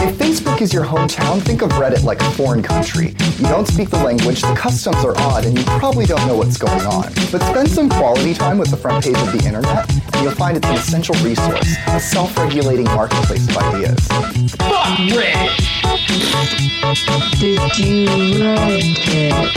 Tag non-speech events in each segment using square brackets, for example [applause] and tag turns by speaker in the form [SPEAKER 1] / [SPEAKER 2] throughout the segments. [SPEAKER 1] If Facebook is your hometown, think of Reddit like a foreign country. You don't speak the language, the customs are odd, and you probably don't know what's going on. But spend some quality time with the front page of the internet, and you'll find it's an essential resource, a self-regulating marketplace of ideas.
[SPEAKER 2] Did you write it?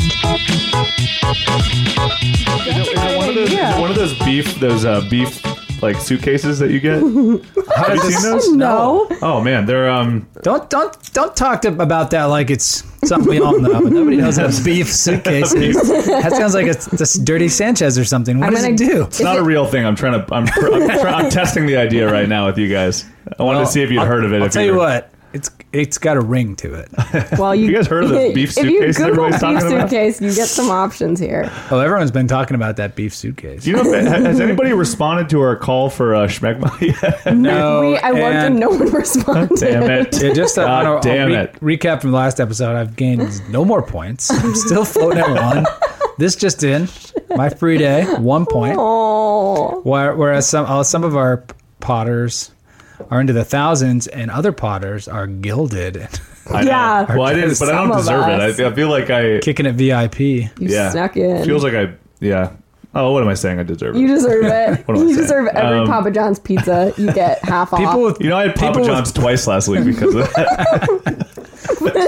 [SPEAKER 3] Is it one of those, is it one of those beef, those uh, beef like suitcases that you get? Have you seen those?
[SPEAKER 4] No.
[SPEAKER 3] Oh man, they're um.
[SPEAKER 5] Don't don't don't talk to, about that like it's something we all know. Nobody knows how
[SPEAKER 3] [laughs]
[SPEAKER 5] beef suitcase is. That sounds like it's this dirty Sanchez or something. What
[SPEAKER 4] I'm
[SPEAKER 5] does
[SPEAKER 4] gonna-
[SPEAKER 5] it do?
[SPEAKER 3] It's not a real thing. I'm trying to. I'm. Pr- I'm, try, I'm testing the idea right now with you guys. I wanted to see if you'd
[SPEAKER 5] I'll-
[SPEAKER 3] heard of it.
[SPEAKER 5] I'll
[SPEAKER 3] if
[SPEAKER 5] tell you
[SPEAKER 3] were-
[SPEAKER 5] what. It's it's got a ring to it.
[SPEAKER 6] Well, you,
[SPEAKER 3] You guys heard of
[SPEAKER 6] [laughs]
[SPEAKER 3] the beef
[SPEAKER 6] if you
[SPEAKER 3] suitcase that
[SPEAKER 6] Google
[SPEAKER 3] everybody's
[SPEAKER 6] beef
[SPEAKER 3] talking about?
[SPEAKER 6] suitcase, you get some options
[SPEAKER 3] [laughs]
[SPEAKER 6] here.
[SPEAKER 5] Oh, everyone's been talking about that beef suitcase.
[SPEAKER 3] Do you know? If,
[SPEAKER 5] [laughs]
[SPEAKER 3] has anybody responded to our call for uh, Schmegma? [laughs] yet?
[SPEAKER 5] no,
[SPEAKER 6] we, I looked and
[SPEAKER 5] and-
[SPEAKER 6] no one [laughs] responded.
[SPEAKER 3] Damn it!
[SPEAKER 5] [laughs] Yeah, just
[SPEAKER 3] God
[SPEAKER 5] on a,
[SPEAKER 3] damn
[SPEAKER 5] re-
[SPEAKER 3] it.
[SPEAKER 5] recap from the last episode, I've gained no more points. I'm still floating at one. This just in, my free day, one point.
[SPEAKER 6] Oh,
[SPEAKER 5] Where- Whereas some uh, some of our potters are into the thousands, and other potters are gilded,
[SPEAKER 3] I know.
[SPEAKER 6] Yeah.
[SPEAKER 3] Well, I didn't, but I
[SPEAKER 6] Some
[SPEAKER 3] don't
[SPEAKER 6] of
[SPEAKER 3] deserve it. I,
[SPEAKER 6] us.
[SPEAKER 3] feel- I feel like I.
[SPEAKER 5] [laughs] kicking it VIP.
[SPEAKER 6] you
[SPEAKER 3] yeah.
[SPEAKER 6] snuck in.
[SPEAKER 3] Feels like I. Yeah. Oh, what am I saying? I deserve it.
[SPEAKER 6] you deserve it.
[SPEAKER 3] What am I
[SPEAKER 6] you
[SPEAKER 3] saying?
[SPEAKER 6] deserve every
[SPEAKER 3] Um,
[SPEAKER 6] Papa John's pizza. You get half
[SPEAKER 5] People
[SPEAKER 6] off.
[SPEAKER 5] with
[SPEAKER 3] You know, I had Papa
[SPEAKER 5] People with-
[SPEAKER 3] John's twice last week because of that.
[SPEAKER 6] [laughs]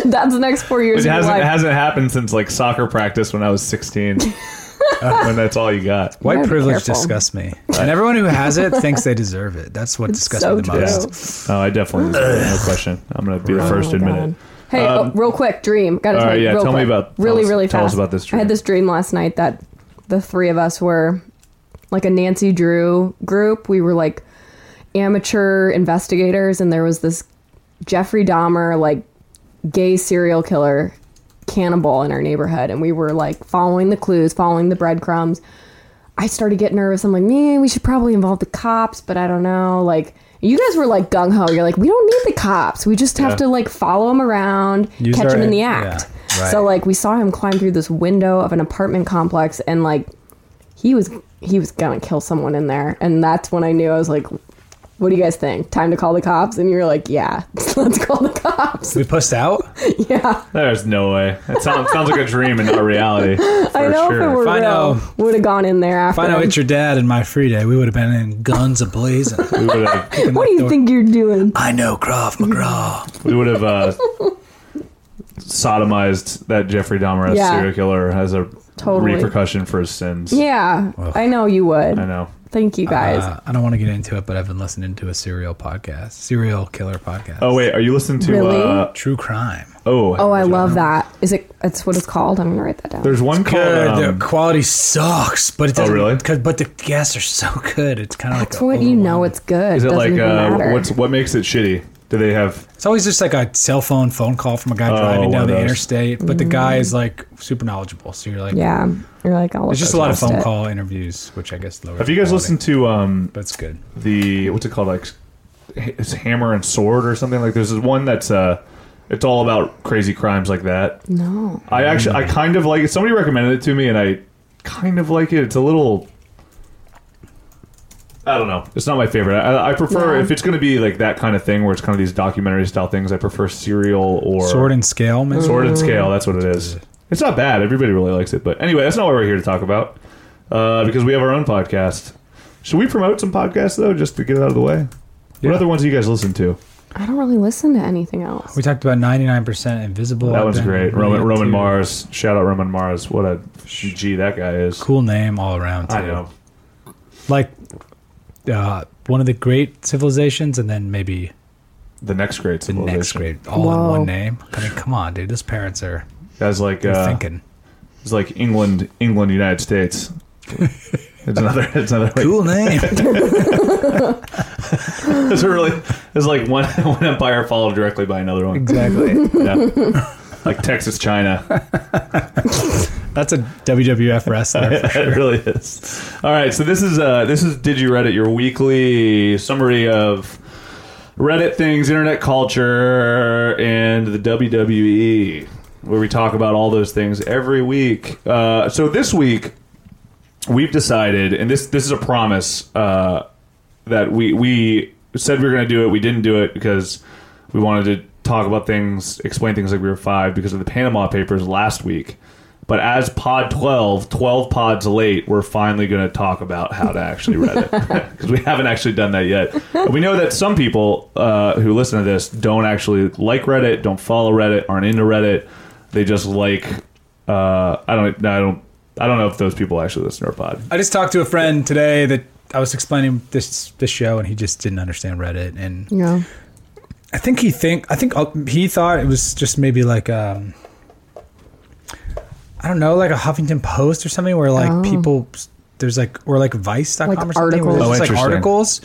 [SPEAKER 6] That's the next four years
[SPEAKER 3] It
[SPEAKER 6] of your
[SPEAKER 3] hasn't, it
[SPEAKER 6] life.
[SPEAKER 3] hasn't happened since like soccer practice when I
[SPEAKER 6] [laughs]
[SPEAKER 3] was 16. when that's all you got.
[SPEAKER 5] white
[SPEAKER 6] gotta be
[SPEAKER 5] privilege
[SPEAKER 6] careful.
[SPEAKER 5] disgusts me, and everyone who has it thinks they deserve it. That's what disgusts
[SPEAKER 6] so
[SPEAKER 5] me the
[SPEAKER 6] true. Oh
[SPEAKER 5] most.
[SPEAKER 3] Oh, I definitely deserve it, no question. I'm gonna be the first to admit it.
[SPEAKER 6] Hey, oh, real quick, dream. Got to
[SPEAKER 3] Um, all
[SPEAKER 6] tell
[SPEAKER 3] right,
[SPEAKER 6] you
[SPEAKER 3] yeah,
[SPEAKER 6] real
[SPEAKER 3] tell me
[SPEAKER 6] quick.
[SPEAKER 3] about- tell
[SPEAKER 6] really,
[SPEAKER 3] us-
[SPEAKER 6] really
[SPEAKER 3] tell us
[SPEAKER 6] fast.
[SPEAKER 3] about this
[SPEAKER 6] I
[SPEAKER 3] dream.
[SPEAKER 6] had this dream last night that the three of us were like a Nancy Drew group. We were like amateur investigators, and there was this Jeffrey Dahmer like gay serial killer cannibal in our neighborhood, and we were like following the clues, following the breadcrumbs. I started getting nervous. I'm like, man, we should probably involve the cops, but I don't know. Like, you guys were like gung ho. You're like, we don't need the cops. We just have to like follow him around,
[SPEAKER 5] Use
[SPEAKER 6] catch
[SPEAKER 5] our- e-,
[SPEAKER 6] him in the
[SPEAKER 5] yeah,
[SPEAKER 6] act.
[SPEAKER 5] right.
[SPEAKER 6] So like, we saw him climb through this window of an apartment complex, and like, he was he was gonna kill someone in there. And that's when I knew I was like, what do you guys think? Time to call the cops? And you were like, yeah, [laughs] let's call the cops.
[SPEAKER 5] We pussed out.
[SPEAKER 6] Yeah,
[SPEAKER 3] There's no way. It sounds, sounds like a dream and not reality. For
[SPEAKER 6] [laughs] I know
[SPEAKER 3] sure.
[SPEAKER 6] if it were
[SPEAKER 5] If I know-
[SPEAKER 6] real, would have gone in there
[SPEAKER 5] If
[SPEAKER 6] after.
[SPEAKER 5] I know
[SPEAKER 6] him.
[SPEAKER 5] it's your dad and my free day, we would have been in guns ablazing.
[SPEAKER 3] we would have,
[SPEAKER 6] what do you think you're doing?
[SPEAKER 5] I know Krav McGraw.
[SPEAKER 3] we would have uh, sodomized that Jeffrey Dahmer as
[SPEAKER 6] Yeah.
[SPEAKER 3] serial killer as a
[SPEAKER 6] Totally.
[SPEAKER 3] repercussion for his sins.
[SPEAKER 6] Yeah, I know you would.
[SPEAKER 3] I know.
[SPEAKER 6] Thank you guys.
[SPEAKER 5] Uh, I don't want to get into it, but I've been listening to a serial podcast, serial killer podcast.
[SPEAKER 3] Oh wait, are you listening to?
[SPEAKER 6] Really?
[SPEAKER 3] Uh,
[SPEAKER 5] true crime.
[SPEAKER 3] oh,
[SPEAKER 6] oh, I love that. Is it? That's what it's called. I'm gonna write that down.
[SPEAKER 3] There's one
[SPEAKER 5] Good.
[SPEAKER 3] called. um,
[SPEAKER 5] the quality sucks, but it doesn't.
[SPEAKER 3] Oh, really?
[SPEAKER 5] 'cause- but the guests are so good. It's kind of like
[SPEAKER 6] that's
[SPEAKER 5] a
[SPEAKER 6] what you know.
[SPEAKER 5] overwhelming-
[SPEAKER 6] It's good.
[SPEAKER 3] is it
[SPEAKER 6] Doesn't
[SPEAKER 3] like
[SPEAKER 6] even
[SPEAKER 3] uh,
[SPEAKER 6] matter.
[SPEAKER 3] what's what makes it shitty? Do they have
[SPEAKER 5] It's always just like a cell phone phone call from a guy driving
[SPEAKER 3] Oh, one
[SPEAKER 5] down
[SPEAKER 3] of
[SPEAKER 5] the
[SPEAKER 3] those.
[SPEAKER 5] interstate, but the guy is like super knowledgeable. So you're like,
[SPEAKER 6] Mm. yeah. You're like all.
[SPEAKER 5] It's just a lot of phone call interviews, which I guess lowers.
[SPEAKER 3] Have you guys
[SPEAKER 5] the quality,
[SPEAKER 3] listened to um
[SPEAKER 5] But it's good.
[SPEAKER 3] the what's it called like h- it's Hammer and Sword or something like there's this one that's uh it's all about crazy crimes like that.
[SPEAKER 6] No.
[SPEAKER 3] I actually I kind of like it. Somebody recommended it to me and I kind of like it. It's a little I don't know. It's not my favorite. I, I prefer
[SPEAKER 6] Yeah.
[SPEAKER 3] if it's going to be like that kind of thing where it's kind of these documentary style things. I prefer serial or
[SPEAKER 5] Sword and scale, man.
[SPEAKER 3] Sword and Scale. That's what it is. It's not bad. Everybody really likes it. But anyway, that's not what we're here to talk about uh, because we have our own podcast. Should we promote some podcasts though, just to get it out of the way? What other ones do you guys listen to?
[SPEAKER 6] I don't really listen to anything else.
[SPEAKER 5] We talked about 99% invisible.
[SPEAKER 3] that
[SPEAKER 5] I've
[SPEAKER 3] one's
[SPEAKER 5] been
[SPEAKER 3] great.
[SPEAKER 5] really
[SPEAKER 3] Roman Roman
[SPEAKER 5] into-
[SPEAKER 3] Mars. Shout out Roman Mars. What a g that guy is.
[SPEAKER 5] Cool name all around. Too.
[SPEAKER 3] I know.
[SPEAKER 5] Like uh, one of the great civilizations, and then maybe
[SPEAKER 3] The next great
[SPEAKER 5] the
[SPEAKER 3] civilization.
[SPEAKER 5] next great, all in
[SPEAKER 6] Whoa.
[SPEAKER 5] one name. I mean, come on, dude. Those parents are
[SPEAKER 3] That's like
[SPEAKER 5] they're
[SPEAKER 3] uh,
[SPEAKER 5] thinking.
[SPEAKER 3] it's like England, England, United States.
[SPEAKER 5] [laughs]
[SPEAKER 3] It's another. It's another. way-
[SPEAKER 5] Cool name.
[SPEAKER 3] It's a really. It's like one [laughs] one empire followed directly by another one.
[SPEAKER 5] [laughs] exactly.
[SPEAKER 3] Yeah. like Texas, China.
[SPEAKER 5] That's a WWF wrestler.
[SPEAKER 3] it really is. All right, so this is uh, this is Did You Reddit, your weekly summary of Reddit things, internet culture, and the E, WWE, where we talk about all those things every week. Uh, so this week, we've decided, and this this is a promise uh, that we we said we were going to do it. We didn't do it because we wanted to talk about things, explain things like we were five because of the Panama Papers last week. But as Pod 12, 12 pods late, we're finally going to talk about how to actually read it [laughs] because we haven't actually done that yet. And we know that some people uh, who listen to this don't actually like Reddit, don't follow Reddit, aren't into Reddit. They just like uh, I don't I don't I don't know if those people actually listen to our pod.
[SPEAKER 5] I just talked to a friend today that I was explaining this this show, and he just didn't understand Reddit, and
[SPEAKER 6] Yeah.
[SPEAKER 5] I think he think I think uh, he thought it was just maybe like um I don't know, like a Huffington Post or something where like
[SPEAKER 6] Oh.
[SPEAKER 5] people there's like or like Vice.com
[SPEAKER 6] Like
[SPEAKER 5] or something where
[SPEAKER 6] articles.
[SPEAKER 3] Oh,
[SPEAKER 5] there's just, like
[SPEAKER 3] interesting.
[SPEAKER 5] articles.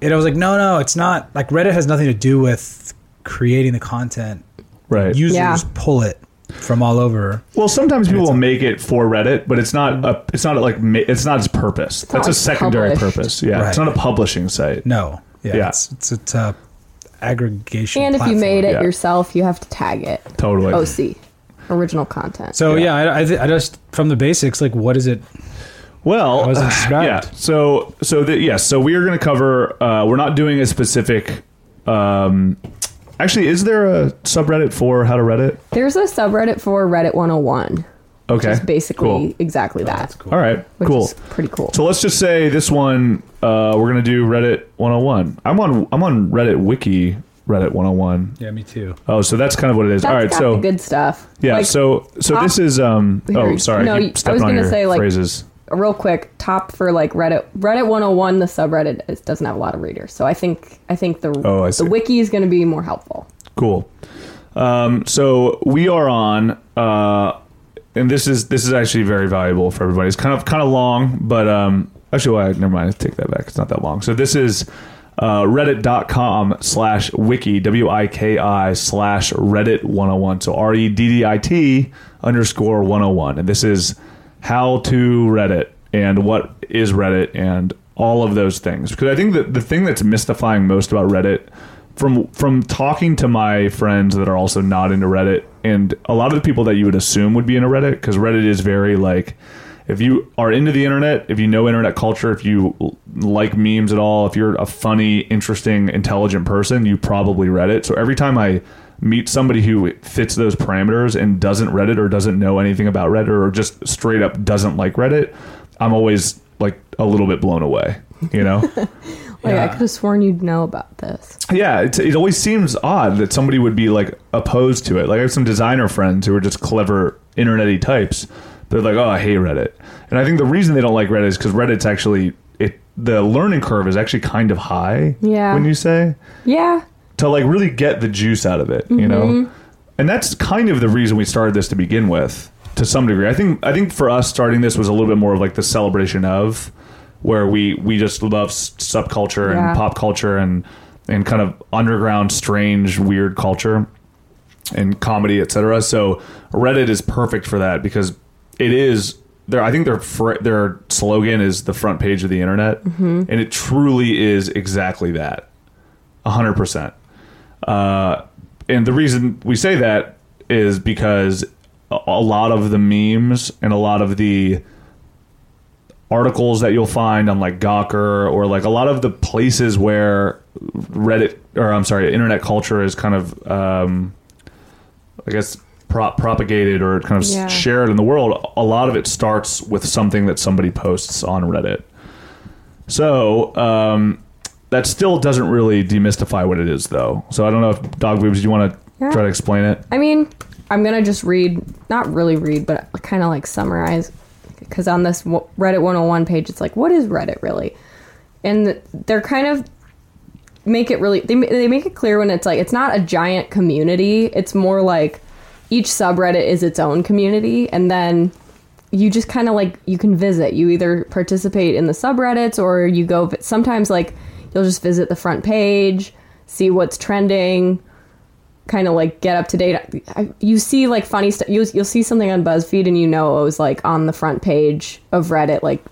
[SPEAKER 5] And I was like, no, no, it's not. Like Reddit has nothing to do with creating the content.
[SPEAKER 3] Right.
[SPEAKER 5] Users
[SPEAKER 6] Yeah.
[SPEAKER 5] pull it from all over.
[SPEAKER 3] well, sometimes people will make it for Reddit, but it's not
[SPEAKER 5] Mm.
[SPEAKER 3] a it's not like ma- it's not its purpose. That's
[SPEAKER 6] not
[SPEAKER 3] a secondary
[SPEAKER 6] published.
[SPEAKER 3] purpose. Yeah, it's
[SPEAKER 5] Right.
[SPEAKER 3] not a publishing site.
[SPEAKER 5] No, yeah,
[SPEAKER 3] Yeah.
[SPEAKER 5] it's it's a t- aggregation.
[SPEAKER 6] And if you
[SPEAKER 5] platform.
[SPEAKER 6] made it
[SPEAKER 3] yeah.
[SPEAKER 6] yourself, you have to tag it.
[SPEAKER 3] Totally.
[SPEAKER 6] OC, original content.
[SPEAKER 5] so yeah, I, I, th- I just from the basics, like what is it?
[SPEAKER 3] Well, [sighs]
[SPEAKER 5] I wasn't subscribed.
[SPEAKER 3] yeah. So, so the, yes. so we are going to cover. Uh, we're not doing a specific. Um, actually, is there a subreddit for how to Reddit?
[SPEAKER 6] there's a subreddit for Reddit 101.
[SPEAKER 3] Okay,
[SPEAKER 6] It's basically
[SPEAKER 3] Cool.
[SPEAKER 6] exactly that.
[SPEAKER 3] All right,
[SPEAKER 6] Which
[SPEAKER 3] cool.
[SPEAKER 6] is pretty cool.
[SPEAKER 3] So let's just say this one. Uh, we're going to do Reddit 101. I'm on. I'm on Reddit Wiki. Reddit 101.
[SPEAKER 5] Yeah, me too.
[SPEAKER 3] Oh, so that's kind of what it is.
[SPEAKER 6] That's
[SPEAKER 3] All right,
[SPEAKER 6] got
[SPEAKER 3] so
[SPEAKER 6] the good stuff.
[SPEAKER 3] yeah,
[SPEAKER 6] Like,
[SPEAKER 3] so so this is um. Oh,
[SPEAKER 6] Here-
[SPEAKER 3] sorry.
[SPEAKER 6] no,
[SPEAKER 3] I
[SPEAKER 6] you- I
[SPEAKER 3] keep stepping
[SPEAKER 6] was
[SPEAKER 3] on
[SPEAKER 6] gonna
[SPEAKER 3] your
[SPEAKER 6] say, like-
[SPEAKER 3] phrases.
[SPEAKER 6] real quick, top for like Reddit Reddit 101, the subreddit is, doesn't have a lot of readers. So I think I think the
[SPEAKER 3] Oh, I see.
[SPEAKER 6] the wiki is going to be more helpful.
[SPEAKER 3] Cool. Um, so we are on, uh, and this is this is actually very valuable for everybody. It's kind of kind of long, but um, actually, well, I- never mind. I take that back. It's not that long. So this is uh, reddit.com slash wiki w i k i slash reddit one hundred one. So r e d d i t underscore one hundred one, and this is how to Reddit and what is Reddit and all of those things. Because I think that the thing that's mystifying most about Reddit, from from talking to my friends that are also not into Reddit, and a lot of the people that you would assume would be into Reddit, because Reddit is very like, if you are into the internet, if you know internet culture, if you l- like memes at all, if you're a funny, interesting, intelligent person, you probably Reddit. So every time I meet somebody who fits those parameters and doesn't Reddit or doesn't know anything about Reddit or just straight up doesn't like Reddit, I'm always like a little bit blown away. You know?
[SPEAKER 6] Like I
[SPEAKER 5] Yeah.
[SPEAKER 6] could have sworn you'd know about this.
[SPEAKER 3] yeah, it's, it always seems odd that somebody would be like opposed to it. Like I have some designer friends who are just clever internety types. They're like, oh, I hate Reddit, and I think the reason they don't like Reddit is because Reddit's actually it. The learning curve is actually kind of high.
[SPEAKER 6] Yeah.
[SPEAKER 3] When you say
[SPEAKER 6] Yeah.
[SPEAKER 3] to like really get the juice out of it, you know. And that's kind of the reason we started this to begin with, to some degree. I think I think for us starting this was a little bit more of like the celebration of, where we we just love s- subculture
[SPEAKER 6] Yeah.
[SPEAKER 3] and pop culture and and kind of underground, strange, weird culture and comedy, etc. So Reddit is perfect for that because it is their. I think their fr- their slogan is the front page of the internet, and it truly is exactly that, hundred percent. Uh, and the reason we say that is because a a lot of the memes and a lot of the articles that you'll find on like Gawker or like a lot of the places where Reddit or I'm sorry, internet culture is kind of um, I guess prop propagated or kind of
[SPEAKER 6] Yeah.
[SPEAKER 3] shared in the world. A lot of it starts with something that somebody posts on Reddit. So um, that still doesn't really demystify what it is, though. So I don't know if Dog Boobs, you want to
[SPEAKER 6] Yeah.
[SPEAKER 3] try to explain it?
[SPEAKER 6] I mean, I'm going to just read, not really read, but kind of like summarize because on this w- Reddit 101 page it's like what is Reddit really? And they're kind of make it really they ma- they make it clear when it's like it's not a giant community, it's more like each subreddit is its own community and then you just kind of like you can visit. You either participate in the subreddits or you go vi- sometimes like you'll just visit the front page, see what's trending, kind of like get up to date. I, you see like funny stuff. You'll, you'll see something on BuzzFeed and you know it was like on the front page of Reddit like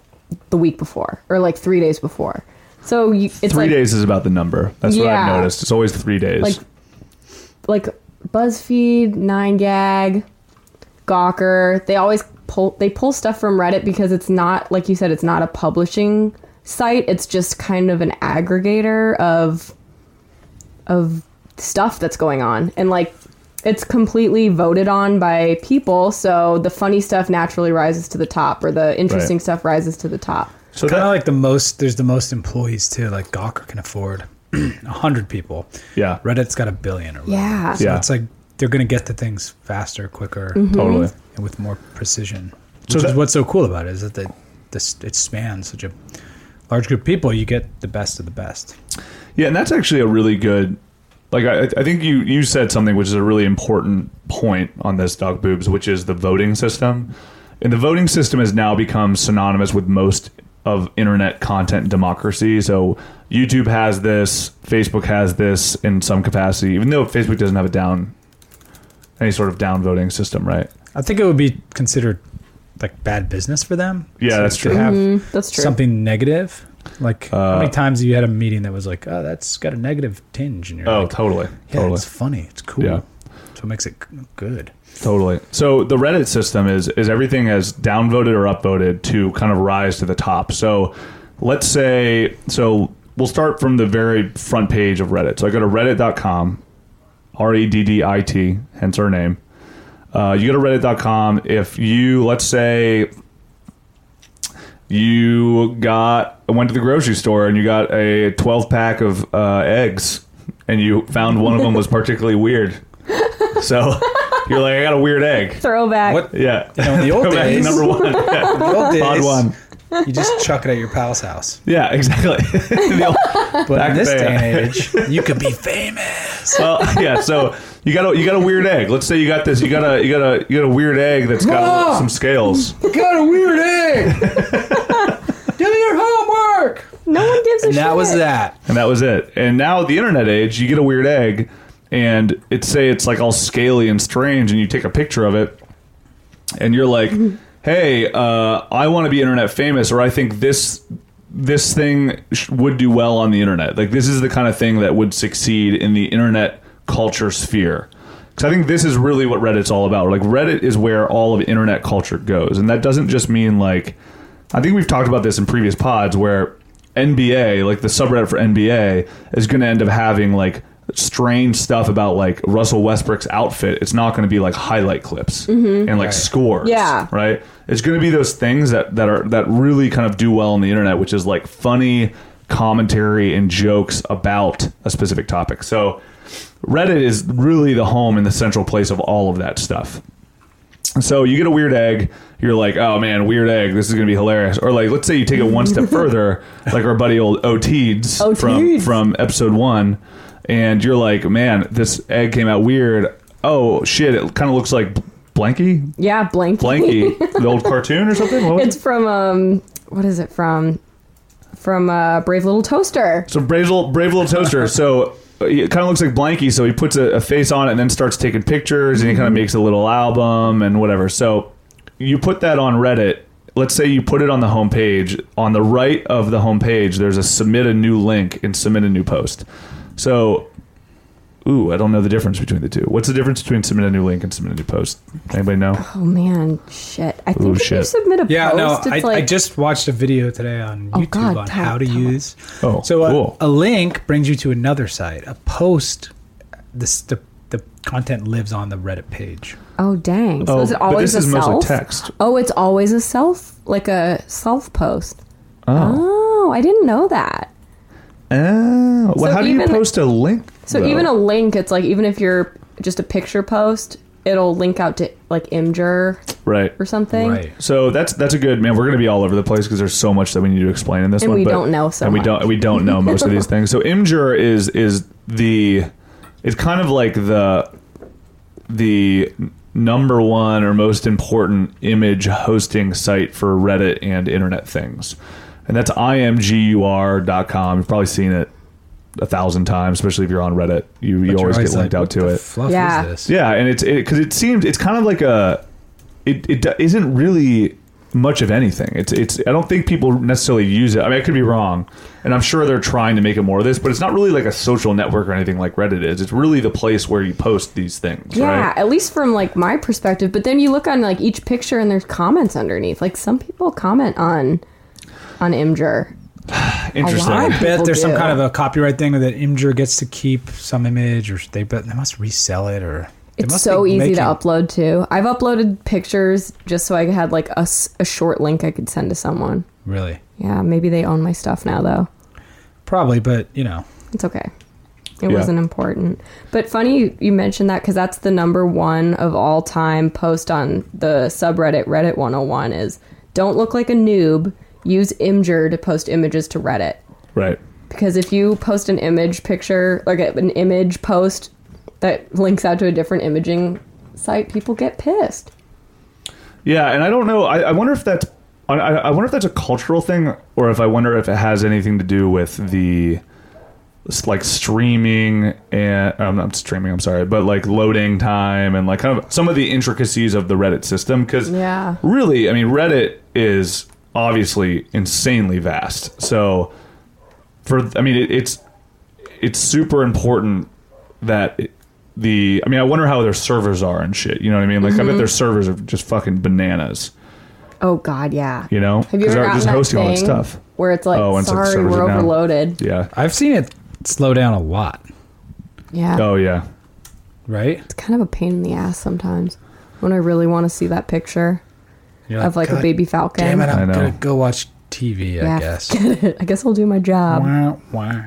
[SPEAKER 6] the week before or like three days before. So you, it's
[SPEAKER 3] three
[SPEAKER 6] like
[SPEAKER 3] days is about the number. That's what I've
[SPEAKER 6] Yeah.
[SPEAKER 3] noticed. It's always three days.
[SPEAKER 6] Like- like BuzzFeed, Nine Gag, Gawker. They always pull they pull stuff from Reddit because it's not like you said it's not a publishing site. It's just kind of an aggregator of of stuff that's going on and like it's completely voted on by people, so the funny stuff naturally rises to the top or the interesting
[SPEAKER 3] Right.
[SPEAKER 6] stuff rises to the top.
[SPEAKER 3] So
[SPEAKER 5] kind
[SPEAKER 3] that
[SPEAKER 5] of like the most. There's the most employees too. Like Gawker can afford [clears throat] a hundred people.
[SPEAKER 3] yeah,
[SPEAKER 5] Reddit's got a billion or whatever.
[SPEAKER 6] Yeah. Mm-hmm.
[SPEAKER 5] So
[SPEAKER 3] Yeah.
[SPEAKER 5] it's like they're going to get to things faster, quicker,
[SPEAKER 3] totally.
[SPEAKER 5] and with more precision. Which
[SPEAKER 3] So
[SPEAKER 5] is
[SPEAKER 3] that-
[SPEAKER 5] what's so cool about it is that they, this it spans such a large group of people. You get the best of the best.
[SPEAKER 3] Yeah, and that's actually a really good. Like I, I think you you said something which is a really important point on this dog boobs, which is the voting system, and the voting system has now become synonymous with most of internet content democracy. So YouTube has this, Facebook has this in some capacity, even though Facebook doesn't have a down any sort of down voting system, right?
[SPEAKER 5] I think it would be considered like bad business for them.
[SPEAKER 3] Yeah,
[SPEAKER 5] to-
[SPEAKER 3] that's
[SPEAKER 5] to
[SPEAKER 3] true.
[SPEAKER 5] have
[SPEAKER 6] Mm, that's true.
[SPEAKER 5] something negative. Like
[SPEAKER 3] Uh,
[SPEAKER 5] how many times have you had a meeting that was like, oh, that's got a negative tinge, and you're
[SPEAKER 3] Oh,
[SPEAKER 5] like,
[SPEAKER 3] totally,
[SPEAKER 5] yeah,
[SPEAKER 3] totally.
[SPEAKER 5] it's funny, it's cool.
[SPEAKER 3] Yeah.
[SPEAKER 5] That's what makes it g- good.
[SPEAKER 3] Totally. So the Reddit system is is everything as downvoted or upvoted to kind of rise to the top. So let's say so we'll start from the very front page of Reddit. So I go to reddit.com, R E D D I T, hence our name. Uh, you go to reddit.com if you let's say you got went to the grocery store and you got a 12 pack of uh, eggs and you found one of them was particularly weird. So [laughs] you're like, I got a weird egg.
[SPEAKER 6] Throwback.
[SPEAKER 5] What
[SPEAKER 3] Yeah.
[SPEAKER 5] you know, in the
[SPEAKER 3] [laughs]
[SPEAKER 5] old
[SPEAKER 3] Back to
[SPEAKER 5] days,
[SPEAKER 3] number one. Yeah, [laughs]
[SPEAKER 5] the old
[SPEAKER 3] Odd
[SPEAKER 5] days,
[SPEAKER 3] one.
[SPEAKER 5] you just chuck it at your pal's house.
[SPEAKER 3] Yeah, exactly. [laughs] The old- [laughs]
[SPEAKER 5] But
[SPEAKER 3] Back
[SPEAKER 5] in this
[SPEAKER 3] then.
[SPEAKER 5] day and age, you could
[SPEAKER 3] [laughs]
[SPEAKER 5] be famous.
[SPEAKER 3] well, yeah. So you got a you got a weird egg. Let's say you got this. You got a you got a you got a weird egg that's got
[SPEAKER 5] Mom!
[SPEAKER 3] some scales.
[SPEAKER 5] got a weird [laughs] egg. Do your homework.
[SPEAKER 6] No one gives a
[SPEAKER 5] And
[SPEAKER 6] shit.
[SPEAKER 5] that was that.
[SPEAKER 3] and that was it. And now the internet age, you get a weird egg, and it say it's like all scaly and strange, and you take a picture of it, and you're like, "Hey, uh, I want to be internet famous, or I think this this thing sh- would do well on the internet. Like this is the kind of thing that would succeed in the internet culture sphere." Because I think this is really what Reddit's all about. Like Reddit is where all of internet culture goes, and that doesn't just mean like I think we've talked about this in previous pods where NBA, like the subreddit for NBA, is going to end up having like strange stuff about like Russell Westbrook's outfit. It's not going to be like highlight clips and like scores.
[SPEAKER 6] Yeah.
[SPEAKER 3] Right? It's going to be those things that, that are that really kind of do well on the internet, which is like funny commentary and jokes about a specific topic. So Reddit is really the home and the central place of all of that stuff. So you get a weird egg, you're like, oh man, weird egg, this is gonna be hilarious. Or like, let's say you take it one step further, like our buddy old O'Teeds from
[SPEAKER 6] O'Teeds.
[SPEAKER 3] from episode one, and you're like, man, this egg came out weird. Oh shit, it kind of looks like Blanky,
[SPEAKER 6] Yeah, blank.
[SPEAKER 3] Blanky, the old cartoon or something. What was
[SPEAKER 6] It's
[SPEAKER 3] it?
[SPEAKER 6] from um, what is it from? From uh, Brave Little Toaster.
[SPEAKER 3] So brave little, brave little toaster. So uh, it kind of looks like Blanky. So he puts a, a face on it and then starts taking pictures and he kind of makes a little album and whatever. So you put that on Reddit. Let's say you put it on the homepage. On the right of the homepage, there's a submit a new link and submit a new post. So, ooh, I don't know the difference between the two. What's the difference between submit a new link and submit a new post? Anybody
[SPEAKER 6] [sighs]
[SPEAKER 3] know?
[SPEAKER 6] Oh man, shit! I think
[SPEAKER 3] Ooh,
[SPEAKER 6] if you
[SPEAKER 3] shit.
[SPEAKER 6] submit a
[SPEAKER 5] Yeah,
[SPEAKER 6] post,
[SPEAKER 5] no, I,
[SPEAKER 6] it's like
[SPEAKER 5] I just watched a video today on
[SPEAKER 6] Oh,
[SPEAKER 5] YouTube
[SPEAKER 6] God,
[SPEAKER 5] on
[SPEAKER 6] tell-
[SPEAKER 5] how to
[SPEAKER 6] tell
[SPEAKER 5] use.
[SPEAKER 3] Oh,
[SPEAKER 5] so a,
[SPEAKER 3] cool.
[SPEAKER 5] a link brings you to another site. A post, this the the content lives on the Reddit page.
[SPEAKER 6] oh dang. So
[SPEAKER 3] Oh,
[SPEAKER 6] is it
[SPEAKER 3] but
[SPEAKER 6] always
[SPEAKER 3] this
[SPEAKER 6] a
[SPEAKER 3] is
[SPEAKER 6] self?
[SPEAKER 3] mostly text.
[SPEAKER 6] Oh, it's always a self, like a self post. Oh, I didn't know that.
[SPEAKER 3] Oh, well,
[SPEAKER 6] So
[SPEAKER 3] how do
[SPEAKER 6] even-
[SPEAKER 3] you post a link?
[SPEAKER 6] So
[SPEAKER 3] though?
[SPEAKER 6] even a link, it's like even if you're just a picture post, it'll link out to like Imgur
[SPEAKER 3] right.
[SPEAKER 6] or something.
[SPEAKER 3] So that's that's a good man. We're going to be all over the place because there's so much that we need to explain in this
[SPEAKER 6] And
[SPEAKER 3] one.
[SPEAKER 6] we
[SPEAKER 3] but-
[SPEAKER 6] don't know so
[SPEAKER 3] and we
[SPEAKER 6] much.
[SPEAKER 3] don't we don't know most of
[SPEAKER 6] [laughs]
[SPEAKER 3] these things. So Imgur is is the it's kind of like the the number one or most important image hosting site for Reddit and internet things, and that's imgur.com. You've probably seen it a thousand times, especially if you're on Reddit. You you
[SPEAKER 5] But you're
[SPEAKER 3] always get
[SPEAKER 5] like,
[SPEAKER 3] linked
[SPEAKER 5] what
[SPEAKER 3] out to
[SPEAKER 5] the
[SPEAKER 3] it.
[SPEAKER 5] Fluff
[SPEAKER 6] Yeah.
[SPEAKER 5] is this?
[SPEAKER 3] Yeah, and it's because it, seems it's kind of like a it it do- isn't really much of anything. It's it's. I don't think people necessarily use it. I mean, I could be wrong, and I'm sure they're trying to make it more of this, but it's not really like a social network or anything like Reddit is. It's really the place where you post these things.
[SPEAKER 6] Yeah,
[SPEAKER 3] right?
[SPEAKER 6] at least from like my perspective. But then you look on like each picture and there's comments underneath. Like some people comment on on Imgur.
[SPEAKER 3] interesting.
[SPEAKER 6] lot.
[SPEAKER 5] I bet
[SPEAKER 6] People
[SPEAKER 5] there's some
[SPEAKER 6] do.
[SPEAKER 5] kind of a copyright thing that Imgur gets to keep some image, or they but they must resell it, or they
[SPEAKER 6] It's
[SPEAKER 5] must
[SPEAKER 6] so
[SPEAKER 5] be
[SPEAKER 6] easy
[SPEAKER 5] making-
[SPEAKER 6] to upload too. I've uploaded pictures just so I had like a, s- a short link I could send to someone.
[SPEAKER 5] Really,
[SPEAKER 6] Yeah, maybe they own my stuff now though.
[SPEAKER 5] probably, but you know,
[SPEAKER 6] It's okay. It
[SPEAKER 3] Yeah.
[SPEAKER 6] wasn't important. But funny you- you mentioned that because that's the number one of all time post on the subreddit Reddit 101 is don't look like a noob. Use Imgur to post images to Reddit.
[SPEAKER 3] Right.
[SPEAKER 6] Because if you post an image picture, like an image post that links out to a different imaging site, people get pissed.
[SPEAKER 3] Yeah, and I don't know. I, I wonder if that's I, I I wonder if that's a cultural thing, or if I wonder if it has anything to do with the s- like streaming and I'm not streaming. I'm sorry, but like loading time and like kind of some of the intricacies of the Reddit system. Because
[SPEAKER 6] Yeah.
[SPEAKER 3] really, I mean, Reddit is obviously insanely vast. So for I mean, it, it's it's super important that it- the I mean, I wonder how their servers are and shit. You know what I mean? Like, I
[SPEAKER 6] Mm-hmm.
[SPEAKER 3] bet their servers are just fucking bananas.
[SPEAKER 6] Oh God, yeah.
[SPEAKER 3] You know,
[SPEAKER 6] Have you ever
[SPEAKER 3] they're
[SPEAKER 6] gotten
[SPEAKER 3] just
[SPEAKER 6] that
[SPEAKER 3] hosting
[SPEAKER 6] thing
[SPEAKER 3] all that stuff.
[SPEAKER 6] where it's like,
[SPEAKER 3] Oh, and so the
[SPEAKER 6] sorry,
[SPEAKER 3] servers
[SPEAKER 6] we're
[SPEAKER 3] are down."
[SPEAKER 6] overloaded?
[SPEAKER 3] Yeah.
[SPEAKER 5] I've seen it slow down a lot,
[SPEAKER 6] Yeah,
[SPEAKER 3] Oh yeah.
[SPEAKER 5] right?
[SPEAKER 6] it's kind of a pain in the ass sometimes when I really want to see that picture
[SPEAKER 5] You're
[SPEAKER 6] of like a
[SPEAKER 5] Uh, "God
[SPEAKER 6] baby falcon.
[SPEAKER 5] Damn it!
[SPEAKER 3] I
[SPEAKER 5] I'm
[SPEAKER 3] know.
[SPEAKER 5] gonna go watch TV.
[SPEAKER 6] [laughs]
[SPEAKER 5] I
[SPEAKER 6] Yeah,
[SPEAKER 5] guess.
[SPEAKER 6] forget it. I guess I'll do my job.
[SPEAKER 5] Wah, wah.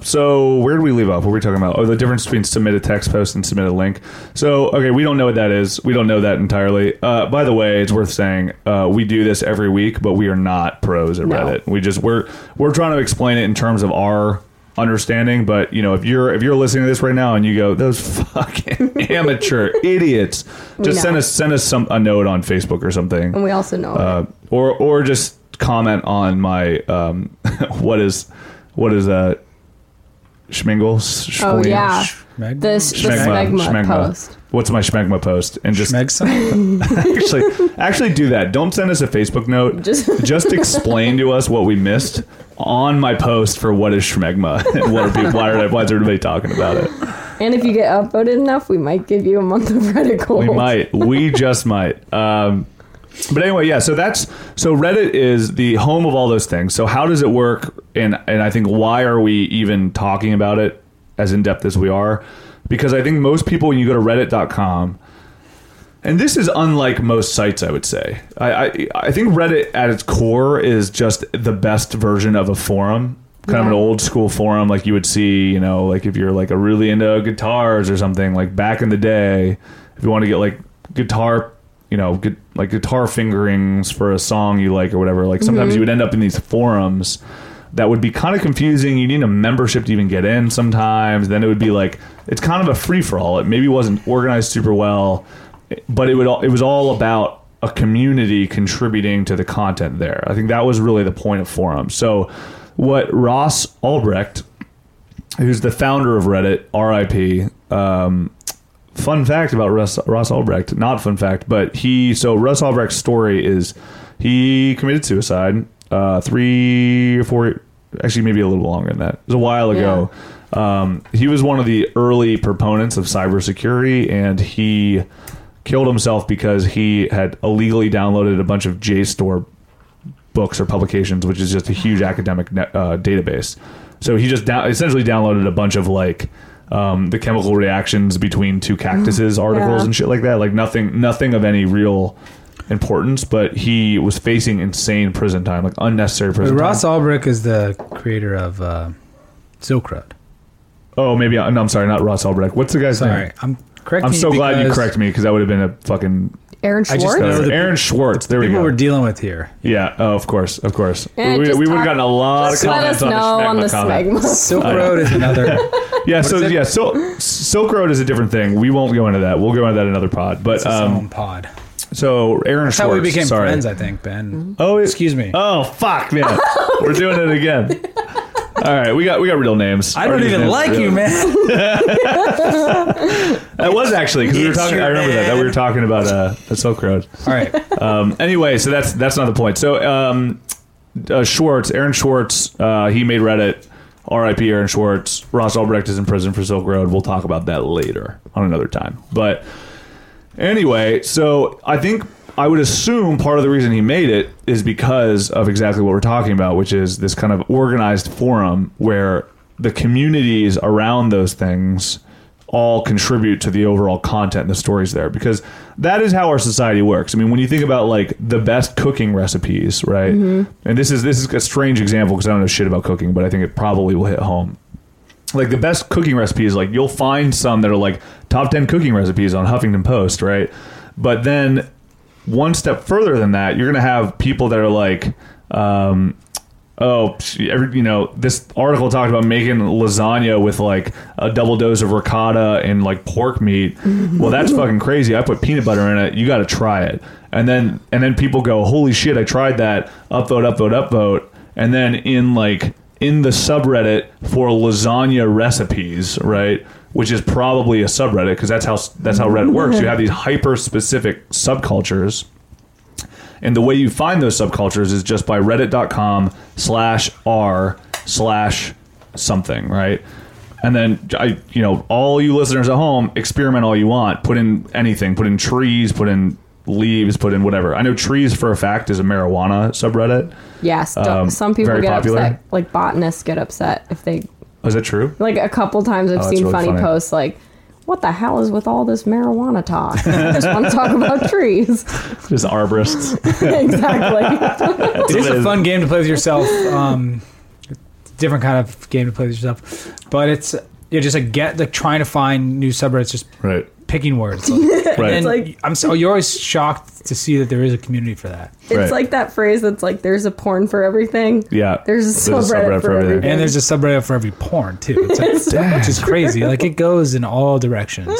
[SPEAKER 3] So where did we leave off? What were we talking about? Oh, the difference between submit a text post and submit a link. So okay, we don't know what that is. We don't know that entirely. Uh, by the way, it's worth saying uh, we do this every week, but we are not pros at
[SPEAKER 6] No.
[SPEAKER 3] Reddit. We just we're we're trying to explain it in terms of our understanding. But you know, if you're if you're listening to this right now and you go those fucking [laughs] amateur idiots, just send
[SPEAKER 6] know.
[SPEAKER 3] us send us some a note on Facebook or something
[SPEAKER 6] And we also know it.
[SPEAKER 3] uh, or or just comment on my um, [laughs] what is what is uh, Schmingle? Sch-
[SPEAKER 6] Oh, yeah.
[SPEAKER 5] Meg-
[SPEAKER 6] the, the smegma, post.
[SPEAKER 3] What's my Schmegma post? And just
[SPEAKER 6] [laughs]
[SPEAKER 5] Meg something?
[SPEAKER 3] actually actually do that. Don't send us a Facebook note.
[SPEAKER 6] Just-
[SPEAKER 3] [laughs] just explain to us what we missed on my post for what is Schmegma [laughs] and what are people, why, are, why is everybody talking about it?
[SPEAKER 6] And if you get upvoted enough, we might give you a month of [laughs] Reddit gold.
[SPEAKER 3] We might. We just might. Um, but anyway, yeah. So that's so Reddit is the home of all those things. So how does it work? And and I think why are we even talking about it as in depth as we are? Because I think most people, when you go to Reddit.com, and this is unlike most sites, I would say. I, I, I think Reddit at its core is just the best version of a forum, kind of an
[SPEAKER 6] Yeah.
[SPEAKER 3] old school forum, like you would see, you know, like if you're like a really into guitars or something, like back in the day, if you want to get like guitar, you know, gu- like guitar fingerings for a song you like or whatever, like sometimes you would end up in these forums that would be kind of confusing. You need a membership to even get in sometimes. Then it would be like it's kind of a free for all. It maybe wasn't organized super well, but it would all, it was all about a community contributing to the content there. I think that was really the point of forums. So what Ross Albrecht, who's the founder of Reddit, RIP, Um, fun fact about Russ, Ross Albrecht, not fun fact, but he, so Russ Albrecht's story is he committed suicide uh, three or four, actually, maybe a little longer than that. It was a while ago. Um, he was one of the early proponents of cybersecurity, and he killed himself because he had illegally downloaded a bunch of JSTOR books or publications, which is just a huge academic ne- uh, database. So he just down- essentially downloaded a bunch of like um, the chemical reactions between two cactuses articles
[SPEAKER 6] Yeah.
[SPEAKER 3] and shit like that. Like nothing, nothing of any real importance. But he was facing insane prison time, like unnecessary
[SPEAKER 5] But
[SPEAKER 3] prison
[SPEAKER 5] Ross
[SPEAKER 3] time.
[SPEAKER 5] Ulbrich is the creator of uh, Silk Road.
[SPEAKER 3] Oh, maybe I, no, I'm sorry, not Ross Albrecht. What's the guy's
[SPEAKER 5] Sorry,
[SPEAKER 3] name?
[SPEAKER 5] I'm correct.
[SPEAKER 3] I'm so glad you corrected me because that would have been a fucking
[SPEAKER 6] Aaron
[SPEAKER 5] I just
[SPEAKER 6] Schwartz.
[SPEAKER 5] know- the pe-
[SPEAKER 3] Aaron Schwartz. There we
[SPEAKER 5] People
[SPEAKER 3] go.
[SPEAKER 5] we're dealing with here.
[SPEAKER 3] yeah, oh, of course, of course.
[SPEAKER 6] Eh,
[SPEAKER 3] we
[SPEAKER 6] just
[SPEAKER 3] would have
[SPEAKER 6] talk-
[SPEAKER 3] gotten a lot of
[SPEAKER 6] Just let
[SPEAKER 3] comments
[SPEAKER 6] us know on the
[SPEAKER 3] comment.
[SPEAKER 6] smegma.
[SPEAKER 5] Silk Road
[SPEAKER 3] [laughs]
[SPEAKER 5] is another.
[SPEAKER 3] Yeah, so
[SPEAKER 5] is it?
[SPEAKER 3] yeah, Sil- Silk Road is a different thing. We won't go into that. We'll go into that in another pod. But
[SPEAKER 5] It's its
[SPEAKER 3] um,
[SPEAKER 5] own pod.
[SPEAKER 3] so Aaron
[SPEAKER 5] That's how
[SPEAKER 3] Schwartz,
[SPEAKER 5] we became
[SPEAKER 3] sorry.
[SPEAKER 6] Mm-hmm.
[SPEAKER 5] friends, I think, Ben.
[SPEAKER 3] Oh, it-
[SPEAKER 5] Excuse me.
[SPEAKER 6] [laughs]
[SPEAKER 3] Oh fuck, man, we're doing it again. All right, we got we got real names.
[SPEAKER 5] I don't
[SPEAKER 3] Our
[SPEAKER 5] even
[SPEAKER 3] names-
[SPEAKER 5] like you, man.
[SPEAKER 3] That was actually because we were
[SPEAKER 5] It's
[SPEAKER 3] talking.
[SPEAKER 5] your
[SPEAKER 3] I remember that that we were talking about uh, the Silk Road.
[SPEAKER 5] [laughs] All [laughs] right.
[SPEAKER 3] Um, anyway, so that's that's not the point. So um, uh, Schwartz, Aaron Schwartz, uh, he made Reddit. R.I.P. Aaron Schwartz. Ross Albrecht is in prison for Silk Road. We'll talk about that later on another time. But anyway, so I think I would assume part of the reason he made it is because of exactly what we're talking about, which is this kind of organized forum where the communities around those things all contribute to the overall content and the stories there because that is how our society works. I mean, when you think about like the best cooking recipes, right? And this is this is a strange example because I don't know shit about cooking, but I think it probably will hit home like the best cooking recipes like you'll find some that are like top 10 cooking recipes on huffington post right but then one step further than that you're gonna have people that are like um, oh psh, every, you know this article talked about making lasagna with like a double dose of ricotta and like pork meat well that's fucking crazy i put peanut butter in it you gotta try it and then and then people go holy shit i tried that upvote upvote upvote and then in like in the subreddit for lasagna recipes, right? Which is probably a subreddit because that's how that's how Reddit works. You have these hyper specific subcultures, and the way you find those subcultures is just by reddit.com slash r slash something, right? And then I, you know, all you listeners at home, experiment all you want. Put in anything. Put in trees. Put in leaves. Put in whatever. I know trees for a fact is a marijuana subreddit.
[SPEAKER 6] Yes, don't-
[SPEAKER 3] Um,
[SPEAKER 6] some people
[SPEAKER 3] very
[SPEAKER 6] get
[SPEAKER 3] popular.
[SPEAKER 6] upset. Like botanists get upset if they
[SPEAKER 3] Is that true?
[SPEAKER 6] like a couple times I've
[SPEAKER 3] Oh, that's
[SPEAKER 6] seen
[SPEAKER 3] really
[SPEAKER 6] funny,
[SPEAKER 3] funny.
[SPEAKER 6] posts like, "What the hell is with all this marijuana talk? I just want to talk about trees." [laughs]
[SPEAKER 3] Just arborists.
[SPEAKER 6] exactly.
[SPEAKER 5] It is
[SPEAKER 3] It
[SPEAKER 5] a
[SPEAKER 3] is.
[SPEAKER 5] fun game to play with yourself. Um, different kind of game to play with yourself, but it's you're just like get like trying to find new subreddits, just
[SPEAKER 3] Right.
[SPEAKER 5] picking [laughs] words. Like,
[SPEAKER 3] Right.
[SPEAKER 5] and
[SPEAKER 6] like-
[SPEAKER 5] I'm so you're always shocked to see that there is a community for that,
[SPEAKER 6] It's
[SPEAKER 3] Right.
[SPEAKER 6] like that phrase that's like, "There's a porn for everything."
[SPEAKER 3] yeah.
[SPEAKER 6] There's a subreddit for everything.
[SPEAKER 5] and there's a subreddit for every porn too, [laughs] it's like,
[SPEAKER 6] It's
[SPEAKER 5] which is crazy. Like it goes in all directions.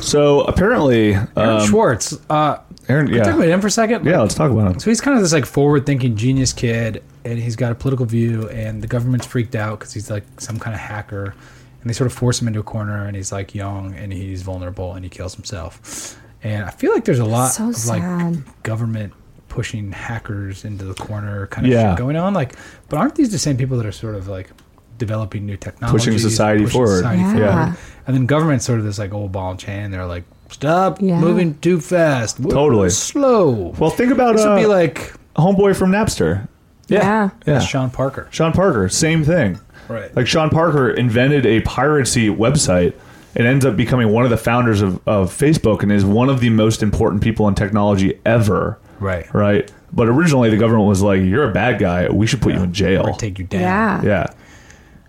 [SPEAKER 3] So apparently,
[SPEAKER 5] Aaron
[SPEAKER 3] um,
[SPEAKER 5] Schwartz, uh,
[SPEAKER 3] Aaron-
[SPEAKER 5] talk about
[SPEAKER 3] yeah.
[SPEAKER 5] him for a second.
[SPEAKER 3] yeah, let's talk about him.
[SPEAKER 5] So he's kind of this like forward-thinking genius kid, and he's got a political view, and the government's freaked out because he's like some kind of hacker, and they sort of force him into a corner, and he's like young, and he's vulnerable, and he kills himself. And I feel like there's a lot
[SPEAKER 6] So
[SPEAKER 5] of
[SPEAKER 6] sad.
[SPEAKER 5] like government pushing hackers into the corner kind of
[SPEAKER 3] Yeah.
[SPEAKER 5] shit going on. Like, but aren't these the same people that are sort of like developing new technology,
[SPEAKER 3] society forward.
[SPEAKER 6] Yeah.
[SPEAKER 5] and then government's sort of this like old ball and chain. They're like, stop
[SPEAKER 6] Yeah.
[SPEAKER 5] moving too fast, We're
[SPEAKER 3] Totally.
[SPEAKER 5] slow.
[SPEAKER 3] Well, think about
[SPEAKER 5] this
[SPEAKER 3] uh,
[SPEAKER 5] would be like
[SPEAKER 3] homeboy from Napster,
[SPEAKER 6] Yeah.
[SPEAKER 3] Yeah.
[SPEAKER 5] That's Sean Parker.
[SPEAKER 3] Sean Parker. Same thing.
[SPEAKER 5] Right.
[SPEAKER 3] Like Sean Parker invented a piracy website and ends up becoming one of the founders of, of Facebook and is one of the most important people in technology ever.
[SPEAKER 5] Right.
[SPEAKER 3] Right. But originally, the government was like, "You're a bad guy. We should put you in
[SPEAKER 5] Or
[SPEAKER 3] jail."
[SPEAKER 5] take you down.
[SPEAKER 6] Yeah.
[SPEAKER 3] yeah.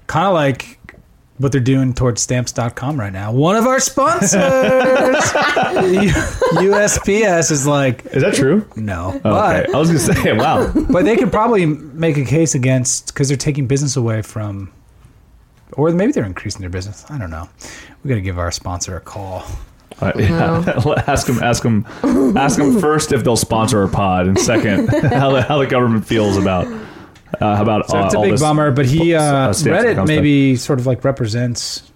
[SPEAKER 5] Kind of like what they're doing towards stamps.com right now. One of our sponsors, [laughs] USPS, is like,
[SPEAKER 3] Is that true?
[SPEAKER 5] no.
[SPEAKER 3] Oh, Okay.
[SPEAKER 5] But,
[SPEAKER 3] I was gonna say, wow.
[SPEAKER 5] but they could probably make a case against because they're taking business away from, or maybe they're increasing their business. I don't know. We got to give our sponsor a call.
[SPEAKER 3] Uh, yeah. [laughs] ask them. Ask them. Ask them first if they'll sponsor a pod, and second, [laughs] how the, how the government feels about uh, about
[SPEAKER 5] So
[SPEAKER 3] all,
[SPEAKER 5] it's a
[SPEAKER 3] all
[SPEAKER 5] big
[SPEAKER 3] this
[SPEAKER 5] bummer, but he uh,
[SPEAKER 3] uh, stamps that
[SPEAKER 5] Reddit
[SPEAKER 3] comes
[SPEAKER 5] maybe sort of like represents.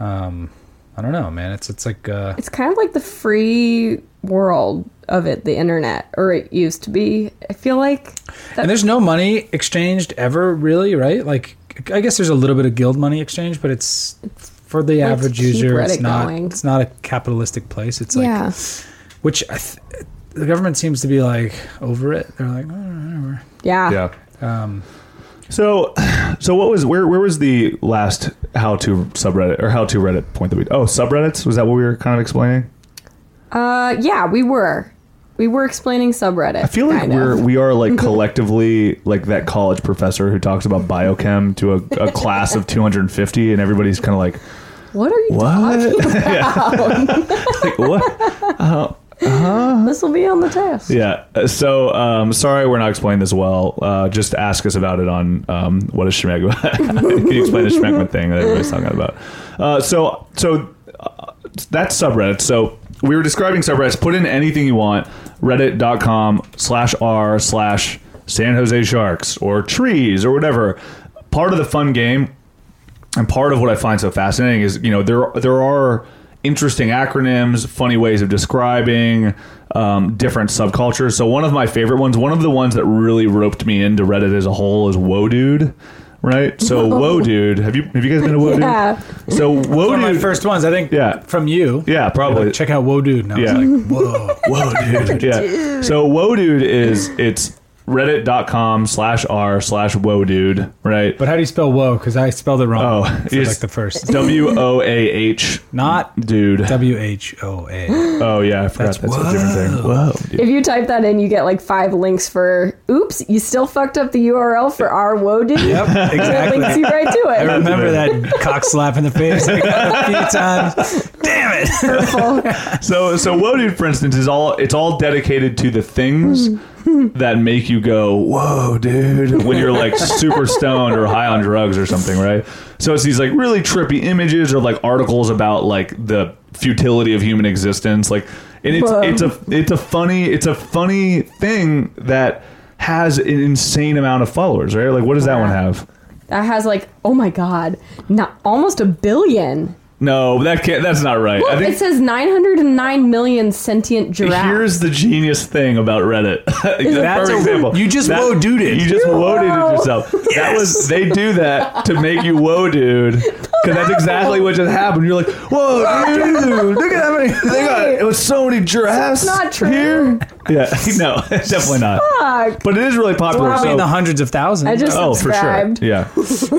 [SPEAKER 5] Um, I don't know, man. It's it's like uh,
[SPEAKER 6] It's kind of like the free world of it, the internet, or it used to be. I feel like
[SPEAKER 5] And there's no money exchanged ever, really, right? Like, I guess there's a little bit of guild money exchanged, but it's, for the
[SPEAKER 6] Well, it's
[SPEAKER 5] average
[SPEAKER 6] to keep
[SPEAKER 5] user. It's
[SPEAKER 6] Reddit
[SPEAKER 5] not.
[SPEAKER 6] going.
[SPEAKER 5] It's not a capitalistic place. It's like,
[SPEAKER 6] yeah,
[SPEAKER 5] which I th- the government seems to be like over it. They're like, "Oh, whatever.
[SPEAKER 6] yeah,
[SPEAKER 3] Yeah.
[SPEAKER 5] Um,
[SPEAKER 3] So, so what was where where was the last how to subreddit or how to Reddit point that we? Oh, subreddits was that what we were kind of explaining?
[SPEAKER 6] Uh, yeah. We were, we were explaining subreddit.
[SPEAKER 3] I feel like
[SPEAKER 6] kind of.
[SPEAKER 3] we're we are like collectively like that college professor who talks about biochem to a, a class of 250, and everybody's kind of like,
[SPEAKER 6] What are you
[SPEAKER 3] what? [laughs]
[SPEAKER 6] talking about?
[SPEAKER 3] like what?
[SPEAKER 6] this will be on the test.
[SPEAKER 3] [laughs] Yeah. uh, So um, sorry, we're not explaining this well. Uh, just ask us about it on um, what is Shmegma. [laughs] Can you explain the Shmegma thing that everybody's talking about? Uh, so so uh, that's subreddit. So we were describing subreddits. Put in anything you want. Reddit.com slash r slash San Jose Sharks or trees or whatever. Part of the fun game and part of what I find so fascinating is you know there there are interesting acronyms, funny ways of describing um, different subcultures. So one of my favorite ones, one of the ones that really roped me into Reddit as a whole, is Whoa Dude. Right, so Whoa Dude, have you have you guys been to Whoa
[SPEAKER 6] Yeah.
[SPEAKER 3] Dude? So Whoa
[SPEAKER 5] One of my
[SPEAKER 3] Dude,
[SPEAKER 5] first ones, I think.
[SPEAKER 3] Yeah.
[SPEAKER 5] From you.
[SPEAKER 3] yeah, probably
[SPEAKER 5] Like, check out Whoa Dude. And I
[SPEAKER 3] Yeah.
[SPEAKER 5] was like,
[SPEAKER 3] [laughs]
[SPEAKER 5] whoa.
[SPEAKER 3] Whoa, dude. yeah. So whoa, dude is it's reddit.com slash r slash whoa, dude. Right.
[SPEAKER 5] But how do you spell whoa? Because I spelled it wrong.
[SPEAKER 3] Oh,
[SPEAKER 5] for
[SPEAKER 3] it's-
[SPEAKER 5] like the first.
[SPEAKER 3] W O A H.
[SPEAKER 5] Not
[SPEAKER 3] Dude.
[SPEAKER 5] W H O
[SPEAKER 3] [gasps]
[SPEAKER 5] A.
[SPEAKER 3] oh yeah, I forgot that's, a different thing. Whoa. dude.
[SPEAKER 6] If you type that in, you get like five links for. Oops, you still fucked up the URL for our Whoa Dude.
[SPEAKER 5] Yep,
[SPEAKER 6] [laughs] It
[SPEAKER 5] exactly.
[SPEAKER 6] links you right
[SPEAKER 3] [laughs]
[SPEAKER 5] I
[SPEAKER 6] to
[SPEAKER 5] remember that cock slap in the face like, a
[SPEAKER 3] [laughs]
[SPEAKER 5] few times. Damn it!
[SPEAKER 3] So so whoa, dude, for instance, is all it's all dedicated to the things that make you go whoa, dude, when you're like super stoned or high on drugs or something, right? So it's these like really trippy images or like articles about like the futility of human existence, like. And it's
[SPEAKER 6] Whoa.
[SPEAKER 3] it's a it's a funny it's a funny thing that has an insane amount of followers, right? Like, what does that one have?
[SPEAKER 6] it. [laughs] That has like, oh my god, not almost a billion.
[SPEAKER 3] No, that can't. That's not right. I
[SPEAKER 6] It says 909 million sentient giraffes.
[SPEAKER 3] Here's the genius thing about Reddit. [laughs]
[SPEAKER 5] That's
[SPEAKER 3] That's
[SPEAKER 5] a-
[SPEAKER 3] example.
[SPEAKER 5] you just woe dude it.
[SPEAKER 3] You just woe dude
[SPEAKER 6] Wow.
[SPEAKER 3] yourself. That was they do that to make you woe dude because that's exactly what just happened. You're like, whoa dude, look at how many they got. It was so many giraffes.
[SPEAKER 6] not true.
[SPEAKER 3] Here. Yeah, [laughs] no, definitely not.
[SPEAKER 6] Fuck.
[SPEAKER 3] But it is really popular.
[SPEAKER 5] Probably
[SPEAKER 3] so-
[SPEAKER 5] in the hundreds of thousands.
[SPEAKER 6] I just-
[SPEAKER 3] Oh, for sure.
[SPEAKER 6] subscribed.
[SPEAKER 3] Yeah.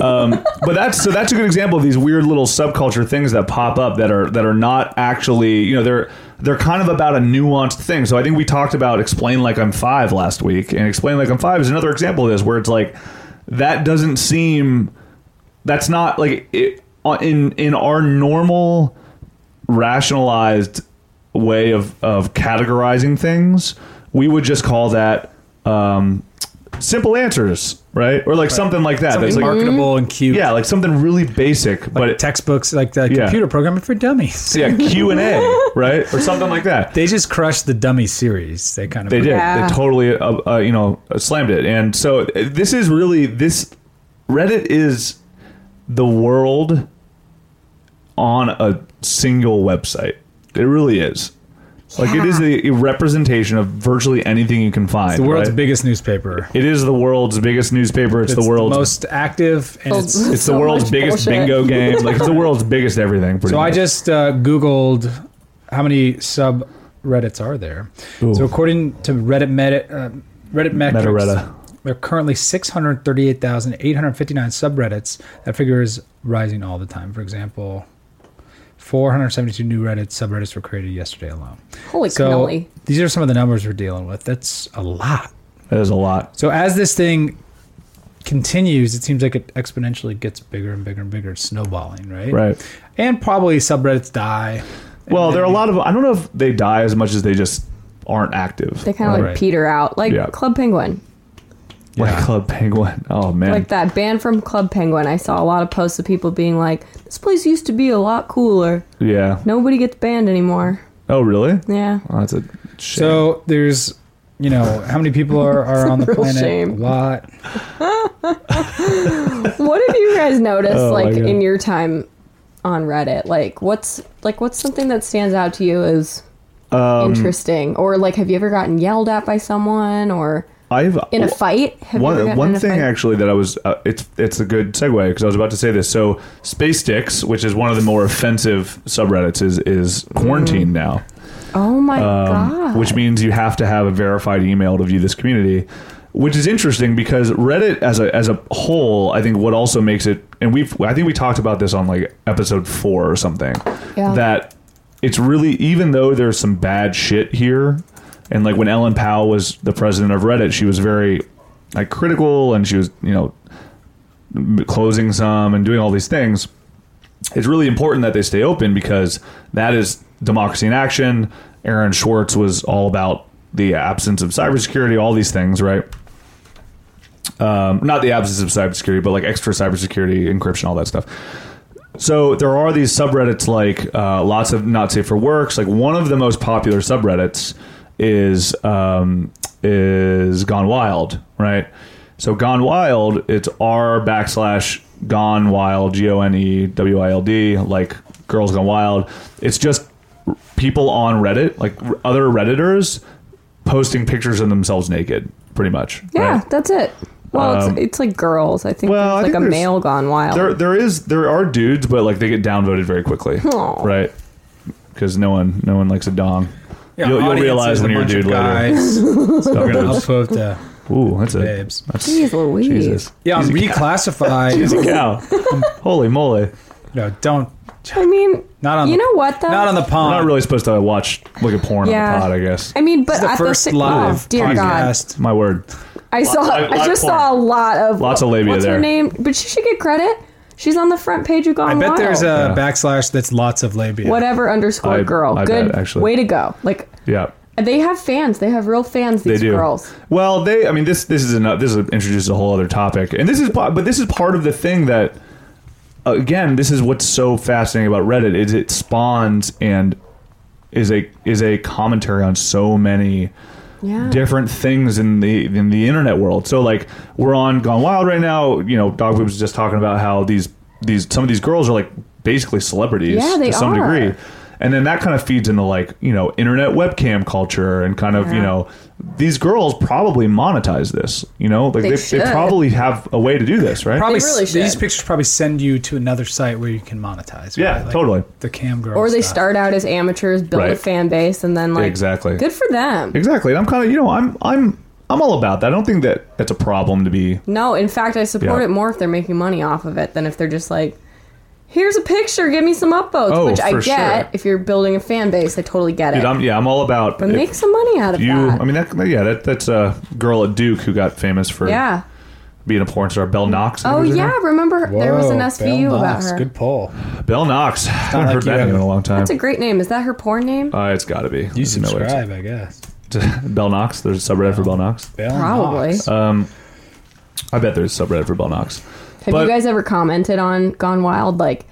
[SPEAKER 3] Um, but that's so that's a good example of these weird little subculture things that pop up that are that are not actually you know they're they're kind of about a nuanced thing. So I think we talked about explain like I'm five last week, and explain like I'm five is another example of this where it's like that doesn't seem that's not like it, uh, in in our normal rationalized way of of categorizing things we would just call that um simple answers right or like something like that
[SPEAKER 5] Something
[SPEAKER 3] that's like mm-hmm.
[SPEAKER 5] marketable and cute.
[SPEAKER 3] yeah like something really basic but it,
[SPEAKER 5] textbooks like the
[SPEAKER 3] Yeah.
[SPEAKER 5] computer programming for dummies.
[SPEAKER 3] yeah q and
[SPEAKER 5] [laughs]
[SPEAKER 3] a right or something like that
[SPEAKER 5] They just crushed the dummy series. They kind of
[SPEAKER 3] They did.
[SPEAKER 6] Yeah.
[SPEAKER 3] They totally, uh, uh, you know, slammed it. And so uh, this is really this Reddit is the world on a single website. It really is. Like it is a, a representation of virtually anything you can find.
[SPEAKER 5] The world's
[SPEAKER 3] right?
[SPEAKER 5] biggest newspaper.
[SPEAKER 3] It is the world's biggest newspaper. It's,
[SPEAKER 5] It's
[SPEAKER 3] the world's
[SPEAKER 5] most active, and
[SPEAKER 6] Oh,
[SPEAKER 5] it's
[SPEAKER 3] it's the
[SPEAKER 6] so
[SPEAKER 3] world's
[SPEAKER 6] much
[SPEAKER 3] biggest
[SPEAKER 6] bullshit. [laughs]
[SPEAKER 3] bingo game. Like it's the world's biggest everything. Pretty
[SPEAKER 5] So I
[SPEAKER 3] much.
[SPEAKER 5] just uh, Googled how many subreddits are there. So according to Reddit Meta, uh, Reddit metrics,
[SPEAKER 3] Metaretta.
[SPEAKER 5] there are currently 638,859 subreddits. That figure is rising all the time. For example, 472 new Reddit subreddits were created yesterday alone.
[SPEAKER 6] Holy
[SPEAKER 5] So
[SPEAKER 6] cannoli.
[SPEAKER 5] these are some of the numbers we're dealing with. That's a lot.
[SPEAKER 3] that is a lot.
[SPEAKER 5] So as this thing continues, it seems like it exponentially gets bigger and bigger and bigger, snowballing, right?
[SPEAKER 3] Right.
[SPEAKER 5] And probably subreddits die.
[SPEAKER 3] Well, there are a lot of. I don't know if they die as much as they just aren't active.
[SPEAKER 6] They kind of like
[SPEAKER 5] Right.
[SPEAKER 6] peter out, like
[SPEAKER 3] Yeah.
[SPEAKER 6] Club Penguin,
[SPEAKER 3] Like
[SPEAKER 5] Yeah.
[SPEAKER 3] Club Penguin. Oh man.
[SPEAKER 6] like that band from Club Penguin. I saw a lot of posts of people being like, "This place used to be a lot cooler.
[SPEAKER 3] Yeah.
[SPEAKER 6] Nobody gets banned anymore."
[SPEAKER 3] Oh really?
[SPEAKER 6] Yeah,
[SPEAKER 3] Oh, that's a shame.
[SPEAKER 5] So there's, you know, how many people
[SPEAKER 6] [laughs]
[SPEAKER 5] are, are on the
[SPEAKER 6] Real
[SPEAKER 5] planet?
[SPEAKER 6] shame.
[SPEAKER 5] A lot.
[SPEAKER 6] what have you guys noticed,
[SPEAKER 3] [laughs] Oh, my
[SPEAKER 6] like
[SPEAKER 3] God.
[SPEAKER 6] in your time on Reddit? Like, what's like what's something that stands out to you as
[SPEAKER 3] Um,
[SPEAKER 6] interesting, or like have you ever gotten yelled at by someone, or
[SPEAKER 3] I've
[SPEAKER 6] in a fight? Have you ever
[SPEAKER 3] One,
[SPEAKER 6] gotten
[SPEAKER 3] one
[SPEAKER 6] in a
[SPEAKER 3] thing
[SPEAKER 6] fight?
[SPEAKER 3] actually that I was uh, it's it's a good segue because I was about to say this. So Space Sticks, which is one of the more offensive subreddits, is is
[SPEAKER 6] Mm.
[SPEAKER 3] quarantined now.
[SPEAKER 6] Oh my
[SPEAKER 3] um,
[SPEAKER 6] god!
[SPEAKER 3] which means you have to have a verified email to view this community which is interesting because reddit as a as a whole i think what also makes it and we've i think we talked about this on like episode four or something
[SPEAKER 6] Yeah.
[SPEAKER 3] that it's really even though there's some bad shit here and like when ellen powell was the president of reddit she was very like critical and she was you know closing some and doing all these things it's really important that they stay open because that is democracy in action. Aaron Schwartz was all about the absence of cybersecurity, all these things, right? Um, not the absence of cybersecurity, but like extra cybersecurity, encryption, all that stuff. So there are these subreddits like uh, lots of not safe for works. Like one of the most popular subreddits is um, is Gone Wild, right? So Gone Wild, it's R backslash Gone Wild, G O N E W I L D, like Girls Gone Wild. It's just r- people on Reddit, like r- other Redditors, posting pictures of themselves naked, pretty much.
[SPEAKER 6] Yeah,
[SPEAKER 3] right?
[SPEAKER 6] that's it. Well,
[SPEAKER 3] Um,
[SPEAKER 6] it's, it's like girls. I think
[SPEAKER 3] well, I
[SPEAKER 6] it's like
[SPEAKER 3] think
[SPEAKER 6] a
[SPEAKER 3] there's-
[SPEAKER 6] male gone wild.
[SPEAKER 3] There, there is there are dudes, but like they get downvoted very quickly,
[SPEAKER 6] Aw.
[SPEAKER 3] right? Because no one, no one likes a dong. You'll- you'll realize when you're a dude later. [laughs]
[SPEAKER 5] later.
[SPEAKER 3] Dog
[SPEAKER 5] I'll [laughs]
[SPEAKER 3] boobs.
[SPEAKER 5] upvote the
[SPEAKER 3] Ooh, that's a
[SPEAKER 5] babes.
[SPEAKER 3] that's
[SPEAKER 6] Jeez Louise.
[SPEAKER 3] Jesus.
[SPEAKER 5] Yeah, I'm
[SPEAKER 3] She's a cow. She's
[SPEAKER 5] reclassified.
[SPEAKER 6] [laughs]
[SPEAKER 3] a cow. Holy moly!
[SPEAKER 5] [laughs] no, don't.
[SPEAKER 6] I mean,
[SPEAKER 5] Not on
[SPEAKER 6] you
[SPEAKER 5] the-
[SPEAKER 6] know what though?
[SPEAKER 5] Not on the
[SPEAKER 3] We're
[SPEAKER 5] pond.
[SPEAKER 3] not really supposed to watch look at porn on
[SPEAKER 6] Yeah.
[SPEAKER 3] the pod, I guess.
[SPEAKER 6] I mean, but
[SPEAKER 5] This is the
[SPEAKER 6] at
[SPEAKER 5] first
[SPEAKER 6] si-
[SPEAKER 5] live
[SPEAKER 6] oh, dear God,
[SPEAKER 5] podcast.
[SPEAKER 3] My word.
[SPEAKER 6] I saw.
[SPEAKER 3] live- live
[SPEAKER 6] I just
[SPEAKER 3] porn.
[SPEAKER 6] saw a lot of
[SPEAKER 3] Lots of labia
[SPEAKER 6] What's
[SPEAKER 3] there.
[SPEAKER 6] her name? But she should get credit. She's on the front page of Gone
[SPEAKER 5] I bet
[SPEAKER 6] Wild.
[SPEAKER 5] there's a
[SPEAKER 3] Yeah.
[SPEAKER 5] backslash that's lots of labia.
[SPEAKER 6] whatever underscore
[SPEAKER 3] I-
[SPEAKER 6] girl.
[SPEAKER 3] I
[SPEAKER 6] Good
[SPEAKER 3] bet, actually.
[SPEAKER 6] way to go. Like
[SPEAKER 3] Yeah.
[SPEAKER 6] they have fans. They have real fans.
[SPEAKER 3] They
[SPEAKER 6] These
[SPEAKER 3] do.
[SPEAKER 6] girls.
[SPEAKER 3] Well, they. I mean, this this is enough. This is, introduces a whole other topic, and this is pa- but this is part of the thing that, uh, again, this is what's so fascinating about Reddit is it spawns and is a is a commentary on so many
[SPEAKER 6] Yeah.
[SPEAKER 3] different things in the in the internet world. So like we're on Gone Wild right now. You know, Dog Boobs is just talking about how these these some of these girls are like basically celebrities
[SPEAKER 6] Yeah, they
[SPEAKER 3] to
[SPEAKER 6] are.
[SPEAKER 3] some degree. And then that kind of feeds into like you know internet webcam culture and kind of you
[SPEAKER 6] Yeah.
[SPEAKER 3] know these girls probably monetize this you know like
[SPEAKER 6] They
[SPEAKER 3] they, they,
[SPEAKER 6] should.
[SPEAKER 3] probably have a way to do this right
[SPEAKER 5] Probably
[SPEAKER 6] They really
[SPEAKER 5] s- these
[SPEAKER 6] should.
[SPEAKER 5] pictures probably send you to another site where you can monetize.
[SPEAKER 3] Yeah,
[SPEAKER 5] right? Like
[SPEAKER 3] totally.
[SPEAKER 5] The cam girl.
[SPEAKER 6] or they
[SPEAKER 5] stuff.
[SPEAKER 6] start out as amateurs, build a
[SPEAKER 3] Right.
[SPEAKER 6] fan base, and then like
[SPEAKER 3] Exactly.
[SPEAKER 6] Good for them.
[SPEAKER 3] exactly and I'm kind of you know I'm I'm I'm all about that I don't think that that's a problem to be
[SPEAKER 6] No, in fact, I support
[SPEAKER 3] Yeah.
[SPEAKER 6] it more if they're making money off of it than if they're just like, here's a picture, give me some upvotes,
[SPEAKER 3] Oh,
[SPEAKER 6] which I
[SPEAKER 3] for
[SPEAKER 6] get.
[SPEAKER 3] sure.
[SPEAKER 6] If you're building a fan base, I totally get
[SPEAKER 3] dude,
[SPEAKER 6] it.
[SPEAKER 3] I'm, yeah I'm all about
[SPEAKER 6] but
[SPEAKER 3] if-
[SPEAKER 6] make some money out of
[SPEAKER 3] You,
[SPEAKER 6] that.
[SPEAKER 3] I mean, that, yeah, that, that's a girl at Duke who got famous for
[SPEAKER 6] yeah.
[SPEAKER 3] being a porn star. Belle Knox. I think
[SPEAKER 6] Oh
[SPEAKER 3] was her
[SPEAKER 6] yeah, remember there was an
[SPEAKER 5] Whoa,
[SPEAKER 6] SVU
[SPEAKER 5] Bell
[SPEAKER 6] about
[SPEAKER 5] Knox.
[SPEAKER 6] her.
[SPEAKER 5] Good poll.
[SPEAKER 3] name. Belle Knox. I haven't
[SPEAKER 5] like
[SPEAKER 3] heard
[SPEAKER 5] you
[SPEAKER 3] that name
[SPEAKER 5] have-
[SPEAKER 3] in a long time.
[SPEAKER 6] That's a great name. Is that her porn name?
[SPEAKER 3] uh, it's got to be.
[SPEAKER 5] You
[SPEAKER 3] There's no way
[SPEAKER 5] subscribe, I guess.
[SPEAKER 3] it's- [laughs] Belle Knox. There's a subreddit for Belle Knox.
[SPEAKER 5] Bell
[SPEAKER 6] Probably.
[SPEAKER 5] Knox.
[SPEAKER 3] Uh, I bet there's a subreddit for Belle Knox.
[SPEAKER 6] Have
[SPEAKER 3] but-
[SPEAKER 6] you guys ever commented on Gone Wild like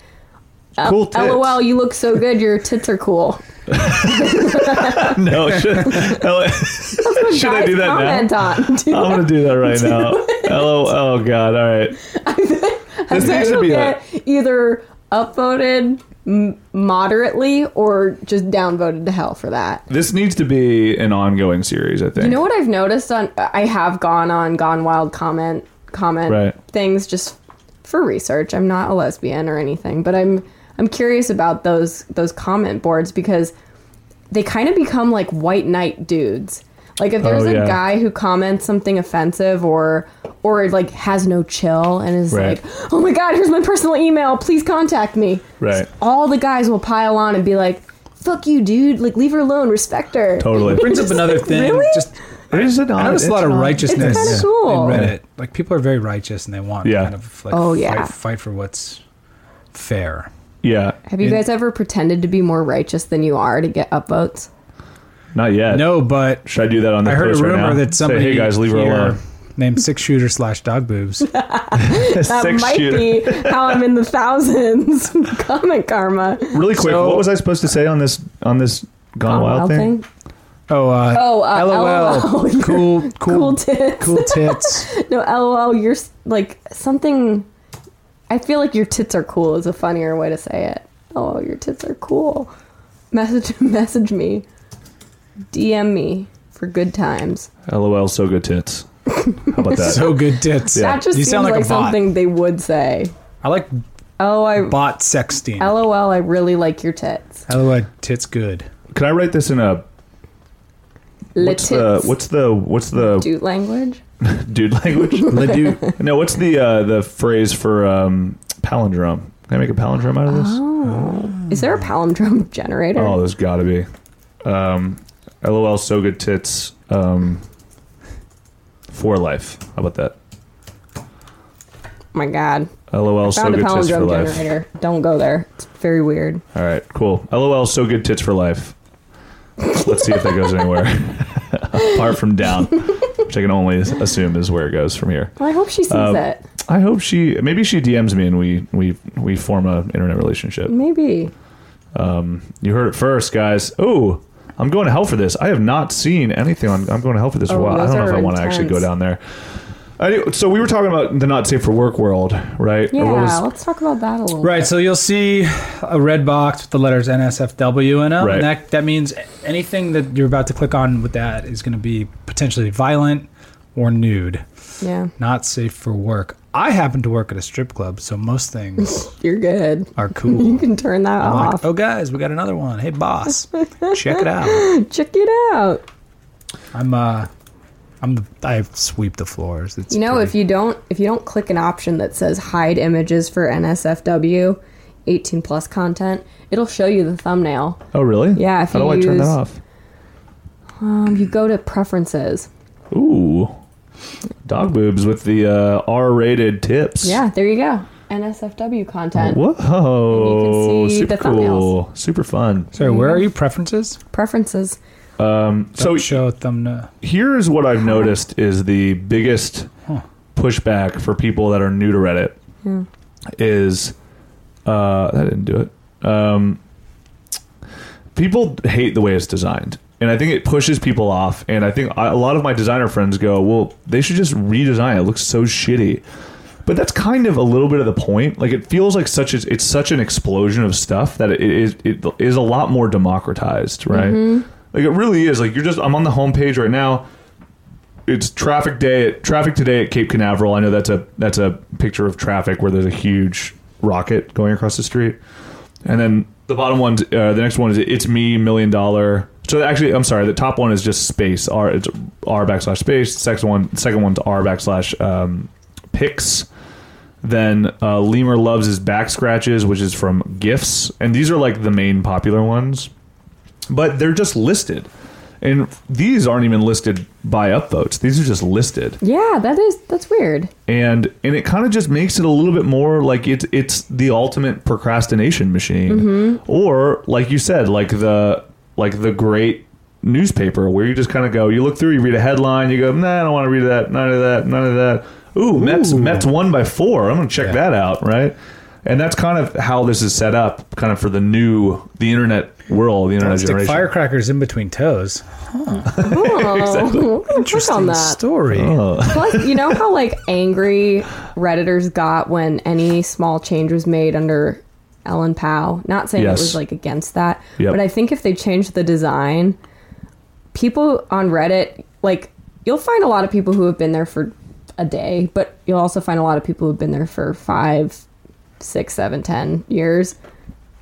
[SPEAKER 6] Uh,
[SPEAKER 3] Cool tits.
[SPEAKER 6] LOL, you look so good, your tits are cool. [laughs]
[SPEAKER 3] No, should, L- should I
[SPEAKER 6] Guys,
[SPEAKER 3] do that
[SPEAKER 6] comment
[SPEAKER 3] now?
[SPEAKER 6] on.
[SPEAKER 3] [laughs]
[SPEAKER 6] Dude,
[SPEAKER 3] I'm gonna do that right now.
[SPEAKER 6] [laughs]
[SPEAKER 3] Hello. Oh God. All right.
[SPEAKER 6] [laughs]
[SPEAKER 3] This needs to
[SPEAKER 6] you'll
[SPEAKER 3] be a,
[SPEAKER 6] get either upvoted m- moderately or just downvoted to hell for that.
[SPEAKER 3] This needs to be an ongoing series. I think.
[SPEAKER 6] You know what I've noticed on I have gone on gone wild comment comment
[SPEAKER 3] Right.
[SPEAKER 6] things just for research. I'm not a lesbian or anything, but I'm I'm curious about those those comment boards because they kind of become like white knight dudes. Like if there's
[SPEAKER 3] Oh,
[SPEAKER 6] a
[SPEAKER 3] yeah.
[SPEAKER 6] guy who comments something offensive or or like has no chill and is
[SPEAKER 3] Right.
[SPEAKER 6] like, "Oh my god, here's my personal email. Please contact me."
[SPEAKER 3] Right.
[SPEAKER 6] All the guys will pile on and be like, "Fuck you, dude. Like leave her alone. Respect her."
[SPEAKER 3] Totally.
[SPEAKER 6] [laughs]
[SPEAKER 5] brings up another thing.
[SPEAKER 6] really?
[SPEAKER 5] Just
[SPEAKER 3] There's an-
[SPEAKER 5] I noticed a lot of
[SPEAKER 3] Uh, it's-
[SPEAKER 5] righteousness
[SPEAKER 6] kinda cool.
[SPEAKER 5] in Reddit. Like people are very righteous and they want
[SPEAKER 3] Yeah.
[SPEAKER 5] kind of like
[SPEAKER 6] Oh,
[SPEAKER 5] fight,
[SPEAKER 6] yeah.
[SPEAKER 5] fight for what's fair.
[SPEAKER 3] Yeah.
[SPEAKER 6] Have you guys ever pretended to be more righteous than you are to get upvotes?
[SPEAKER 3] Not yet.
[SPEAKER 5] No, but
[SPEAKER 3] Should I do that on the
[SPEAKER 5] I heard a
[SPEAKER 3] post
[SPEAKER 5] rumor
[SPEAKER 3] right now?
[SPEAKER 5] that
[SPEAKER 3] Say,
[SPEAKER 5] somebody
[SPEAKER 3] hey guys, leave her
[SPEAKER 5] here
[SPEAKER 3] alone.
[SPEAKER 5] named six shooter slash
[SPEAKER 6] [laughs]
[SPEAKER 5] dog boobs.
[SPEAKER 6] That might be how I'm in the [laughs] thousands. Comment karma.
[SPEAKER 3] Really quick,
[SPEAKER 5] So-
[SPEAKER 3] what was I supposed to say on this on this Gone Wild,
[SPEAKER 6] Wild
[SPEAKER 3] thing?
[SPEAKER 5] Oh, uh,
[SPEAKER 6] Um, Oh, uh,
[SPEAKER 5] LOL.
[SPEAKER 6] LOL. [laughs]
[SPEAKER 5] Cool, cool,
[SPEAKER 6] Cool tits.
[SPEAKER 5] cool tits.
[SPEAKER 6] No, lol, you're s- like something. I feel like your tits are cool is a funnier way to say it. Oh, your tits are cool. Message [laughs] message me. DM me for good times.
[SPEAKER 3] LOL, so good [laughs] tits. How about that?
[SPEAKER 5] so good tits.
[SPEAKER 6] That just
[SPEAKER 5] you
[SPEAKER 6] seems
[SPEAKER 5] sound
[SPEAKER 6] like,
[SPEAKER 5] like, a bot.
[SPEAKER 6] something they would say.
[SPEAKER 5] I like
[SPEAKER 6] Oh, I
[SPEAKER 5] bot sexting.
[SPEAKER 6] lol, I really like your tits.
[SPEAKER 5] LOL, tits good.
[SPEAKER 3] Can I write this in a
[SPEAKER 6] What's
[SPEAKER 3] what's the what's the what's the dude,
[SPEAKER 6] dude language?
[SPEAKER 3] language?
[SPEAKER 5] Ledu.
[SPEAKER 3] no, what's the uh, the phrase for um, palindrome? Can I make a palindrome out of this? Oh,
[SPEAKER 6] Is there a palindrome [laughs] generator?
[SPEAKER 3] there's got to be. Um, LOL, so good tits. Um, for life. How about that?
[SPEAKER 6] Oh my god.
[SPEAKER 3] LOL, so
[SPEAKER 6] Found a
[SPEAKER 3] good tits for
[SPEAKER 6] palindrome
[SPEAKER 3] life.
[SPEAKER 6] generator. Don't go there. It's very weird.
[SPEAKER 3] All right, cool. LOL, so good tits for life. Let's see if that goes anywhere. [laughs] Apart from down, which I can only assume is where it goes from here.
[SPEAKER 6] Well, I hope she sees it.
[SPEAKER 3] I hope she, maybe she DMs me and we we we form a internet relationship.
[SPEAKER 6] Maybe.
[SPEAKER 3] You heard it first, guys. Ooh, I'm going to hell for this. I have not seen anything on I'm going to hell for this for a
[SPEAKER 6] Oh,
[SPEAKER 3] while. I
[SPEAKER 6] those
[SPEAKER 3] don't know if
[SPEAKER 6] are
[SPEAKER 3] I want to actually go
[SPEAKER 6] intense.
[SPEAKER 3] down there. I do- so we were talking about the not safe for work world, right? Or
[SPEAKER 6] Yeah,
[SPEAKER 3] what was-
[SPEAKER 6] let's talk about that a little.
[SPEAKER 5] Right, so you'll see a red box with the letters NSFW in it.
[SPEAKER 3] Right.
[SPEAKER 5] And that, that means anything that you're about to click on with that is going to be potentially violent or nude.
[SPEAKER 6] bit. Yeah,
[SPEAKER 5] Not safe for work. I happen to work at a strip club, so
[SPEAKER 6] [laughs]
[SPEAKER 5] most things
[SPEAKER 6] you're good.
[SPEAKER 5] are
[SPEAKER 6] You
[SPEAKER 5] cool.
[SPEAKER 6] can turn that
[SPEAKER 5] I'm
[SPEAKER 6] off.
[SPEAKER 5] like, oh, guys, we got another one. Hey, boss, check it out.
[SPEAKER 6] Check it out.
[SPEAKER 5] I'm uh, I'm the I sweep the floors. It's
[SPEAKER 6] You know, if you don't if you don't click an option that says hide images for NSFW, 18 plus content, it'll show you the thumbnail.
[SPEAKER 3] oh, really?
[SPEAKER 6] Yeah, if
[SPEAKER 3] How do
[SPEAKER 6] you
[SPEAKER 3] I turn that
[SPEAKER 6] use-
[SPEAKER 3] off?
[SPEAKER 6] Um, you go to preferences.
[SPEAKER 3] Ooh, dog boobs with the uh, R-rated tips.
[SPEAKER 6] Yeah, there you go. NSFW content.
[SPEAKER 3] Whoa!
[SPEAKER 6] And you can see
[SPEAKER 3] super
[SPEAKER 6] the
[SPEAKER 3] cool. Super fun.
[SPEAKER 5] sorry, where
[SPEAKER 6] Mm-hmm.
[SPEAKER 5] are you preferences?
[SPEAKER 6] Preferences.
[SPEAKER 3] So
[SPEAKER 5] Don't show a thumbnail.
[SPEAKER 3] here's what I've noticed is the biggest pushback for people that are new to Reddit is uh, that didn't do it. Um, people hate the way it's designed, and I think it pushes people off. And I think I, a lot of my designer friends go, "Well, they should just redesign. It looks so shitty." But that's kind of a little bit of the point. Like it feels like such a, it's such an explosion of stuff that it is it is a lot more democratized, right? Like it really is. Like you're just I'm on the homepage right now. It's traffic day at traffic today at Cape Canaveral. I know that's a that's a picture of traffic where there's a huge rocket going across the street. And then the bottom one's uh, the next one is it's me million dollar. So actually, I'm sorry. The top one is just space. R it's r backslash space. The Second one second one's r backslash um, pics. Then uh, Lemur loves his back scratches, which is from gifts, and these are like the main popular ones, but they're just listed. And these aren't even listed by upvotes; these are just listed
[SPEAKER 6] Yeah, that is that's weird.
[SPEAKER 3] and and it kind of just makes it a little bit more like it's it's the ultimate procrastination machine or like you said like the like the great newspaper where you just kind of go you look through you read a headline you go nah I don't want to read that none of that none of that ooh Mets Mets won by 4 I'm going to check that out right and that's kind of how this is set up kind of for the new the internet world the internet
[SPEAKER 5] Stick
[SPEAKER 3] generation
[SPEAKER 5] firecrackers in between toes.
[SPEAKER 3] [laughs]
[SPEAKER 6] Oh, click on
[SPEAKER 5] Interesting
[SPEAKER 6] that.
[SPEAKER 5] story.
[SPEAKER 6] Plus, you know how
[SPEAKER 5] [laughs]
[SPEAKER 6] like angry Redditors got when any small change was made under Ellen Powell. Not saying
[SPEAKER 3] Yes.
[SPEAKER 6] it was like against that,
[SPEAKER 3] Yep.
[SPEAKER 6] but I think if they changed the design, people on Reddit like you'll find a lot of people who have been there for a day, but you'll also find a lot of people who've been there for five, six, seven, ten years.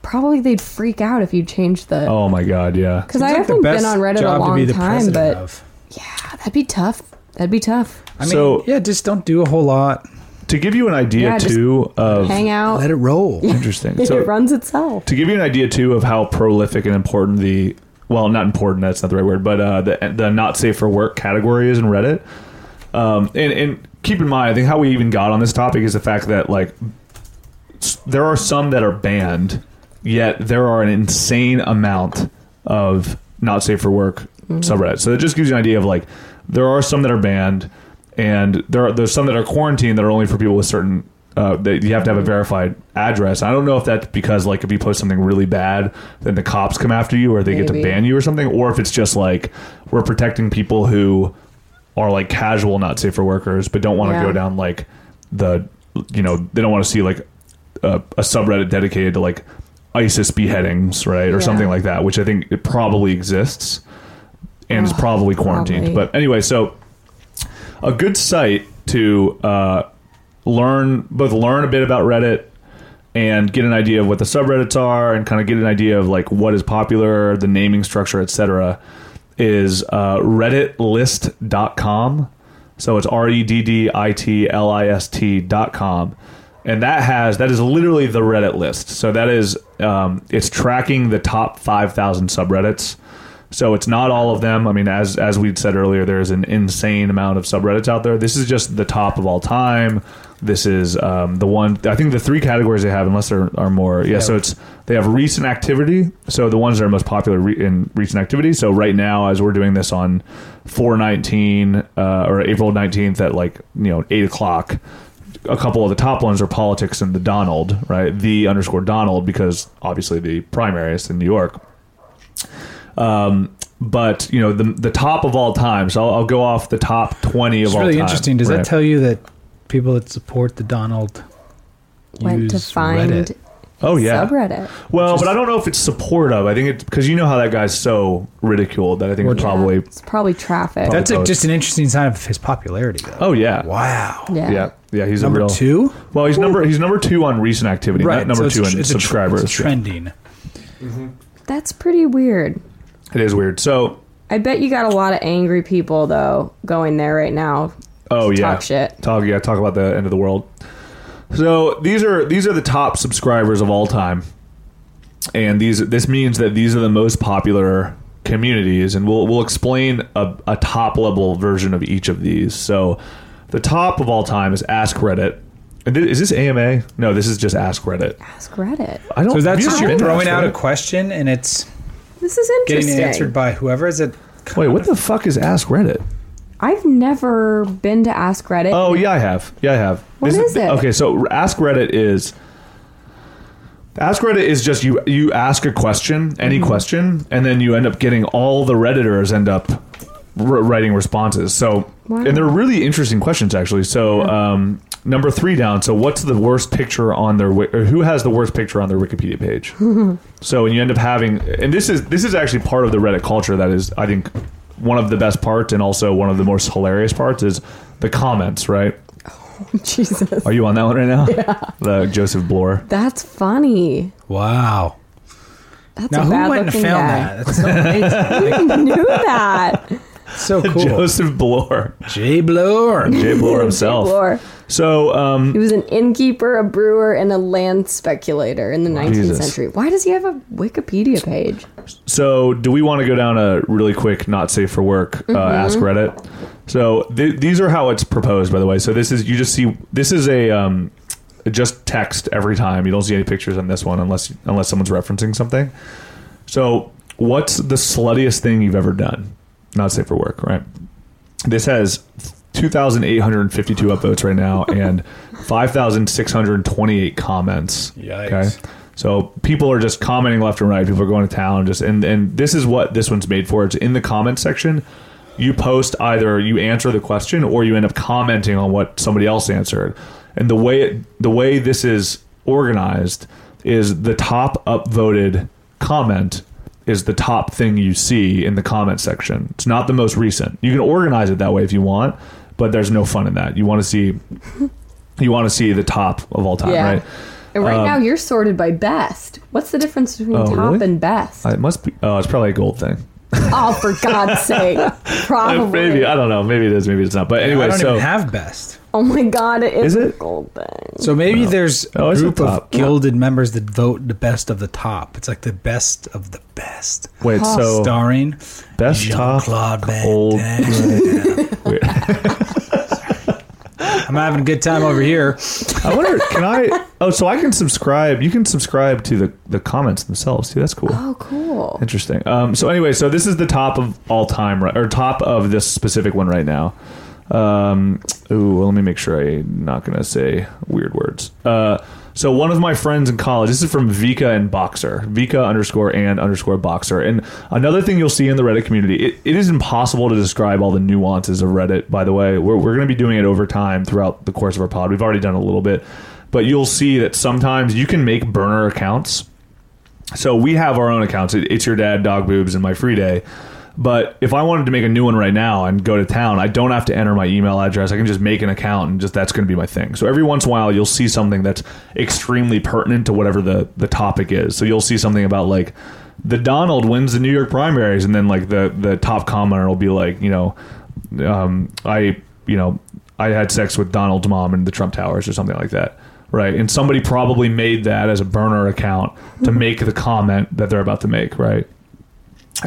[SPEAKER 6] Probably they'd freak out if you changed the.
[SPEAKER 3] oh my god yeah
[SPEAKER 6] Because I
[SPEAKER 5] Seems like the
[SPEAKER 6] haven't
[SPEAKER 5] best
[SPEAKER 6] been on Reddit
[SPEAKER 5] job
[SPEAKER 6] a
[SPEAKER 5] to
[SPEAKER 6] long
[SPEAKER 5] be the
[SPEAKER 6] time,
[SPEAKER 5] president
[SPEAKER 6] but
[SPEAKER 5] of.
[SPEAKER 6] God, that'd be tough. That'd be tough.
[SPEAKER 5] I mean,
[SPEAKER 3] So-
[SPEAKER 5] yeah, just don't do a whole lot.
[SPEAKER 3] to give you an idea
[SPEAKER 6] Yeah, just
[SPEAKER 3] too
[SPEAKER 6] [laughs]
[SPEAKER 3] of
[SPEAKER 6] Hang out.
[SPEAKER 5] Let
[SPEAKER 6] [laughs]
[SPEAKER 5] it roll.
[SPEAKER 3] interesting
[SPEAKER 6] it runs itself.
[SPEAKER 3] to give you an idea too of how prolific and important the well not important that's not the right word but uh, the the not safe for work category is in Reddit. Um, and and keep in mind, I think how we even got on this topic is the fact that like s- there are some that are banned, yet there are an insane amount of not safe for work subreddits. So it just gives you an idea of like there are some that are banned, and there are there's some that are quarantined that are only for people with certain. Uh, that you have to have a verified address. I don't know if that's because like if you post something really bad, then the cops come after you or they get to
[SPEAKER 6] Maybe.
[SPEAKER 3] ban you or something, or if it's just like we're protecting people who are like casual not safe for workers but don't want to
[SPEAKER 6] Yeah.
[SPEAKER 3] go down like the you know they don't want to see like a, a subreddit dedicated to like ISIS beheadings right
[SPEAKER 6] Yeah.
[SPEAKER 3] or something like that which I think it probably exists and it's probably quarantined
[SPEAKER 6] probably.
[SPEAKER 3] but anyway so a good site to uh, learn both learn a bit about Reddit and get an idea of what the subreddits are and kind of get an idea of like what is popular, the naming structure, etc. is uh, redditlist.com. So it's r e d d i t l i s t dot com, and that has that is literally the Reddit list. So that is um, it's tracking the top five thousand subreddits. So it's not all of them. I mean, as as we said earlier, there is an insane amount of subreddits out there. This is just the top of all time. This is um, the one. I think the three categories they have, unless there are more. Yeah. So it's they have recent activity. So the ones that are most popular re- in recent activity. So right now, as we're doing this on four nineteen uh, or April nineteenth at like you know eight o'clock, a couple of the top ones are politics and the Donald, right? The underscore Donald because obviously the primary is in New York. Um, but you know the the top of all time. So I'll, I'll go off the top twenty of
[SPEAKER 5] It's
[SPEAKER 3] all
[SPEAKER 5] really
[SPEAKER 3] time.
[SPEAKER 5] interesting. Does
[SPEAKER 3] Right.
[SPEAKER 5] that tell you that people that support the Donald
[SPEAKER 6] Went
[SPEAKER 5] use
[SPEAKER 6] to find
[SPEAKER 5] Reddit?
[SPEAKER 3] Oh yeah.
[SPEAKER 6] subreddit.
[SPEAKER 3] Well,
[SPEAKER 5] Which is-
[SPEAKER 3] but I don't know if it's supportive. I think it's because you know how that guy's so ridiculed that I think
[SPEAKER 6] Yeah,
[SPEAKER 3] it's probably.
[SPEAKER 6] it's probably traffic.
[SPEAKER 5] That's a,
[SPEAKER 3] post.
[SPEAKER 5] just an interesting sign of his popularity, though.
[SPEAKER 3] Oh yeah.
[SPEAKER 5] wow.
[SPEAKER 6] yeah.
[SPEAKER 3] Yeah. Yeah. He's a
[SPEAKER 5] Number
[SPEAKER 3] real
[SPEAKER 5] two,
[SPEAKER 3] Well, he's number he's number two on recent activity, not number
[SPEAKER 5] so
[SPEAKER 3] two
[SPEAKER 5] it's a-
[SPEAKER 3] in
[SPEAKER 5] it's a tr-
[SPEAKER 3] subscribers.
[SPEAKER 5] it's trending.
[SPEAKER 6] That's pretty weird.
[SPEAKER 3] It is weird. So,
[SPEAKER 6] I bet you got a lot of angry people though going there right now.
[SPEAKER 3] oh yeah,
[SPEAKER 6] Talk shit.
[SPEAKER 3] Talk yeah, talk about the end of the world. So these are these are the top subscribers of all time, and these this means that these are the most popular communities, and we'll we'll explain a, a top level version of each of these. So, the top of all time is Ask Reddit. And thi- Is this AMA? No, this is just Ask Reddit.
[SPEAKER 6] Ask Reddit.
[SPEAKER 3] I don't.
[SPEAKER 5] So that's
[SPEAKER 3] have you
[SPEAKER 5] just
[SPEAKER 3] ever been to
[SPEAKER 5] throwing
[SPEAKER 3] Ask
[SPEAKER 5] out a
[SPEAKER 3] Reddit?
[SPEAKER 5] question and it's
[SPEAKER 6] This is
[SPEAKER 5] getting
[SPEAKER 6] interesting.
[SPEAKER 5] answered by whoever is it.
[SPEAKER 3] Wait, what the fuck is Ask Reddit?
[SPEAKER 6] I've never been to Ask Reddit.
[SPEAKER 3] Oh yeah, I have. Yeah, I have.
[SPEAKER 6] What
[SPEAKER 3] This
[SPEAKER 6] is it?
[SPEAKER 3] Okay, so Ask Reddit is Ask Reddit is just you you ask a question, any
[SPEAKER 6] Mm-hmm.
[SPEAKER 3] question, and then you end up getting all the redditors end up r- writing responses. So
[SPEAKER 6] Wow.
[SPEAKER 3] and they're really interesting questions actually. So um number 3 down. So what's the worst picture on their wi- or who has the worst picture on their Wikipedia [laughs] page? So and you end up having and this is this is actually part of the Reddit culture that is I think one of the best parts and also one of the most hilarious parts is the comments, right?
[SPEAKER 6] [laughs] Jesus,
[SPEAKER 3] Are you on that one right now? [laughs] Yeah. The Joseph Bloor.
[SPEAKER 6] that's funny.
[SPEAKER 5] Wow.
[SPEAKER 6] That's
[SPEAKER 5] Now
[SPEAKER 6] a
[SPEAKER 5] who
[SPEAKER 6] bad
[SPEAKER 5] went and
[SPEAKER 6] looking
[SPEAKER 5] found
[SPEAKER 6] [laughs] guy.
[SPEAKER 5] that? That's
[SPEAKER 3] [laughs]
[SPEAKER 5] so amazing. Like,
[SPEAKER 6] I knew that.
[SPEAKER 5] so cool.
[SPEAKER 3] Joseph Bloor.
[SPEAKER 5] J Bloor.
[SPEAKER 3] [laughs] Jay Bloor
[SPEAKER 5] Oh.
[SPEAKER 3] himself.
[SPEAKER 6] Lord.
[SPEAKER 3] So um
[SPEAKER 6] He was an innkeeper, a brewer, and a land speculator in the 19th
[SPEAKER 3] Jesus.
[SPEAKER 6] century. Why does he have a Wikipedia page?
[SPEAKER 3] so do we want to go down a really quick not safe for work uh, ask Reddit? So th- these are how it's proposed by the way. So this is you just see this is a um just text every time. You don't see any pictures on this one unless unless someone's referencing something. So, what's the sluttiest thing you've ever done? Not safe for work, right? This has 2,852 upvotes right now and 5,628 comments.
[SPEAKER 5] Yikes.
[SPEAKER 3] So people are just commenting left and right. People are going to town. Just and and this is what this one's made for. It's in the comment section. You post either you answer the question or you end up commenting on what somebody else answered. And the way it, the way this is organized is the top upvoted comment is the top thing you see in the comment section. It's not the most recent. You can organize it that way if you want, but there's no fun in that. You want to see [laughs] you want to see the top of all time,
[SPEAKER 6] Yeah.
[SPEAKER 3] right?
[SPEAKER 6] And right now you're sorted by best. What's the difference between
[SPEAKER 3] Um, Oh,
[SPEAKER 6] top
[SPEAKER 3] really?
[SPEAKER 6] and
[SPEAKER 3] [laughs]
[SPEAKER 6] best?
[SPEAKER 3] It must be oh, it's probably a gold thing.
[SPEAKER 6] oh, for God's sake. Probably.
[SPEAKER 3] Maybe I don't know. Maybe it is. Maybe it's not. But anyway,
[SPEAKER 5] I don't
[SPEAKER 3] so
[SPEAKER 5] even have best.
[SPEAKER 6] Oh my God, it is,
[SPEAKER 3] Is
[SPEAKER 6] a
[SPEAKER 3] it?
[SPEAKER 6] gold thing.
[SPEAKER 5] So maybe there's
[SPEAKER 3] Oh,
[SPEAKER 5] a
[SPEAKER 3] it's
[SPEAKER 5] group
[SPEAKER 3] the
[SPEAKER 5] of
[SPEAKER 3] top.
[SPEAKER 5] gilded members that vote the best of the top. It's like the best of the best.
[SPEAKER 3] wait, so
[SPEAKER 5] Starring
[SPEAKER 3] best top
[SPEAKER 5] Jean-Claude Van
[SPEAKER 3] gold.
[SPEAKER 5] Damme.
[SPEAKER 3] Wait.
[SPEAKER 5] [laughs] I'm having a good time over here.
[SPEAKER 3] I wonder. Can I? Oh, so I can subscribe. You can subscribe to the the comments themselves too. That's cool.
[SPEAKER 6] Oh, cool.
[SPEAKER 3] Interesting. Um, so anyway, so this is the top of all time, right, or top of this specific one right now. Um, ooh, well, let me make sure I'm not gonna say weird words. Uh, so one of my friends in college. This is from Vika and Boxer. Vika underscore and underscore Boxer. And another thing you'll see in the Reddit community, it, it is impossible to describe all the nuances of Reddit. By the way, we're we're gonna be doing it over time throughout the course of our pod. We've already done a little bit, but you'll see that sometimes you can make burner accounts. So we have our own accounts. It- It's your dad, dog boobs, and my free day. But if I wanted to make a new one right now and go to town, I don't have to enter my email address. I can just make an account and just that's going to be my thing. So every once in a while, you'll see something that's extremely pertinent to whatever the the topic is. So you'll see something about like the Donald wins the New York primaries, and then like the the top commenter will be like, you know, um, I you know I had sex with Donald's mom in the Trump Towers or something like that, right? And somebody probably made that as a burner account to make the comment that they're about to make, right?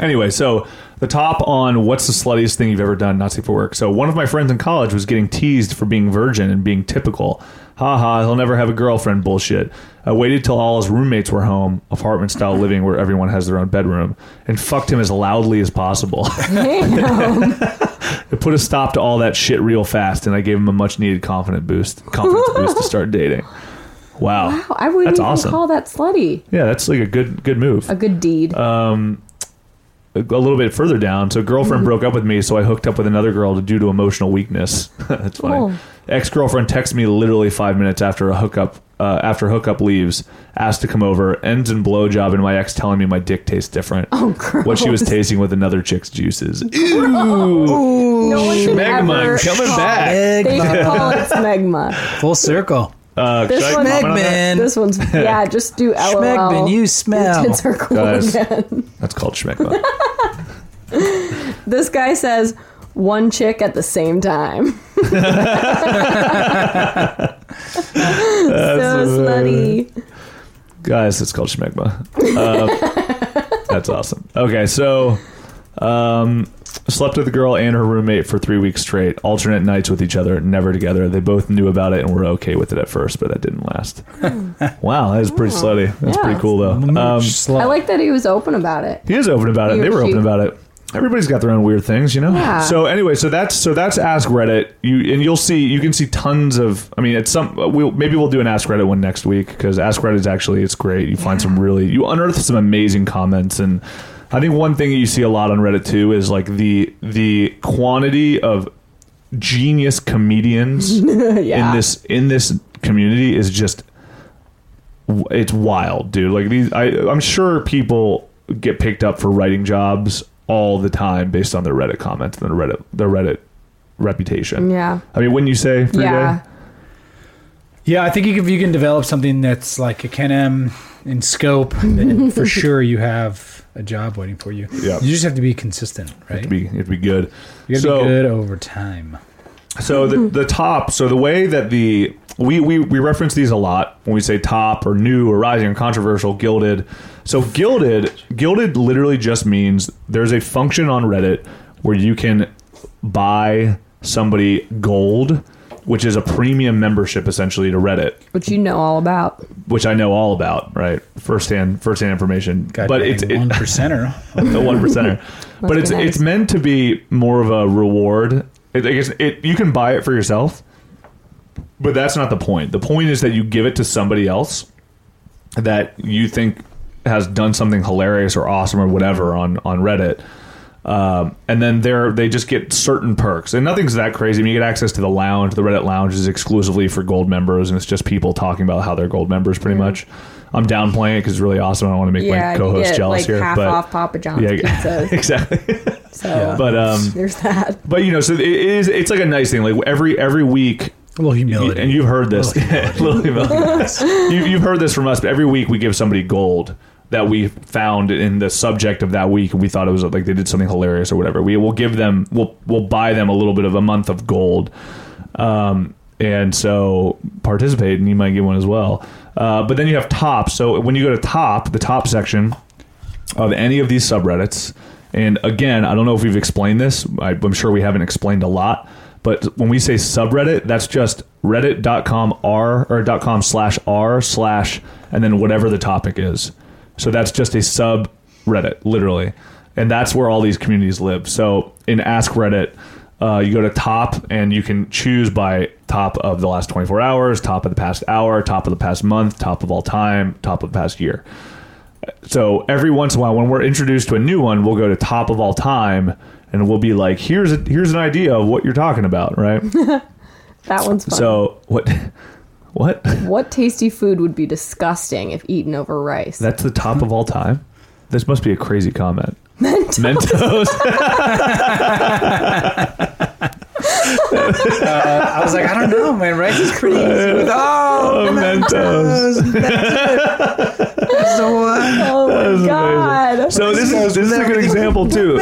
[SPEAKER 3] Anyway, so the top on what's the sluttiest thing you've ever done, not safe for work. So one of my friends in college was getting teased for being virgin and being typical. Ha ha, he'll never have a girlfriend bullshit. I waited till all his roommates were home, apartment style living where everyone has their own bedroom, and fucked him as loudly
[SPEAKER 6] [laughs]
[SPEAKER 3] as possible. [laughs]
[SPEAKER 6] Damn.
[SPEAKER 3] It put a stop to all that shit real fast, and I gave him a much needed confident boost, confidence boost to start dating. Wow,
[SPEAKER 6] Wow, I wouldn't
[SPEAKER 3] That's
[SPEAKER 6] even
[SPEAKER 3] awesome.
[SPEAKER 6] call that slutty.
[SPEAKER 3] Uh, yeah, that's like a good good move.
[SPEAKER 6] A good deed.
[SPEAKER 3] a little bit further down. So, girlfriend broke up with me, so I hooked up with another girl due to emotional weakness. [laughs] That's funny.
[SPEAKER 6] Oh.
[SPEAKER 3] Ex girlfriend texts me literally five minutes after a hookup. Uh, after hookup leaves, asked to come over, ends in blowjob, and my ex telling me my dick tastes different. Oh, What she was
[SPEAKER 6] gross.
[SPEAKER 3] tasting with another chick's juices. Ooh,
[SPEAKER 6] No one should ever
[SPEAKER 3] Megman coming
[SPEAKER 6] call-
[SPEAKER 3] back.
[SPEAKER 6] They should call
[SPEAKER 3] [laughs]
[SPEAKER 6] it smegma.
[SPEAKER 5] Full circle.
[SPEAKER 3] Uh,
[SPEAKER 6] This
[SPEAKER 3] should I
[SPEAKER 6] one-
[SPEAKER 3] comment on that?
[SPEAKER 5] Schmegman.
[SPEAKER 6] This one's
[SPEAKER 3] [laughs]
[SPEAKER 6] yeah. Just do LOL.
[SPEAKER 5] Schmegman, you
[SPEAKER 6] Your
[SPEAKER 5] smell.
[SPEAKER 6] tits are cool
[SPEAKER 3] Guys.
[SPEAKER 6] again.
[SPEAKER 3] That's called schmegma.
[SPEAKER 6] This guy says one chick at the same time. [laughs] so slutty.
[SPEAKER 3] guys it's called schmegma uh, that's awesome okay so um, slept with a girl and her roommate for three weeks straight alternate nights with each other never together they both knew about it and were okay with it at first but that didn't last wow that is pretty slutty that's
[SPEAKER 6] Yeah.
[SPEAKER 3] pretty cool though um,
[SPEAKER 6] I like that he was open about it.
[SPEAKER 3] he is open about it
[SPEAKER 6] He or
[SPEAKER 3] they were
[SPEAKER 6] she.
[SPEAKER 3] open about it everybody's got their own weird things you know
[SPEAKER 6] Yeah.
[SPEAKER 3] so anyway so that's so that's ask reddit you and you'll see you can see tons of i mean it's some we'll, maybe we'll do an ask reddit one next week because ask reddit is actually it's great you find some really you unearth some amazing comments and i think one thing you see a lot on reddit too is like the the quantity of genius
[SPEAKER 6] [laughs]
[SPEAKER 3] comedians
[SPEAKER 6] Yeah.
[SPEAKER 3] in this in this community is just it's wild, dude. Like these, I, I'm sure people get picked up for writing jobs all the time based on their Reddit comments and their Reddit their Reddit reputation.
[SPEAKER 6] Yeah.
[SPEAKER 3] I mean, wouldn't you say? Frida?
[SPEAKER 6] Yeah.
[SPEAKER 5] Yeah, I think you can- if you can develop something that's like a Ken M in scope, then for sure you have a job waiting for you.
[SPEAKER 3] Yeah.
[SPEAKER 5] You just have to be consistent, right?
[SPEAKER 3] It'd be it'd be good.
[SPEAKER 5] you gotta
[SPEAKER 3] so
[SPEAKER 5] be good over time.
[SPEAKER 3] so the the top. So the way that the we, we we reference these a lot when we say top or new or rising or controversial gilded. So gilded gilded literally just means there's a function on Reddit where you can buy somebody gold, which is a premium membership essentially to Reddit
[SPEAKER 6] Which you know all about. [laughs]
[SPEAKER 3] which I know all about, right? Firsthand, firsthand information.
[SPEAKER 5] God
[SPEAKER 3] but
[SPEAKER 5] dang,
[SPEAKER 3] it's it, [laughs]
[SPEAKER 5] one percenter.
[SPEAKER 3] the one percenter, but
[SPEAKER 6] be
[SPEAKER 3] it's
[SPEAKER 6] nice.
[SPEAKER 3] it's meant to be more of a reward. It, I guess it you can buy it for yourself, but that's not the point. The point is that you give it to somebody else that you think has done something hilarious or awesome or whatever on on Reddit. Um, and then they're they just get certain perks, and nothing's that crazy. I mean, you get access to the lounge. The Reddit lounge is exclusively for gold members, and it's just people talking about how they're gold members, pretty much. I'm downplaying it because it's really awesome. I don't want to make
[SPEAKER 6] Mm. Yeah.
[SPEAKER 3] my
[SPEAKER 6] you
[SPEAKER 3] co-host
[SPEAKER 6] get
[SPEAKER 3] jealous
[SPEAKER 6] like
[SPEAKER 3] here,
[SPEAKER 6] half
[SPEAKER 3] but
[SPEAKER 6] off Papa John's
[SPEAKER 3] yeah, [laughs]
[SPEAKER 6] pizzas.
[SPEAKER 3] exactly.
[SPEAKER 6] So
[SPEAKER 3] But um,
[SPEAKER 6] there's that.
[SPEAKER 3] but you know, so it is. It's like a nice thing. Like every every week,
[SPEAKER 5] A little humility.
[SPEAKER 3] and you've heard this.
[SPEAKER 5] Little
[SPEAKER 3] Little [laughs] humility. you, you've heard this from us. But every week, we give somebody gold that we found in the subject of that week. We thought it was like they did something hilarious or whatever. We will give them. We'll we'll buy them a little bit of a month of gold. Um, and so participate, and you might get one as well. Uh, but then you have top. So when you go to top, the top section, of any of these subreddits. And again, I don't know if we've explained this. I, I'm sure we haven't explained a lot. But when we say subreddit, that's just reddit.com r or .com slash r slash and then whatever the topic is. So that's just a subreddit, literally. And that's where all these communities live. So in Ask Reddit, uh, you go to top and you can choose by top of the last 24 hours, top of the past hour, top of the past month, top of all time, top of the past year. So every once in a while, when we're introduced to a new one, we'll go to top of all time, and we'll be like, "Here's a, here's an idea of what you're talking about, right?"
[SPEAKER 6] That one's fun.
[SPEAKER 3] so what, what?
[SPEAKER 6] what tasty food would be disgusting if eaten over rice?
[SPEAKER 3] That's the top of all time. This must be a crazy comment. Mentos.
[SPEAKER 5] I was like, I don't know, man. Rice is crazy.
[SPEAKER 3] [laughs]
[SPEAKER 5] oh,
[SPEAKER 3] Oh, Mentos.
[SPEAKER 6] oh my god.
[SPEAKER 3] So this is this is a good example too.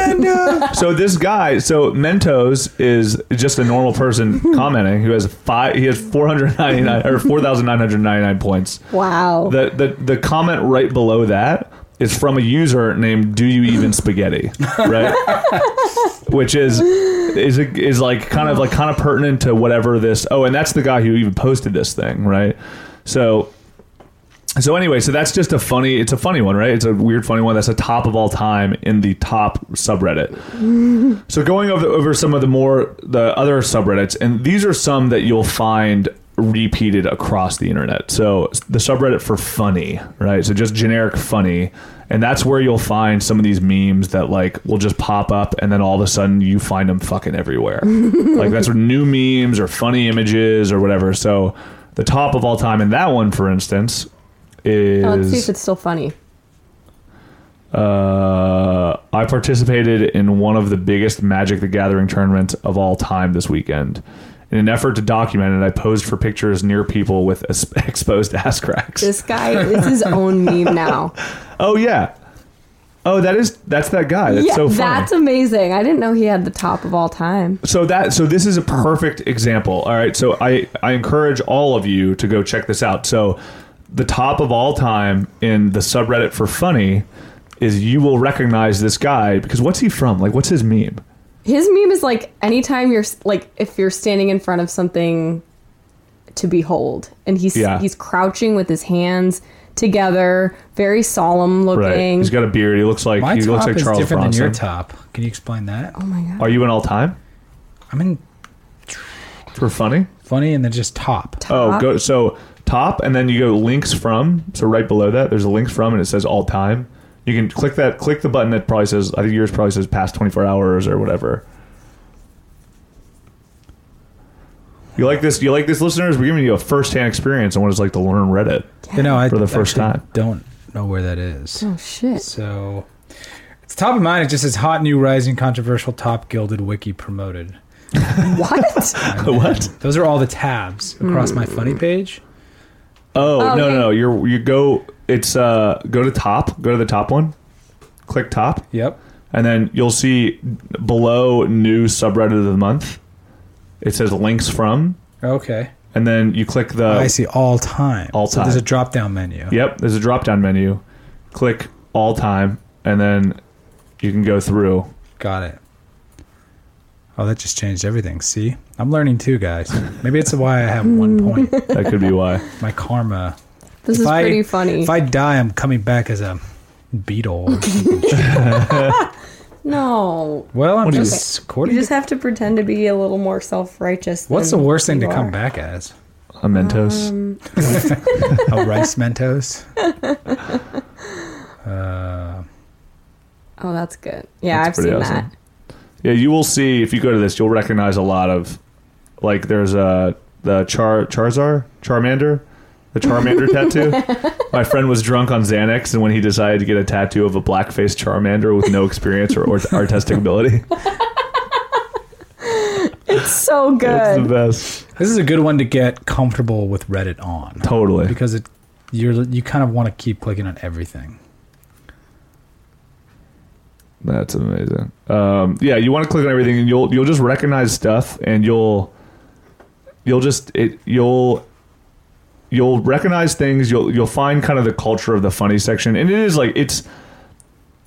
[SPEAKER 3] So this guy, so Mentos is just a normal person commenting who has five. He has four hundred ninety nine or four thousand nine hundred ninety nine points.
[SPEAKER 6] wow.
[SPEAKER 3] The, the the comment right below that is from a user named Do You Even Spaghetti, right? Which is is a, is like kind of like kind of pertinent to whatever this. Oh, and that's the guy who even posted this thing, right? So so anyway, so that's just a funny. It's a funny one, right? It's a weird, funny one. That's a top of all time in the top subreddit. So going over over some of the more the other subreddits, and these are some that you'll find repeated across the internet. So the subreddit for funny, right? So just generic funny. And that's where you'll find some of these memes that like will just pop up and then all of a sudden you find them
[SPEAKER 6] [laughs]
[SPEAKER 3] fucking everywhere. like that's where new memes or funny images or whatever. So the top of all time in that one, for instance, is
[SPEAKER 6] Oh, let's see if it's still funny.
[SPEAKER 3] uh, I participated in one of the biggest Magic the Gathering tournaments of all time this weekend. In an effort to document it, I posed for pictures near people with [laughs] es- exposed ass cracks.
[SPEAKER 6] This guy is his own meme
[SPEAKER 3] [laughs]
[SPEAKER 6] now.
[SPEAKER 3] oh yeah. Oh, that is that's that guy. That's
[SPEAKER 6] yeah,
[SPEAKER 3] so funny.
[SPEAKER 6] that's amazing. I didn't know he had the top of all time.
[SPEAKER 3] so that so this is a perfect example all right so i i encourage all of you to go check this out so the top of all time in the subreddit for funny is you will recognize this guy because what's he from like what's his meme
[SPEAKER 6] His meme is like anytime you're like if you're standing in front of something to behold, and he's
[SPEAKER 3] Yeah.
[SPEAKER 6] he's crouching with his hands together, very solemn looking.
[SPEAKER 3] he's got a beard he looks like
[SPEAKER 5] My
[SPEAKER 3] he
[SPEAKER 5] top
[SPEAKER 3] looks like
[SPEAKER 5] is
[SPEAKER 3] charles
[SPEAKER 5] different
[SPEAKER 3] bronson
[SPEAKER 5] than your top. Can you explain that?
[SPEAKER 6] oh my god,
[SPEAKER 3] are you an all-time
[SPEAKER 5] I'm in
[SPEAKER 3] for funny
[SPEAKER 5] funny and then just top.
[SPEAKER 3] oh
[SPEAKER 6] Top.
[SPEAKER 3] go so top and then you go links from so right below that there's a links from and it says all time you can click that click the button that probably says i think yours probably says past 24 hours or whatever you like this you like this listeners we're giving you a first-hand experience on what it's like to learn
[SPEAKER 5] [laughs]
[SPEAKER 3] reddit
[SPEAKER 5] You know, I
[SPEAKER 3] For the first
[SPEAKER 5] actually
[SPEAKER 3] time.
[SPEAKER 5] don't know where that is.
[SPEAKER 6] oh shit. [laughs]
[SPEAKER 5] So it's top of mind. It just says hot new rising controversial top gilded wiki promoted.
[SPEAKER 6] What?
[SPEAKER 3] what
[SPEAKER 5] Those are all the tabs across
[SPEAKER 6] Hmm.
[SPEAKER 5] my funny page.
[SPEAKER 3] oh
[SPEAKER 6] Oh,
[SPEAKER 3] no no
[SPEAKER 6] okay.
[SPEAKER 3] no you're you go it's uh go to top go to the top one click top
[SPEAKER 5] Yep.
[SPEAKER 3] and then you'll see below new subreddit of the month it says links from
[SPEAKER 5] Okay.
[SPEAKER 3] and then you click the
[SPEAKER 6] Oh.
[SPEAKER 5] I see all time.
[SPEAKER 3] All
[SPEAKER 5] So there's a
[SPEAKER 3] time.
[SPEAKER 5] drop down menu.
[SPEAKER 3] yep there's a drop down menu click all time and then you can go through
[SPEAKER 5] Got it. Oh, that just changed everything. See? I'm learning too, guys. Maybe it's why I have
[SPEAKER 6] [laughs]
[SPEAKER 5] one point.
[SPEAKER 3] that could be
[SPEAKER 5] [laughs]
[SPEAKER 3] why
[SPEAKER 5] My karma.
[SPEAKER 6] This
[SPEAKER 5] If
[SPEAKER 6] is
[SPEAKER 5] I-
[SPEAKER 6] pretty funny.
[SPEAKER 5] If I die, I'm coming back as a
[SPEAKER 6] [laughs]
[SPEAKER 5] beetle. or something.
[SPEAKER 6] no,
[SPEAKER 5] well, I'm
[SPEAKER 3] What is
[SPEAKER 5] just
[SPEAKER 6] you
[SPEAKER 5] according
[SPEAKER 6] just
[SPEAKER 5] to-
[SPEAKER 6] have to pretend to be a little more self righteous.
[SPEAKER 5] What's the worst thing to come back as?
[SPEAKER 3] a mentos
[SPEAKER 5] Um, A rice Mentos? Uh,
[SPEAKER 6] Oh, that's good. Yeah,
[SPEAKER 3] That's
[SPEAKER 6] I've
[SPEAKER 3] pretty
[SPEAKER 6] seen
[SPEAKER 3] awesome.
[SPEAKER 6] that.
[SPEAKER 3] yeah you will see if you go to this you'll recognize a lot of like there's a the char charizar charmander the
[SPEAKER 5] [laughs]
[SPEAKER 3] charmander tattoo my friend was drunk on xanax and when he decided to get a tattoo of a black-faced charmander with no experience or, or artistic
[SPEAKER 5] [laughs]
[SPEAKER 3] ability
[SPEAKER 6] So
[SPEAKER 3] it's the
[SPEAKER 6] good.
[SPEAKER 3] best
[SPEAKER 5] this is a good one to get comfortable with Reddit on.
[SPEAKER 3] totally
[SPEAKER 5] Because it you're you kind of want to keep clicking on everything.
[SPEAKER 3] That's amazing. Um, yeah, you want to click on everything, and you'll you'll just recognize stuff, and you'll you'll just it you'll you'll recognize things. You'll you'll find kind of the culture of the funny section, and it is like it's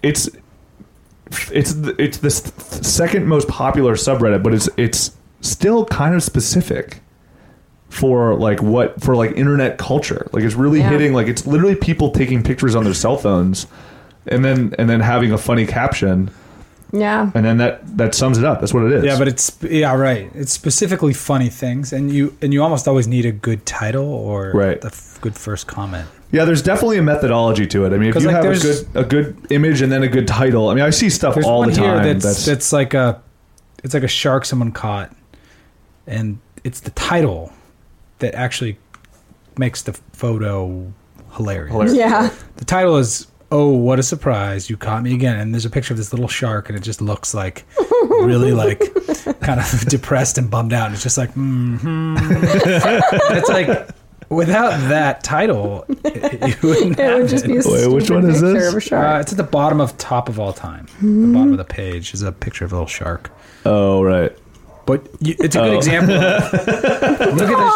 [SPEAKER 3] it's it's the, it's the s- second most popular subreddit, but it's it's still kind of specific for like what for like internet culture. Like it's really
[SPEAKER 6] Yeah.
[SPEAKER 3] hitting like it's literally people taking pictures on their cell phones and then and then having a funny caption
[SPEAKER 6] Yeah.
[SPEAKER 3] and then that that sums it up that's what it is
[SPEAKER 5] Yeah, but it's yeah, right. It's specifically funny things, and you and you almost always need a good title or
[SPEAKER 3] Right.
[SPEAKER 5] a f- good first comment.
[SPEAKER 3] yeah there's definitely a methodology to it i mean if
[SPEAKER 5] 'Cause,
[SPEAKER 3] you
[SPEAKER 5] like,
[SPEAKER 3] have a
[SPEAKER 5] there's-
[SPEAKER 3] good a good image and then a good title i mean i see stuff
[SPEAKER 5] There's
[SPEAKER 3] all
[SPEAKER 5] one
[SPEAKER 3] the time
[SPEAKER 5] here that's,
[SPEAKER 3] that's,
[SPEAKER 5] that's like a it's like a shark someone caught, and it's the title that actually makes the photo hilarious.
[SPEAKER 3] Hilarious.
[SPEAKER 6] Yeah.
[SPEAKER 5] The title is "Oh, what a surprise! You caught me again." And there's a picture of this little shark, and it just looks like
[SPEAKER 6] [laughs]
[SPEAKER 5] really like kind of [laughs] depressed and bummed out. It's just like, hmm. it's like without that title, it, it
[SPEAKER 6] It
[SPEAKER 5] wouldn't happen.
[SPEAKER 6] would just be a
[SPEAKER 3] Wait, which
[SPEAKER 6] stupid
[SPEAKER 3] one is
[SPEAKER 6] picture
[SPEAKER 3] this?
[SPEAKER 6] Of a shark.
[SPEAKER 5] Uh, it's at the bottom of top of all time.
[SPEAKER 6] Mm-hmm.
[SPEAKER 5] The bottom of the page is a picture of a little shark.
[SPEAKER 3] oh right
[SPEAKER 5] But you, it's a good example. Look
[SPEAKER 3] Uh,
[SPEAKER 5] at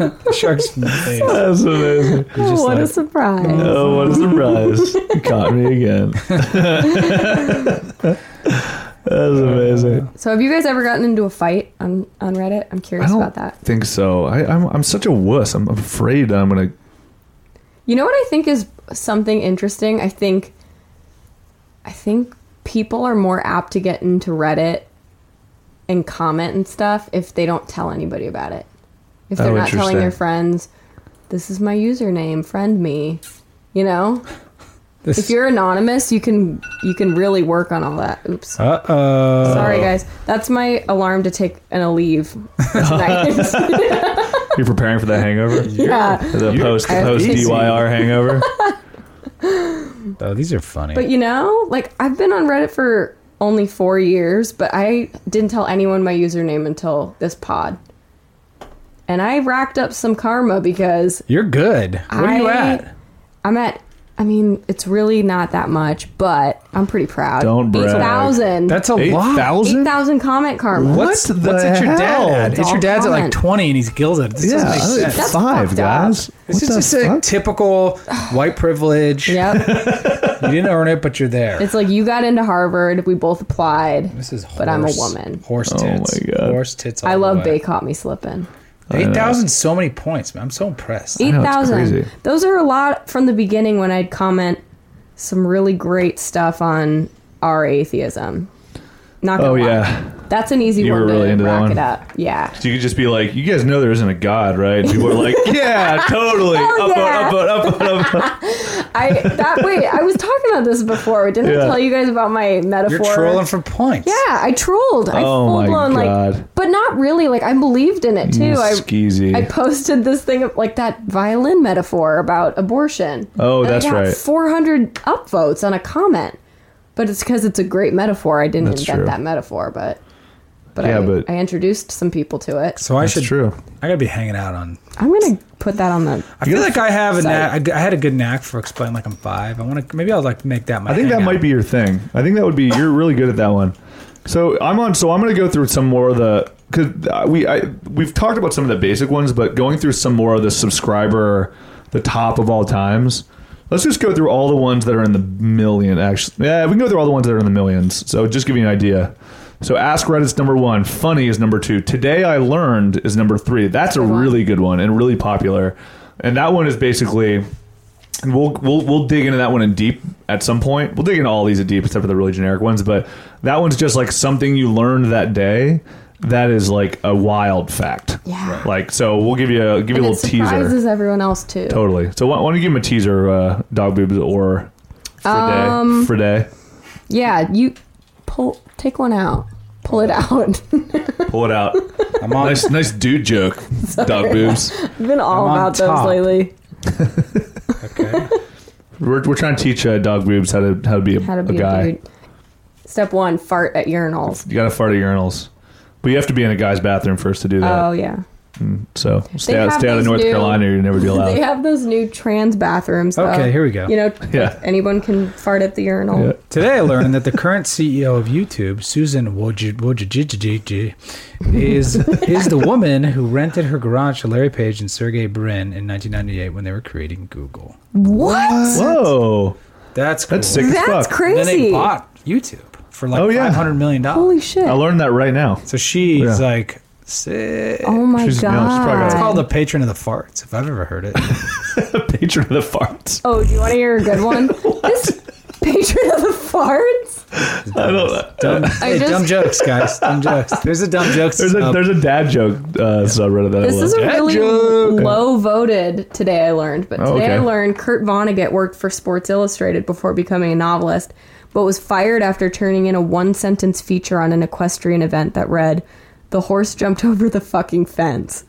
[SPEAKER 6] [laughs] oh,
[SPEAKER 5] the shark's face.
[SPEAKER 3] that's amazing
[SPEAKER 5] just
[SPEAKER 6] what a
[SPEAKER 5] like-
[SPEAKER 6] surprise!
[SPEAKER 3] [laughs] oh what a surprise you caught me
[SPEAKER 5] [laughs]
[SPEAKER 3] again that's
[SPEAKER 5] Uh,
[SPEAKER 3] amazing
[SPEAKER 6] So, have you guys ever gotten into a fight on on Reddit? I'm
[SPEAKER 3] i
[SPEAKER 6] curious
[SPEAKER 3] don't
[SPEAKER 6] about that.
[SPEAKER 3] think so I, I'm, I'm such a wuss i'm afraid i'm gonna
[SPEAKER 6] You know what I think is something interesting. I think, I think people are more apt to get into Reddit and comment and stuff if they don't tell anybody about it. if
[SPEAKER 3] Oh,
[SPEAKER 6] they're not telling their
[SPEAKER 3] interesting.
[SPEAKER 6] friends, this is my username, friend me. You know,
[SPEAKER 5] This-
[SPEAKER 6] if you're anonymous, you can you can really work on all that. Oops.
[SPEAKER 5] Uh oh.
[SPEAKER 6] Sorry guys, that's my alarm to take and a leave
[SPEAKER 3] [laughs]
[SPEAKER 6] tonight.
[SPEAKER 3] You're preparing for that hangover.
[SPEAKER 6] yeah.
[SPEAKER 3] The
[SPEAKER 5] You're
[SPEAKER 3] post
[SPEAKER 6] crazy.
[SPEAKER 3] post DYR hangover.
[SPEAKER 5] Oh, these are funny.
[SPEAKER 6] But you know, like I've been on Reddit for only four years, but I didn't tell anyone my username until this pod. And I racked up some karma because
[SPEAKER 5] You're good. What are you
[SPEAKER 6] I-
[SPEAKER 5] at?
[SPEAKER 6] I'm at. I mean, it's really not that much, but I'm pretty proud.
[SPEAKER 3] Don't brag.
[SPEAKER 6] Eight thousand.
[SPEAKER 5] That's a
[SPEAKER 3] Eight
[SPEAKER 5] lot.
[SPEAKER 6] eight
[SPEAKER 3] thousand.
[SPEAKER 6] thousand comment karma.
[SPEAKER 5] What's
[SPEAKER 3] What
[SPEAKER 5] what's
[SPEAKER 3] the
[SPEAKER 5] at your
[SPEAKER 3] hell?
[SPEAKER 5] dad at?
[SPEAKER 6] It's
[SPEAKER 5] It's your
[SPEAKER 6] all
[SPEAKER 5] dad's at like
[SPEAKER 6] comment.
[SPEAKER 5] 20 and he's gilded. This doesn't make sense.
[SPEAKER 6] That's
[SPEAKER 3] five
[SPEAKER 6] fucked up.
[SPEAKER 3] guys.
[SPEAKER 5] This is just a
[SPEAKER 6] [sighs]
[SPEAKER 5] typical white privilege.
[SPEAKER 6] Yep.
[SPEAKER 5] You didn't earn it, but you're there.
[SPEAKER 6] it's like you got into Harvard. We both applied.
[SPEAKER 5] this is horse,
[SPEAKER 6] but I'm a woman.
[SPEAKER 5] Horse
[SPEAKER 3] Oh my
[SPEAKER 5] tits.
[SPEAKER 3] God.
[SPEAKER 5] Horse tits. All
[SPEAKER 6] I
[SPEAKER 5] the
[SPEAKER 6] love
[SPEAKER 5] way.
[SPEAKER 6] Bay caught me slipping.
[SPEAKER 5] Eight thousand. So many points. Man. I'm so impressed.
[SPEAKER 6] Eight
[SPEAKER 3] know, it's
[SPEAKER 6] thousand.
[SPEAKER 3] crazy.
[SPEAKER 6] Those are a lot from the beginning when I'd comment some really great stuff on our atheism. Not gonna
[SPEAKER 3] Oh
[SPEAKER 6] lie.
[SPEAKER 3] yeah.
[SPEAKER 6] that's an easy
[SPEAKER 3] You
[SPEAKER 6] one
[SPEAKER 3] were
[SPEAKER 6] to
[SPEAKER 3] really into that
[SPEAKER 6] rack
[SPEAKER 3] one.
[SPEAKER 6] it up. Yeah.
[SPEAKER 3] So you could just be like, you guys know there isn't a god, right? And people are [laughs] like, yeah, totally.
[SPEAKER 6] Hell
[SPEAKER 3] Upvote,
[SPEAKER 6] yeah.
[SPEAKER 3] upvote,
[SPEAKER 6] [laughs]
[SPEAKER 3] upvote, upvote.
[SPEAKER 6] I that wait, I was talking about this before. Didn't
[SPEAKER 3] Yeah.
[SPEAKER 6] I tell you guys about my metaphor?
[SPEAKER 5] You're trolling for points.
[SPEAKER 6] Yeah, I trolled. I
[SPEAKER 3] Oh my
[SPEAKER 6] full blown
[SPEAKER 3] God.
[SPEAKER 6] like, but not really. Like I believed in it too. I
[SPEAKER 3] Skeezy.
[SPEAKER 6] I posted this thing of like that violin metaphor about abortion.
[SPEAKER 3] Oh,
[SPEAKER 6] and
[SPEAKER 3] that's
[SPEAKER 6] I got
[SPEAKER 3] right.
[SPEAKER 6] 400 upvotes on a comment, but it's because it's a great metaphor. I didn't
[SPEAKER 3] That's
[SPEAKER 6] invent
[SPEAKER 3] true.
[SPEAKER 6] that metaphor, but but,
[SPEAKER 3] Yeah,
[SPEAKER 6] I,
[SPEAKER 3] but-
[SPEAKER 6] I introduced some people to it.
[SPEAKER 5] So I
[SPEAKER 3] That's
[SPEAKER 5] should.
[SPEAKER 3] true.
[SPEAKER 5] I gotta be hanging out on.
[SPEAKER 6] I'm gonna put that on the.
[SPEAKER 5] I feel like I have a
[SPEAKER 6] Sorry.
[SPEAKER 5] knack. I I had a good knack for explaining like I'm five. I want to. Maybe I'll like make that my.
[SPEAKER 3] I think that
[SPEAKER 5] hangout.
[SPEAKER 3] might be your thing. I think that would be you're really good at that one. So I'm on. So I'm going to go through some more of the because we I, we've talked about some of the basic ones, but going through some more of the subscriber, the top of all times. Let's just go through all the ones that are in the million. Actually, yeah, we can go through all the ones that are in the millions. So just give you an idea. So Ask Reddit's number one. Funny is number two. Today I learned is number three. That's a
[SPEAKER 6] Good one.
[SPEAKER 3] really good one and really popular. And that one is basically and we'll we'll we'll dig into that one in deep at some point. We'll dig into all these in deep except for the really generic ones, but that one's just like something you learned that day that is like a wild fact.
[SPEAKER 6] Yeah. Right.
[SPEAKER 3] Like so we'll give you a give
[SPEAKER 6] And
[SPEAKER 3] you a
[SPEAKER 6] it
[SPEAKER 3] little
[SPEAKER 6] surprises
[SPEAKER 3] teaser.
[SPEAKER 6] everyone else too.
[SPEAKER 3] Totally. So why, why don't you give him a teaser, uh, dog boobs or
[SPEAKER 6] Um,
[SPEAKER 3] Friday. for day.
[SPEAKER 6] Yeah, you pull take one out, pull it out. [laughs]
[SPEAKER 3] Pull it out. [laughs]
[SPEAKER 5] I'm on.
[SPEAKER 3] nice nice dude joke, dog boobs.
[SPEAKER 6] I've been all
[SPEAKER 5] I'm on
[SPEAKER 6] about
[SPEAKER 5] top.
[SPEAKER 6] those lately.
[SPEAKER 5] Okay.
[SPEAKER 3] We're, we're trying to teach uh, dog boobs how to how to be a,
[SPEAKER 6] How to be
[SPEAKER 3] a
[SPEAKER 6] a,
[SPEAKER 3] guy.
[SPEAKER 6] dude. Step one: fart at urinals.
[SPEAKER 3] You gotta fart at urinals. But you have to be in a guy's bathroom first to do that.
[SPEAKER 6] Oh yeah.
[SPEAKER 3] So stay
[SPEAKER 6] They
[SPEAKER 3] out,
[SPEAKER 6] have
[SPEAKER 3] stay out of
[SPEAKER 6] these
[SPEAKER 3] North
[SPEAKER 6] new-
[SPEAKER 3] Carolina. You'd
[SPEAKER 6] [laughs]
[SPEAKER 3] never be allowed.
[SPEAKER 6] They have those new trans bathrooms. Though.
[SPEAKER 5] Okay, here we go.
[SPEAKER 6] You know,
[SPEAKER 3] [laughs] Yeah.
[SPEAKER 6] anyone can fart at the urinal.
[SPEAKER 3] Yeah.
[SPEAKER 5] Today I learned that the current CEO of YouTube, Susan Woj- Wojcicki, is is the woman who rented her garage to Larry Page and Sergey Brin in 1998 when they were creating Google.
[SPEAKER 6] What?
[SPEAKER 3] Whoa,
[SPEAKER 5] That's cool.
[SPEAKER 3] that's sick as
[SPEAKER 6] That's
[SPEAKER 3] fuck.
[SPEAKER 5] And then they
[SPEAKER 6] crazy.
[SPEAKER 5] bought YouTube for like
[SPEAKER 3] Oh, yeah.
[SPEAKER 5] 500 million dollars.
[SPEAKER 6] Holy shit!
[SPEAKER 3] I learned that right now. [laughs]
[SPEAKER 5] So she's
[SPEAKER 3] Yeah.
[SPEAKER 5] like sick.
[SPEAKER 6] oh my
[SPEAKER 3] She's- no, she's probably got-
[SPEAKER 6] god.
[SPEAKER 3] It's
[SPEAKER 5] It's called the patron of the farts, if I've ever heard it.
[SPEAKER 3] Patron of the farts.
[SPEAKER 6] oh, do you want to hear a good
[SPEAKER 3] [laughs]
[SPEAKER 6] one? this patron of the farts.
[SPEAKER 3] I don't.
[SPEAKER 5] Dumb, hey,
[SPEAKER 6] just-
[SPEAKER 5] dumb jokes, guys. Dumb jokes. There's a dumb jokes.
[SPEAKER 3] There's a
[SPEAKER 5] sub.
[SPEAKER 3] there's a dad joke uh, subreddit that I
[SPEAKER 6] This
[SPEAKER 3] love.
[SPEAKER 6] is a
[SPEAKER 5] Dad
[SPEAKER 6] really
[SPEAKER 5] joke.
[SPEAKER 6] low voted today. I learned, but today
[SPEAKER 3] Oh, okay.
[SPEAKER 6] I learned Kurt Vonnegut worked for Sports Illustrated before becoming a novelist, but was fired after turning in a one sentence feature on an equestrian event that read, "The horse jumped [laughs] over the fucking
[SPEAKER 3] [laughs]
[SPEAKER 6] fence."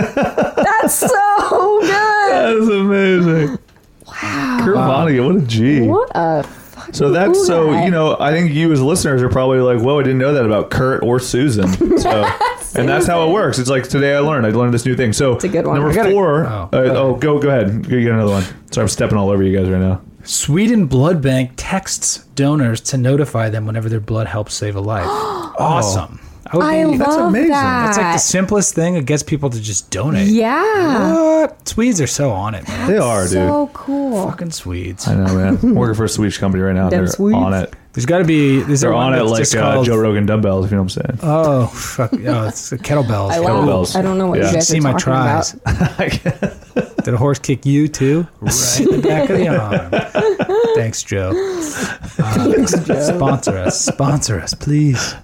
[SPEAKER 6] That's so good.
[SPEAKER 3] That's amazing. Wow. Kurt Vonnegut, what a G.
[SPEAKER 6] What a fucking
[SPEAKER 3] So that's
[SPEAKER 6] cool
[SPEAKER 3] so
[SPEAKER 6] guy.
[SPEAKER 3] you know. I think you as listeners are probably like, "Whoa, I didn't know that about Kurt or Susan."
[SPEAKER 6] [laughs]
[SPEAKER 3] So, and that's how it works. It's like today I learned. I learned this new thing. So it's
[SPEAKER 6] a good one.
[SPEAKER 3] Number
[SPEAKER 6] I gotta-
[SPEAKER 3] four.
[SPEAKER 5] Oh.
[SPEAKER 3] uh, oh, go go ahead. You got another one. Sorry, I'm stepping all over you guys right now.
[SPEAKER 5] Sweden Blood Bank texts donors to notify them whenever their blood helps save
[SPEAKER 6] [gasps]
[SPEAKER 5] a life. awesome. I, would
[SPEAKER 6] I
[SPEAKER 5] be-
[SPEAKER 6] love
[SPEAKER 5] that's,
[SPEAKER 3] amazing.
[SPEAKER 6] that.
[SPEAKER 5] that's like the simplest thing that gets people to just donate.
[SPEAKER 6] yeah.
[SPEAKER 5] What? Swedes are so on it, man.
[SPEAKER 3] They are, dude.
[SPEAKER 6] so cool.
[SPEAKER 5] Fucking Swedes.
[SPEAKER 3] I know, man. I'm [laughs] working for a Swedish company right now.
[SPEAKER 6] Them
[SPEAKER 3] They're
[SPEAKER 6] Swedes.
[SPEAKER 3] on it.
[SPEAKER 5] There's got to be. There's
[SPEAKER 3] They're
[SPEAKER 5] a one
[SPEAKER 3] on it
[SPEAKER 5] that's
[SPEAKER 3] like
[SPEAKER 5] just
[SPEAKER 3] uh,
[SPEAKER 5] called-
[SPEAKER 3] Joe Rogan dumbbells. If you know what I'm saying.
[SPEAKER 5] Oh, fuck. Oh, it's kettlebells.
[SPEAKER 6] I
[SPEAKER 3] Kettlebells.
[SPEAKER 6] love. I don't know what
[SPEAKER 3] Yeah.
[SPEAKER 6] you guys
[SPEAKER 5] See
[SPEAKER 6] are
[SPEAKER 5] my
[SPEAKER 6] talking
[SPEAKER 5] tries.
[SPEAKER 6] [laughs] about.
[SPEAKER 3] [laughs]
[SPEAKER 5] Did a horse kick you too? Right in the back of the
[SPEAKER 3] [laughs]
[SPEAKER 5] arm. Thanks, Joe.
[SPEAKER 3] [laughs]
[SPEAKER 5] Uh, Sponsor us. Sponsor us, please.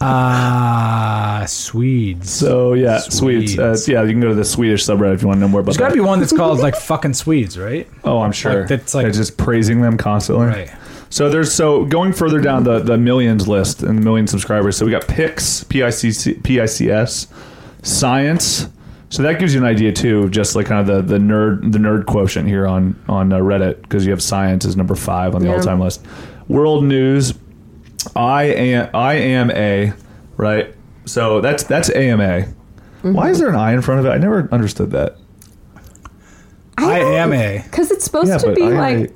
[SPEAKER 5] Ah, Swedes.
[SPEAKER 3] So yeah, Swedes. Uh,
[SPEAKER 5] Swedes.
[SPEAKER 3] yeah, you can go to the Swedish subreddit if you want to know more about
[SPEAKER 5] There's got to
[SPEAKER 3] that.
[SPEAKER 5] be one that's called like fucking Swedes, right?
[SPEAKER 3] oh, I'm sure.
[SPEAKER 5] like, that's like-
[SPEAKER 3] They're just praising them constantly.
[SPEAKER 5] Right.
[SPEAKER 3] So there's so going further down the the millions list and the million subscribers. So we got Pix, P I C C P I C S, Science. So that gives you an idea too, of just like kind of the, the nerd the nerd quotient here on on uh, Reddit because you have Science is number five on the
[SPEAKER 6] Yeah.
[SPEAKER 3] all time list. World News, I am I am a right. So that's that's AMA.
[SPEAKER 6] Mm-hmm.
[SPEAKER 3] Why is there an I in front of it? I never understood that.
[SPEAKER 5] I am a.
[SPEAKER 6] Because it's supposed
[SPEAKER 3] Yeah,
[SPEAKER 6] to
[SPEAKER 3] but
[SPEAKER 6] be
[SPEAKER 3] I am
[SPEAKER 6] like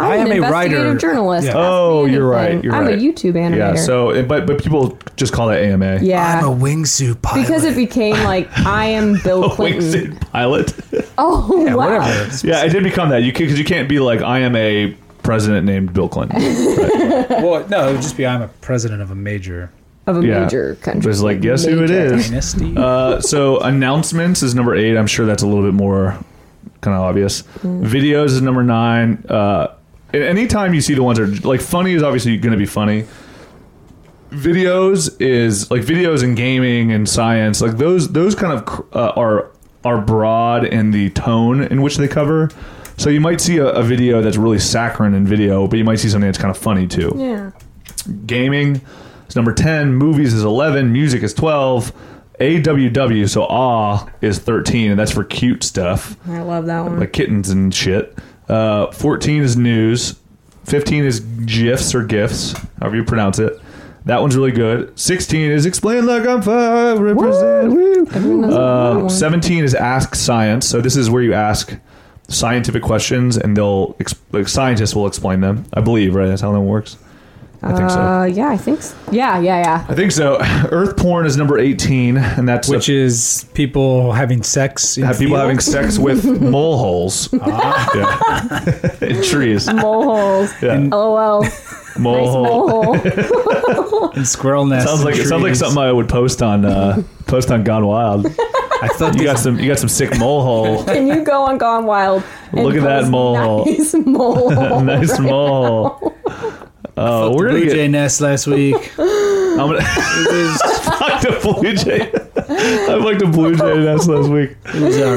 [SPEAKER 6] I'm
[SPEAKER 5] I am
[SPEAKER 6] an
[SPEAKER 5] a
[SPEAKER 6] investigative
[SPEAKER 5] writer.
[SPEAKER 6] journalist.
[SPEAKER 5] Yeah.
[SPEAKER 6] Ask me
[SPEAKER 3] Oh, you're
[SPEAKER 6] anything.
[SPEAKER 3] right, you're
[SPEAKER 6] I'm
[SPEAKER 3] right.
[SPEAKER 6] a YouTube animator.
[SPEAKER 3] Yeah. So but but people just call that AMA. [laughs]
[SPEAKER 6] Yeah.
[SPEAKER 5] wingsuit pilot.
[SPEAKER 6] because it became like I
[SPEAKER 3] [laughs]
[SPEAKER 6] am Bill Clinton.
[SPEAKER 3] Wingsuit pilot. [laughs]
[SPEAKER 6] [laughs] Oh
[SPEAKER 5] yeah,
[SPEAKER 6] wow.
[SPEAKER 5] whatever.
[SPEAKER 3] Oh, Yeah, it did become that. You because you can't be like I am a president named Bill Clinton.
[SPEAKER 5] Well, no, it would just be I'm a president of a major
[SPEAKER 6] Of a
[SPEAKER 3] Yeah.
[SPEAKER 6] major country.
[SPEAKER 3] It's like, guess who it
[SPEAKER 6] Major.
[SPEAKER 3] is?
[SPEAKER 5] dynasty.
[SPEAKER 3] Uh, so announcements is number eight. I'm sure that's a little bit more kind of obvious. Videos is number nine. Uh, a- anytime you see the ones that are like funny is obviously going to be funny. Videos is like videos and gaming and science like those those kind of cr- uh, are are broad in the tone in which they cover. So you might see a, a video that's really saccharine in video, but you might see something that's kind of funny too
[SPEAKER 6] [laughs] Yeah.
[SPEAKER 3] gaming is number 10 movies is 11 music is 12 aww so ah is 13 and that's for cute stuff
[SPEAKER 6] I love that one.
[SPEAKER 3] like kittens and shit uh, 14 is news 15 is gifs or gifs however you pronounce it that one's really good 16 is explain like i'm five represent woo.
[SPEAKER 6] Everyone knows that
[SPEAKER 3] Uh,
[SPEAKER 6] one.
[SPEAKER 3] 17 is ask science so this is where you ask scientific questions and they'll ex- like scientists will explain them i believe right that's how that works i think so
[SPEAKER 6] Uh, yeah, I think. So. Yeah, yeah,
[SPEAKER 3] [laughs]
[SPEAKER 6] yeah.
[SPEAKER 3] I think so. Earth porn is number 18, and that's
[SPEAKER 5] which is people having sex. In
[SPEAKER 3] have people
[SPEAKER 5] fields.
[SPEAKER 3] having sex
[SPEAKER 5] [laughs]
[SPEAKER 3] with mole holes
[SPEAKER 5] Ah.
[SPEAKER 3] Yeah. [laughs] in trees.
[SPEAKER 6] Moleholes.
[SPEAKER 3] Yeah. [laughs]
[SPEAKER 6] LOL.
[SPEAKER 3] Mole
[SPEAKER 6] Nice
[SPEAKER 3] hole.
[SPEAKER 6] molehole.
[SPEAKER 5] in squirrel nests.
[SPEAKER 3] Sounds
[SPEAKER 5] in
[SPEAKER 3] like it sounds like
[SPEAKER 5] trees.
[SPEAKER 3] something I would post on uh, post on Gone Wild.
[SPEAKER 5] [laughs] I thought
[SPEAKER 3] You
[SPEAKER 5] this-
[SPEAKER 3] got some you got some sick mole
[SPEAKER 5] [laughs]
[SPEAKER 3] hole.
[SPEAKER 6] Can you go on Gone Wild? and
[SPEAKER 3] [laughs] Look at
[SPEAKER 6] post
[SPEAKER 3] that molehole.
[SPEAKER 6] Nice
[SPEAKER 3] [laughs]
[SPEAKER 6] molehole.
[SPEAKER 3] nice mole. hole. Uh, we're gonna
[SPEAKER 5] Blue Jay
[SPEAKER 3] get.
[SPEAKER 5] nest last week.
[SPEAKER 3] I'm gonna [laughs]
[SPEAKER 5] It was,
[SPEAKER 3] fuck the blue jay. I fucked a blue jay nest last week.
[SPEAKER 5] it was
[SPEAKER 3] [laughs]
[SPEAKER 5] all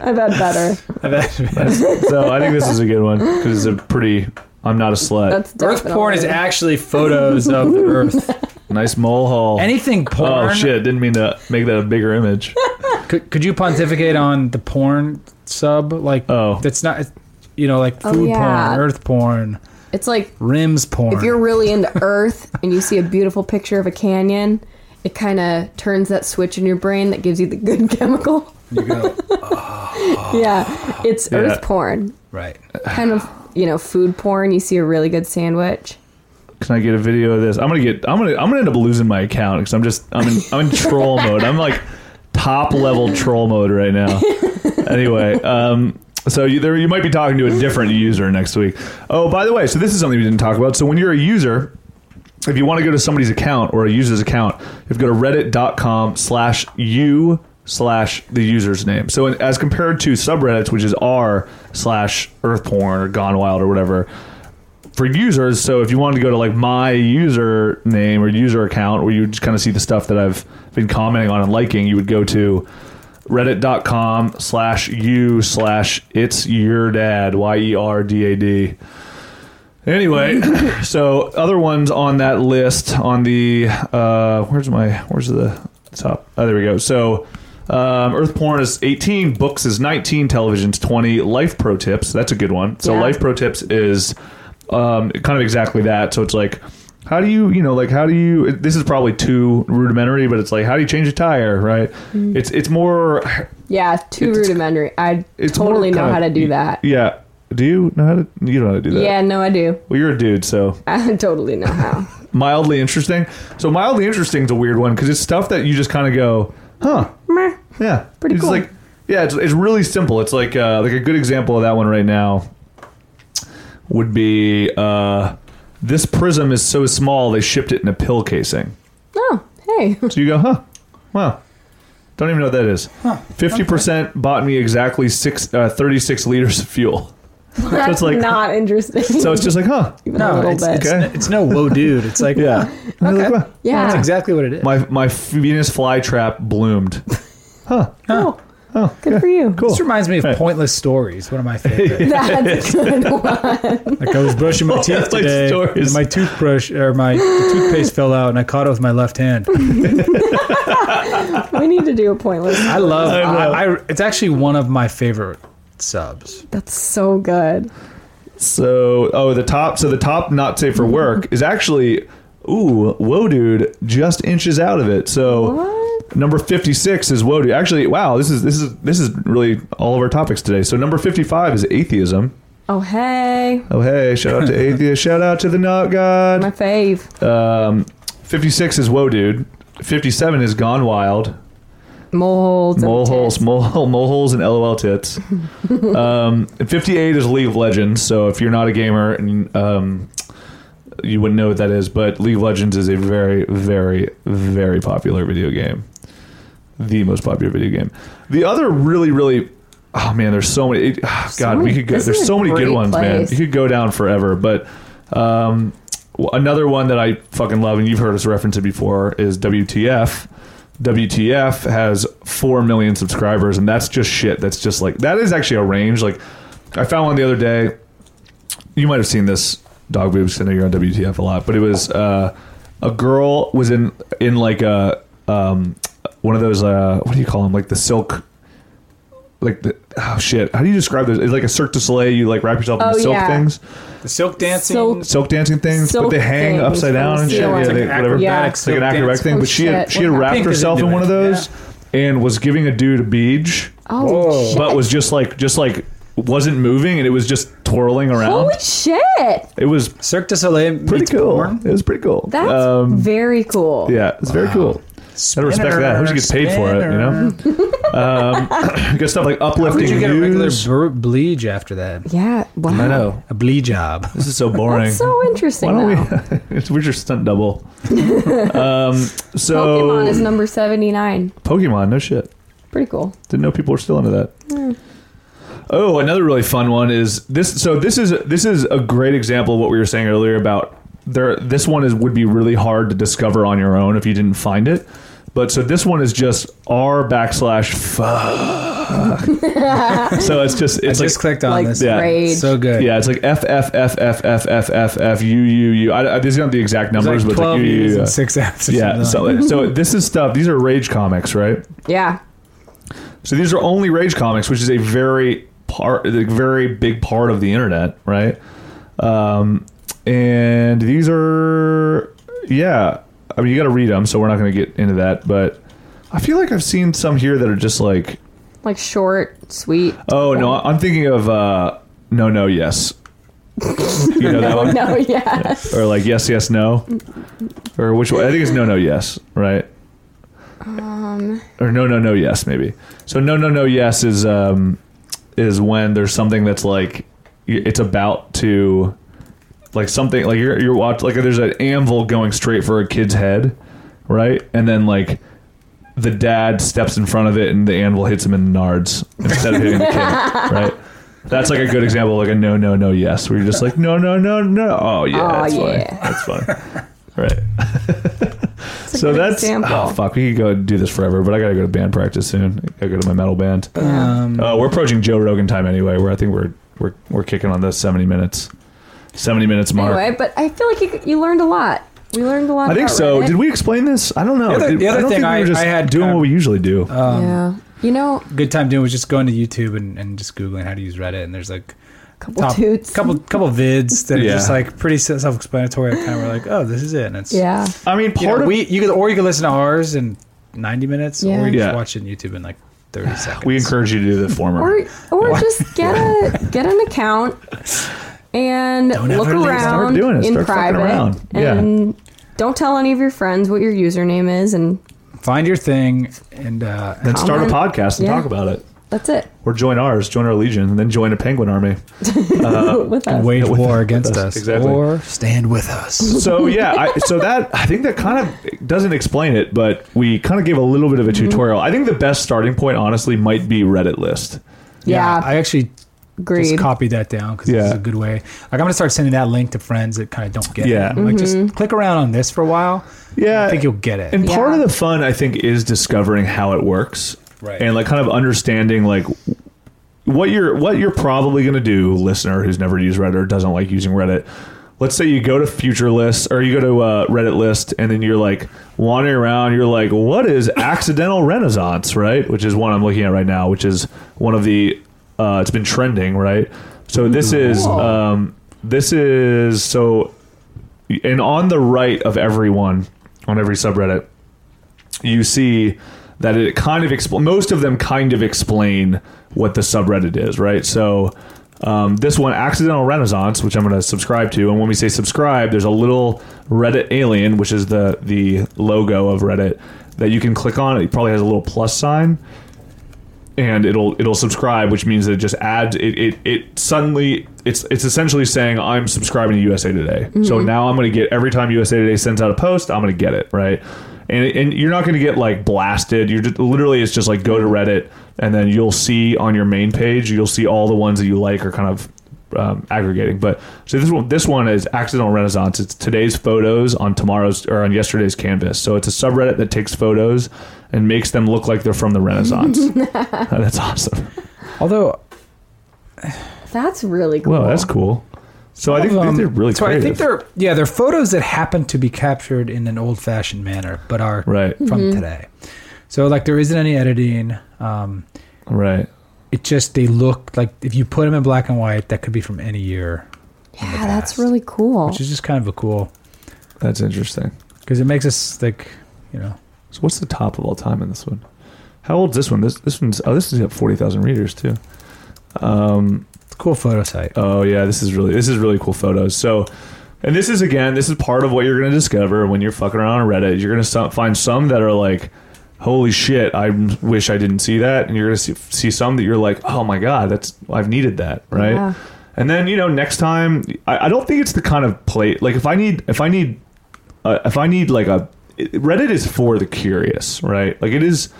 [SPEAKER 6] [laughs] I've had better.
[SPEAKER 5] I've had-
[SPEAKER 3] So I think this is a good one because it's a pretty. I'm not a slut.
[SPEAKER 6] That's
[SPEAKER 5] Earth porn is
[SPEAKER 6] definitely-
[SPEAKER 5] actually photos
[SPEAKER 6] [laughs]
[SPEAKER 5] of the Earth.
[SPEAKER 3] nice mole hole.
[SPEAKER 5] Anything porn?
[SPEAKER 3] Oh shit! Didn't mean to make that a bigger image.
[SPEAKER 5] Could, could you pontificate on the porn sub? Like,
[SPEAKER 3] Oh.
[SPEAKER 5] that's not, you know, like
[SPEAKER 6] Oh,
[SPEAKER 5] food
[SPEAKER 6] yeah.
[SPEAKER 5] porn, Earth porn,
[SPEAKER 6] It's like
[SPEAKER 5] rims porn.
[SPEAKER 6] if you're really
[SPEAKER 3] [laughs]
[SPEAKER 6] into Earth and you see a beautiful picture of a canyon, it kind of turns that switch in your brain that gives you the good [laughs] chemical. [laughs]
[SPEAKER 5] You go,
[SPEAKER 6] yeah, it's Earth porn.
[SPEAKER 5] right.
[SPEAKER 6] Kind of, you know, food porn. You see a really good sandwich.
[SPEAKER 3] Can I get a video of this? I'm gonna get. I'm gonna. I'm gonna end up losing my account because I'm just. I'm in. I'm in troll mode. I'm like top level troll mode right now. Anyway, um, so you, there you might be talking to a different user next week. Oh, by the way, so this is something we didn't talk about. So when you're a user, if you want to go to somebody's account or a user's account, you have to go to reddit.com slash u slash the user's name. So in- as compared to subreddits, which is r slash earth porn or gone wild or whatever, for users, so if you wanted to go to like my username or user account where you just kind of see the stuff that I've been commenting on and liking, you would go to reddit.com slash u slash it's your dad, Y E R D A D. Anyway, [coughs] so other ones on that list on the uh, where's my where's the top? Oh, there we go. So um, Earth Porn is 18, Books is 19, Television's 20, Life Pro Tips that's a good one. So
[SPEAKER 6] Yeah.
[SPEAKER 3] Life Pro Tips is um, kind of exactly that. So it's like how do you you know like how do you this is probably too rudimentary, but it's like how do you change a tire, right?
[SPEAKER 6] Mm.
[SPEAKER 3] It's it's more
[SPEAKER 6] Yeah, too
[SPEAKER 3] It's-
[SPEAKER 6] rudimentary. I
[SPEAKER 3] it's
[SPEAKER 6] totally
[SPEAKER 3] more
[SPEAKER 6] know
[SPEAKER 3] kinda-
[SPEAKER 6] how to do that.
[SPEAKER 3] yeah. Do you know how to you know how to do that?
[SPEAKER 6] Yeah, no, I do. [laughs]
[SPEAKER 3] Well, you're a dude, so
[SPEAKER 6] I totally know
[SPEAKER 3] [laughs]
[SPEAKER 6] how.
[SPEAKER 3] mildly interesting. So mildly interesting is a weird one because it's stuff that you just kind of go, huh?
[SPEAKER 6] Meh.
[SPEAKER 3] Yeah,
[SPEAKER 6] Pretty
[SPEAKER 3] it's
[SPEAKER 6] cool.
[SPEAKER 3] Like, yeah, it's, it's really simple. It's like uh, like a good example of that one right now would be uh, this prism is so small they shipped it in a pill casing.
[SPEAKER 6] oh,
[SPEAKER 3] [laughs]
[SPEAKER 6] hey.
[SPEAKER 3] So you go, huh? Wow. Don't even know what that is. Fifty percent bought me exactly six, uh, 36 liters of fuel.
[SPEAKER 6] That's
[SPEAKER 3] like-
[SPEAKER 6] not interesting.
[SPEAKER 3] So it's just like, huh?
[SPEAKER 6] [laughs] even a
[SPEAKER 5] No,
[SPEAKER 6] little
[SPEAKER 5] it's,
[SPEAKER 6] bit.
[SPEAKER 5] it's, n- it's no whoa, dude. It's like
[SPEAKER 3] Yeah. And you're like, "Well,
[SPEAKER 6] yeah.
[SPEAKER 5] that's exactly what it is.
[SPEAKER 3] my my Venus flytrap bloomed.
[SPEAKER 6] Oh, good for you.
[SPEAKER 3] Cool.
[SPEAKER 5] This reminds me of pointless stories. One of
[SPEAKER 3] [laughs]
[SPEAKER 5] my
[SPEAKER 6] [laughs]
[SPEAKER 5] favorite.
[SPEAKER 6] That's a good [laughs] one.
[SPEAKER 5] like I was brushing my
[SPEAKER 3] Pointless
[SPEAKER 5] teeth today,
[SPEAKER 3] stories.
[SPEAKER 5] and my toothbrush or my the toothpaste fell out, and I caught it with my left hand.
[SPEAKER 6] We need to do a pointless.
[SPEAKER 5] I love. I, I, it's actually one of my favorite subs.
[SPEAKER 6] That's so good.
[SPEAKER 3] So oh the top so the top not safe for work is actually ooh whoa dude just inches out of it. So number fifty six is whoa dude. Actually wow this is this is this is really all of our topics today. So number fifty five is atheism.
[SPEAKER 6] Oh hey,
[SPEAKER 3] Oh hey shout out to atheist shout out to the not
[SPEAKER 6] my
[SPEAKER 3] god.
[SPEAKER 6] fave.
[SPEAKER 3] Um, fifty six is whoa dude. Fifty seven is gone wild.
[SPEAKER 6] Moles.
[SPEAKER 3] Mole holes, mole, mole holes, and LOL tits. um, 58 is League of Legends. So if you're not a gamer, and um, you wouldn't know what that is, but League of Legends is a very, very, very popular video game. The most popular video game. The other really, really. Oh man, there's so many. It, ah, God, we
[SPEAKER 6] many-
[SPEAKER 3] could go.
[SPEAKER 6] this
[SPEAKER 3] There's
[SPEAKER 6] is
[SPEAKER 3] so
[SPEAKER 6] a
[SPEAKER 3] many good
[SPEAKER 6] great
[SPEAKER 3] ones, man.
[SPEAKER 6] place.
[SPEAKER 3] You could go down forever. But um, w- another one that I fucking love, and you've heard us reference it before, is WTF. WTF has 4 million subscribers, and that's just shit. That's just like, that is actually a range. Like, I found one the other day. You might have seen this, Dog Boobs. I know you're on WTF a lot, but it was uh, a girl was in, in like a, um, one of those, uh, what do you call them? Like the silk. Like the oh shit, how do you describe this? It's like a Cirque du Soleil. You like wrap yourself in
[SPEAKER 6] Oh,
[SPEAKER 3] silk
[SPEAKER 6] yeah.
[SPEAKER 3] things
[SPEAKER 5] The silk dancing.
[SPEAKER 6] Silk-
[SPEAKER 3] silk dancing things, but
[SPEAKER 6] Silk
[SPEAKER 3] they hang
[SPEAKER 6] things
[SPEAKER 3] upside
[SPEAKER 6] from
[SPEAKER 3] down
[SPEAKER 6] the
[SPEAKER 3] and shit.
[SPEAKER 6] ceiling.
[SPEAKER 3] Yeah,
[SPEAKER 6] It's like
[SPEAKER 3] they,
[SPEAKER 5] an
[SPEAKER 3] whatever.
[SPEAKER 6] Yeah.
[SPEAKER 3] It's like an
[SPEAKER 5] silk
[SPEAKER 3] acrobatic
[SPEAKER 5] dance.
[SPEAKER 3] thing.
[SPEAKER 6] Oh,
[SPEAKER 3] But she had
[SPEAKER 6] shit.
[SPEAKER 3] she had
[SPEAKER 6] What
[SPEAKER 3] wrapped
[SPEAKER 5] happened?
[SPEAKER 3] herself in one of those and was giving a dude a beej,
[SPEAKER 6] Oh,
[SPEAKER 5] Whoa.
[SPEAKER 6] shit.
[SPEAKER 3] but was just like just like wasn't moving and it was just twirling around.
[SPEAKER 6] holy shit.
[SPEAKER 3] it was
[SPEAKER 5] Cirque du Soleil.
[SPEAKER 3] pretty
[SPEAKER 5] meets
[SPEAKER 3] cool.
[SPEAKER 5] porn.
[SPEAKER 3] It was pretty cool.
[SPEAKER 6] That's
[SPEAKER 3] um,
[SPEAKER 6] very cool.
[SPEAKER 3] yeah, it's very cool. I
[SPEAKER 5] Spinner,
[SPEAKER 3] respect that. Who just gets paid for it? You know, um, [laughs] you got stuff like uplifting.
[SPEAKER 5] Did you get a regular
[SPEAKER 3] views.
[SPEAKER 5] bre- bleach after that?
[SPEAKER 6] Yeah. Wow.
[SPEAKER 3] I know
[SPEAKER 5] A bleed job.
[SPEAKER 3] this is so boring.
[SPEAKER 6] That's so interesting.
[SPEAKER 3] Why
[SPEAKER 6] though. [laughs]
[SPEAKER 3] don't we? it's, we're your stunt double. um, [laughs] so
[SPEAKER 6] Pokemon is number seventy nine.
[SPEAKER 3] Pokemon, no shit.
[SPEAKER 6] Pretty cool.
[SPEAKER 3] Didn't know people were still into that. Oh, another really fun one is this. So this is this is a great example of what we were saying earlier about there. This one is would be really hard to discover on your own if you didn't find it. But so this one is just r backslash fuck. so it's just
[SPEAKER 5] I
[SPEAKER 3] it's like
[SPEAKER 5] just clicked on
[SPEAKER 6] like
[SPEAKER 5] this.
[SPEAKER 3] Yeah.
[SPEAKER 6] rage.
[SPEAKER 5] Oh, So good.
[SPEAKER 3] yeah, it's like f f f f f f f f u u u. I, I, these aren't the exact
[SPEAKER 5] It
[SPEAKER 3] numbers,
[SPEAKER 5] was like
[SPEAKER 3] but it's
[SPEAKER 5] twelve
[SPEAKER 3] like, u, u,
[SPEAKER 5] views
[SPEAKER 3] u,
[SPEAKER 5] and
[SPEAKER 3] uh,
[SPEAKER 5] six apps. Or
[SPEAKER 3] yeah.
[SPEAKER 5] something
[SPEAKER 3] So so this is stuff. These are rage comics, right?
[SPEAKER 6] Yeah.
[SPEAKER 3] So these are only rage comics, which is a very part, a very big part of the internet, right? Um, and these are, yeah. I mean, you got to read them, so we're not going to get into that. But I feel like I've seen some here that are just like,
[SPEAKER 6] Like short, sweet.
[SPEAKER 3] oh no, I'm thinking of uh, no, no, yes. you know that
[SPEAKER 6] [laughs]
[SPEAKER 3] one,
[SPEAKER 6] No, yeah.
[SPEAKER 3] or like yes, yes, no, or which one? I think it's no, no, yes, right?
[SPEAKER 6] Um.
[SPEAKER 3] or no no no yes maybe so no no no yes is um is when there's something that's like y- it's about to like something like you're you're watch like there's an anvil going straight for a kid's head right and then like the dad steps in front of it and the anvil hits him in the nards instead
[SPEAKER 6] [laughs]
[SPEAKER 3] of hitting the kid right that's like a good example of like a no no no yes where you're just like no no no no oh yeah
[SPEAKER 6] Aw,
[SPEAKER 3] that's
[SPEAKER 6] yeah.
[SPEAKER 3] fine that's fine right so
[SPEAKER 6] good
[SPEAKER 3] that's
[SPEAKER 6] example.
[SPEAKER 3] oh fuck. We could go do this forever, but I gotta go to band practice soon. I gotta go to my metal band.
[SPEAKER 5] though. Um,
[SPEAKER 3] Uh, we're approaching Joe Rogan time anyway. Where I think we're we're we're kicking on the seventy minutes, seventy minutes mark.
[SPEAKER 6] Anyway, but I feel like you, you learned a lot. We learned a lot.
[SPEAKER 3] I think
[SPEAKER 6] about
[SPEAKER 3] so.
[SPEAKER 6] Reddit.
[SPEAKER 3] Did we explain this? I don't know.
[SPEAKER 5] The other-
[SPEAKER 3] Did-
[SPEAKER 5] the other
[SPEAKER 3] I don't
[SPEAKER 5] thing
[SPEAKER 3] think we
[SPEAKER 5] I-
[SPEAKER 3] were just
[SPEAKER 5] I had uh,
[SPEAKER 3] doing
[SPEAKER 5] kind
[SPEAKER 3] what
[SPEAKER 5] of-
[SPEAKER 3] we usually do.
[SPEAKER 6] yeah. You know,
[SPEAKER 5] good time doing was just going to YouTube and, and just googling how to use Reddit, and there's like
[SPEAKER 6] a couple toots.
[SPEAKER 5] couple couple vids that
[SPEAKER 3] Yeah.
[SPEAKER 5] are just like pretty self-explanatory. Kind of were like, oh, this is it, and it's
[SPEAKER 6] yeah.
[SPEAKER 3] I mean, part
[SPEAKER 5] You know,
[SPEAKER 3] of
[SPEAKER 5] we you could or you could listen to ours in 90 minutes,
[SPEAKER 6] Yeah.
[SPEAKER 5] or you could
[SPEAKER 3] Yeah.
[SPEAKER 5] just watch it on YouTube in like
[SPEAKER 3] [sighs]
[SPEAKER 5] 30 seconds.
[SPEAKER 3] we encourage you to do the former.
[SPEAKER 6] Or or just get a get an account and look
[SPEAKER 5] ever leave.
[SPEAKER 6] around
[SPEAKER 3] Start doing it.
[SPEAKER 6] in
[SPEAKER 3] Start fucking
[SPEAKER 6] private
[SPEAKER 3] around. Yeah.
[SPEAKER 6] and don't tell any of your friends what your username is and
[SPEAKER 5] find your thing and uh,
[SPEAKER 3] then start a
[SPEAKER 6] Comment.
[SPEAKER 3] podcast and
[SPEAKER 6] Yeah.
[SPEAKER 3] talk about it,
[SPEAKER 6] that's it
[SPEAKER 3] or join ours, join our legion, and then join a penguin army. Uh,
[SPEAKER 6] [laughs] with us.
[SPEAKER 5] wage
[SPEAKER 3] with-
[SPEAKER 5] war
[SPEAKER 3] with
[SPEAKER 5] against
[SPEAKER 3] us,
[SPEAKER 5] us,
[SPEAKER 3] exactly.
[SPEAKER 5] or stand with us.
[SPEAKER 3] So yeah, I, so that I think that kind of doesn't explain it, but we kind of gave a little
[SPEAKER 5] Mm-hmm.
[SPEAKER 3] bit of a tutorial. I think the best starting point, honestly, might be Reddit list.
[SPEAKER 6] Yeah.
[SPEAKER 5] I actually
[SPEAKER 6] Agreed.
[SPEAKER 5] Just copy that down because this
[SPEAKER 3] Yeah.
[SPEAKER 5] is a good way. Like I'm gonna start sending that link to friends that kind of don't get
[SPEAKER 3] Yeah.
[SPEAKER 5] it. I'm Like
[SPEAKER 6] Mm-hmm.
[SPEAKER 5] just click around on this for a while.
[SPEAKER 3] Yeah.
[SPEAKER 5] I think you'll get it.
[SPEAKER 3] And part of
[SPEAKER 6] Yeah.
[SPEAKER 3] the fun, I think, is discovering how it works,
[SPEAKER 5] Right.
[SPEAKER 3] And like kind of understanding like what you're what you're probably going to do, listener who's never used Reddit or doesn't like using Reddit. Let's say you go to future list or you go to uh, Reddit list, and then you're like wandering around. You're like, what is accidental renaissance, right? Which is one I'm looking at right now, which is one of the uh, it's been trending, right? So this is
[SPEAKER 6] Cool.
[SPEAKER 3] um, this is so and on the right of everyone on every subreddit you see that it kind of expl- most of them kind of explain what the subreddit is right so um, this one accidental renaissance which i'm going to subscribe to and when we say subscribe there's a little reddit alien which is the the logo of reddit that you can click on it probably has a little plus sign and it'll it'll subscribe, which means that it just adds it it, it suddenly it's it's essentially saying I'm subscribing to USA Today. So now I'm going to get every time USA Today sends out a post, I'm going to get it right. And, and you're not going to get like blasted. You're just, literally it's just like go to Reddit and then you'll see on your main page you'll see all the ones that you like are kind of um, aggregating. But so this one, this one is accidental renaissance. It's today's photos on tomorrow's or on yesterday's canvas. So it's a subreddit that takes photos and makes them look like they're from the Renaissance.
[SPEAKER 5] [laughs]
[SPEAKER 3] that's awesome.
[SPEAKER 5] Although
[SPEAKER 6] That's really cool.
[SPEAKER 3] Well, that's cool. So I think
[SPEAKER 5] Well, um,
[SPEAKER 3] they're really
[SPEAKER 5] so
[SPEAKER 3] creative.
[SPEAKER 5] I think they're yeah they're photos that happen to be captured in an old fashioned manner, but are
[SPEAKER 3] Right.
[SPEAKER 5] from
[SPEAKER 6] Mm-hmm.
[SPEAKER 5] today. So like there isn't any editing. Um,
[SPEAKER 3] right.
[SPEAKER 5] it just they look like if you put them in black and white, that could be from any year,
[SPEAKER 6] yeah, that's
[SPEAKER 5] past.
[SPEAKER 6] really cool.
[SPEAKER 5] which is just kind of a cool
[SPEAKER 3] That's interesting.
[SPEAKER 5] because it makes us like you know
[SPEAKER 3] So what's the top of all time in this one? How old's this one? This this one's oh this is got forty thousand readers too. Um,
[SPEAKER 5] it's a cool photo site.
[SPEAKER 3] Oh yeah, this is really this is really cool photos. So, and this is again, this is part of what you're going to discover when you're fucking around on Reddit. You're going to some, find some that are like, "Holy shit, I wish I didn't see that," and you're going to see, see some that you're like, "Oh my god, that's I've needed that," right?
[SPEAKER 6] Yeah.
[SPEAKER 3] And then you know, next time, I, I don't think it's the kind of plate. Like if I need, if I need, uh, if I need like a Reddit is for the curious, right? Like it is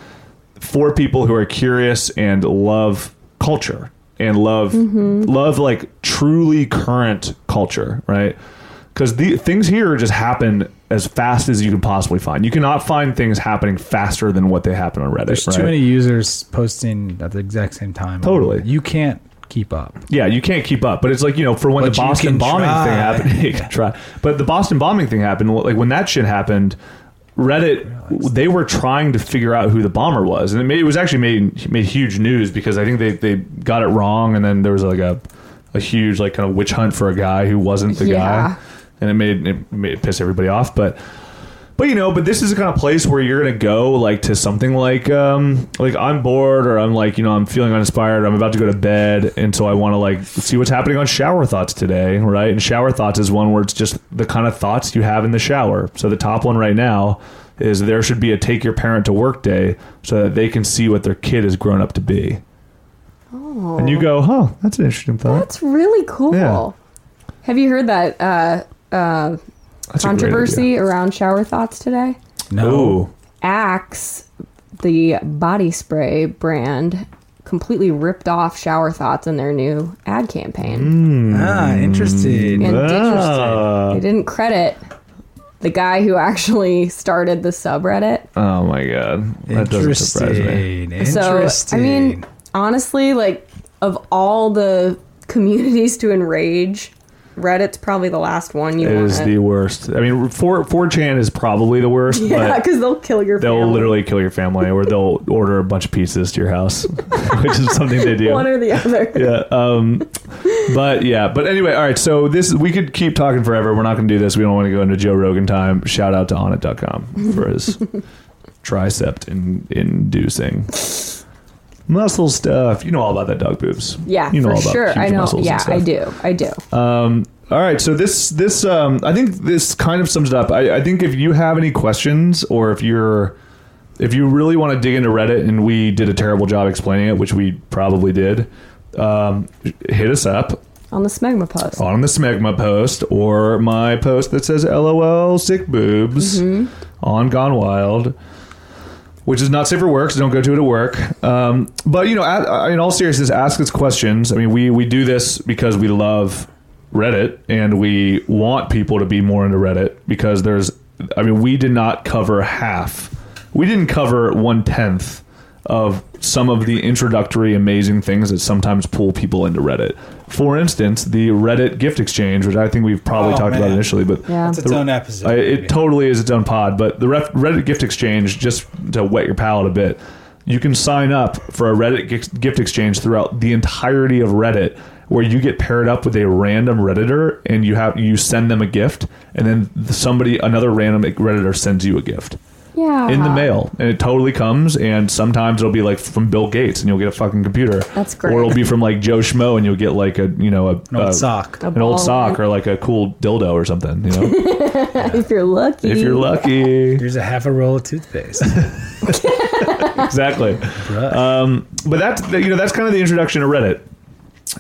[SPEAKER 3] for people who are curious and love culture and love love like truly current culture, right? Because the things here just happen as fast as you can possibly find. You cannot find things happening faster than what they happen on Reddit.
[SPEAKER 5] There's
[SPEAKER 3] right?
[SPEAKER 5] too many users posting at the exact same time.
[SPEAKER 3] Totally.
[SPEAKER 5] you can't keep up.
[SPEAKER 3] yeah, you can't keep up. But it's like you know, for when
[SPEAKER 5] But
[SPEAKER 3] the
[SPEAKER 5] you
[SPEAKER 3] Boston
[SPEAKER 5] can
[SPEAKER 3] bombing
[SPEAKER 5] try.
[SPEAKER 3] thing happened, [laughs] you can try. But the Boston bombing thing happened. Like when that shit happened, Reddit they were trying to figure out who the bomber was, and it, made, it was actually made made huge news because I think they they got it wrong, and then there was like a a huge like kind of witch hunt for a guy who wasn't the
[SPEAKER 6] Yeah.
[SPEAKER 3] guy, and it made it made it piss everybody off, but. But you know, but this is the kind of place where you're gonna go like to something like um like I'm bored or I'm like, you know, I'm feeling uninspired, I'm about to go to bed, and so I wanna like see what's happening on shower thoughts today, right? And shower thoughts is one where it's just the kind of thoughts you have in the shower. So the top one right now is there should be a take your parent to work day so that they can see what their kid has grown up to be.
[SPEAKER 6] oh,
[SPEAKER 3] And you go, huh, that's an interesting thought.
[SPEAKER 6] that's really cool.
[SPEAKER 3] Yeah.
[SPEAKER 6] Have you heard that uh, uh,
[SPEAKER 3] That's a great idea.
[SPEAKER 6] controversy around shower thoughts today?
[SPEAKER 5] No,
[SPEAKER 3] Ooh.
[SPEAKER 6] Axe, the body spray brand, completely ripped off shower thoughts in their new ad campaign.
[SPEAKER 5] ah,
[SPEAKER 3] Mm.
[SPEAKER 5] interesting.
[SPEAKER 6] And
[SPEAKER 3] Ah.
[SPEAKER 6] They didn't credit the guy who actually started the subreddit.
[SPEAKER 3] Oh my god. That doesn't surprise me.
[SPEAKER 5] Interesting.
[SPEAKER 6] So, I
[SPEAKER 5] Interesting.
[SPEAKER 6] mean, honestly, like, of all the communities to enrage, Reddit's probably the last one you
[SPEAKER 3] It
[SPEAKER 6] want
[SPEAKER 3] is the worst. I mean, four four chan is probably the worst,
[SPEAKER 6] [laughs] Yeah,
[SPEAKER 3] but
[SPEAKER 6] because they'll kill your
[SPEAKER 3] they'll
[SPEAKER 6] family.
[SPEAKER 3] literally kill your family, or they'll order a bunch of pizzas to your house, [laughs] which is something they do.
[SPEAKER 6] One or
[SPEAKER 3] [laughs]
[SPEAKER 6] the other.
[SPEAKER 3] yeah. Um, but yeah. But anyway, all right. So this we could keep talking forever. We're not going to do this. We don't want to go into Joe Rogan time. Shout out to Onnit.com for his
[SPEAKER 6] [laughs]
[SPEAKER 3] tricep in, inducing muscle stuff. You know all about that dog boobs.
[SPEAKER 6] Yeah,
[SPEAKER 3] you know
[SPEAKER 6] for
[SPEAKER 3] all about
[SPEAKER 6] sure.
[SPEAKER 3] huge
[SPEAKER 6] I know.
[SPEAKER 3] muscles and
[SPEAKER 6] Yeah, I
[SPEAKER 3] stuff.
[SPEAKER 6] do. I do.
[SPEAKER 3] Um, all right, so this this um, I think this kind of sums it up. I, I think if you have any questions or if you're if you really want to dig into Reddit and we did a terrible job explaining it, which we probably did, um, hit us up
[SPEAKER 6] On the smegma post.
[SPEAKER 3] on the Smegma post or my post that says "LOL sick boobs" on Gone Wild. which is not safe for work, so don't go to it at work. Um, but you know, at, uh, in all seriousness, ask us questions. I mean, we we do this because we love Reddit and we want people to be more into Reddit because there's, I mean, we did not cover half, we didn't cover one tenth of some of the introductory amazing things that sometimes pull people into Reddit. For instance, the Reddit gift exchange, which I think we've probably
[SPEAKER 5] Oh,
[SPEAKER 3] talked about
[SPEAKER 5] man.
[SPEAKER 3] initially, but
[SPEAKER 6] Yeah.
[SPEAKER 5] It's its own episode.
[SPEAKER 3] I,
[SPEAKER 5] maybe.
[SPEAKER 3] it totally is its own pod, but the ref, Reddit gift exchange, just to wet your palate a bit, you can sign up for a Reddit gi- gift exchange throughout the entirety of Reddit, where you get paired up with a random Redditor and you have you send them a gift, and then somebody another random Redditor sends you a gift
[SPEAKER 6] Yeah.
[SPEAKER 3] in the mail, and it totally comes. And sometimes it'll be like from Bill Gates, and you'll get a fucking computer.
[SPEAKER 6] That's great.
[SPEAKER 3] Or it'll be from like Joe Schmo, and you'll get like a you know a
[SPEAKER 5] An old
[SPEAKER 3] a-
[SPEAKER 5] sock.
[SPEAKER 6] A
[SPEAKER 3] an old
[SPEAKER 6] ball.
[SPEAKER 3] sock, or like a cool dildo or something. You know.
[SPEAKER 6] If you're lucky.
[SPEAKER 3] If you're
[SPEAKER 5] [laughs]
[SPEAKER 3] lucky.
[SPEAKER 5] Here's a half a roll of
[SPEAKER 3] [laughs]
[SPEAKER 5] toothpaste.
[SPEAKER 3] exactly.
[SPEAKER 5] Bruh.
[SPEAKER 3] Um, but that's that- you know that's kind of the introduction to Reddit.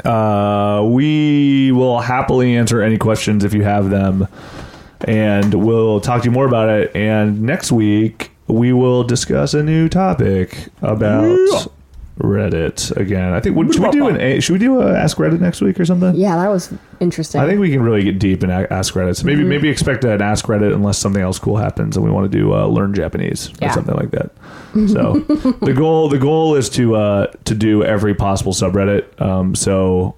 [SPEAKER 3] Uh, we will happily answer any questions if you have them, and we'll talk to you more about it. And next week we will discuss a new topic about Reddit again. I think would, should we do an a- should we do a Ask Reddit next week or something?
[SPEAKER 6] yeah, that was interesting.
[SPEAKER 3] I think we can really get deep and a- ask Reddit. So maybe
[SPEAKER 6] Mm-hmm.
[SPEAKER 3] maybe expect an ask Reddit unless something else cool happens and we want to do uh, learn Japanese or
[SPEAKER 6] Yeah.
[SPEAKER 3] something
[SPEAKER 6] [laughs]
[SPEAKER 3] like that. So the goal the goal is to uh, to do every possible subreddit. Um, so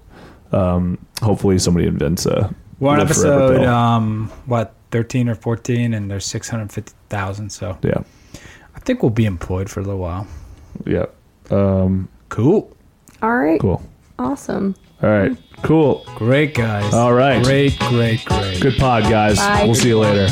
[SPEAKER 3] um, hopefully somebody invents a
[SPEAKER 5] We're on
[SPEAKER 3] live forever
[SPEAKER 5] episode
[SPEAKER 3] pill.
[SPEAKER 5] um what thirteen or fourteen, and there's six hundred fifty thousand. So
[SPEAKER 3] yeah
[SPEAKER 5] I think we'll be employed for a little while.
[SPEAKER 3] yeah um,
[SPEAKER 5] Cool,
[SPEAKER 6] All right.
[SPEAKER 3] cool
[SPEAKER 6] Awesome.
[SPEAKER 3] all right cool
[SPEAKER 5] great guys.
[SPEAKER 3] All right.
[SPEAKER 5] great, great, great.
[SPEAKER 3] good pod guys
[SPEAKER 6] Bye.
[SPEAKER 3] we'll see you later.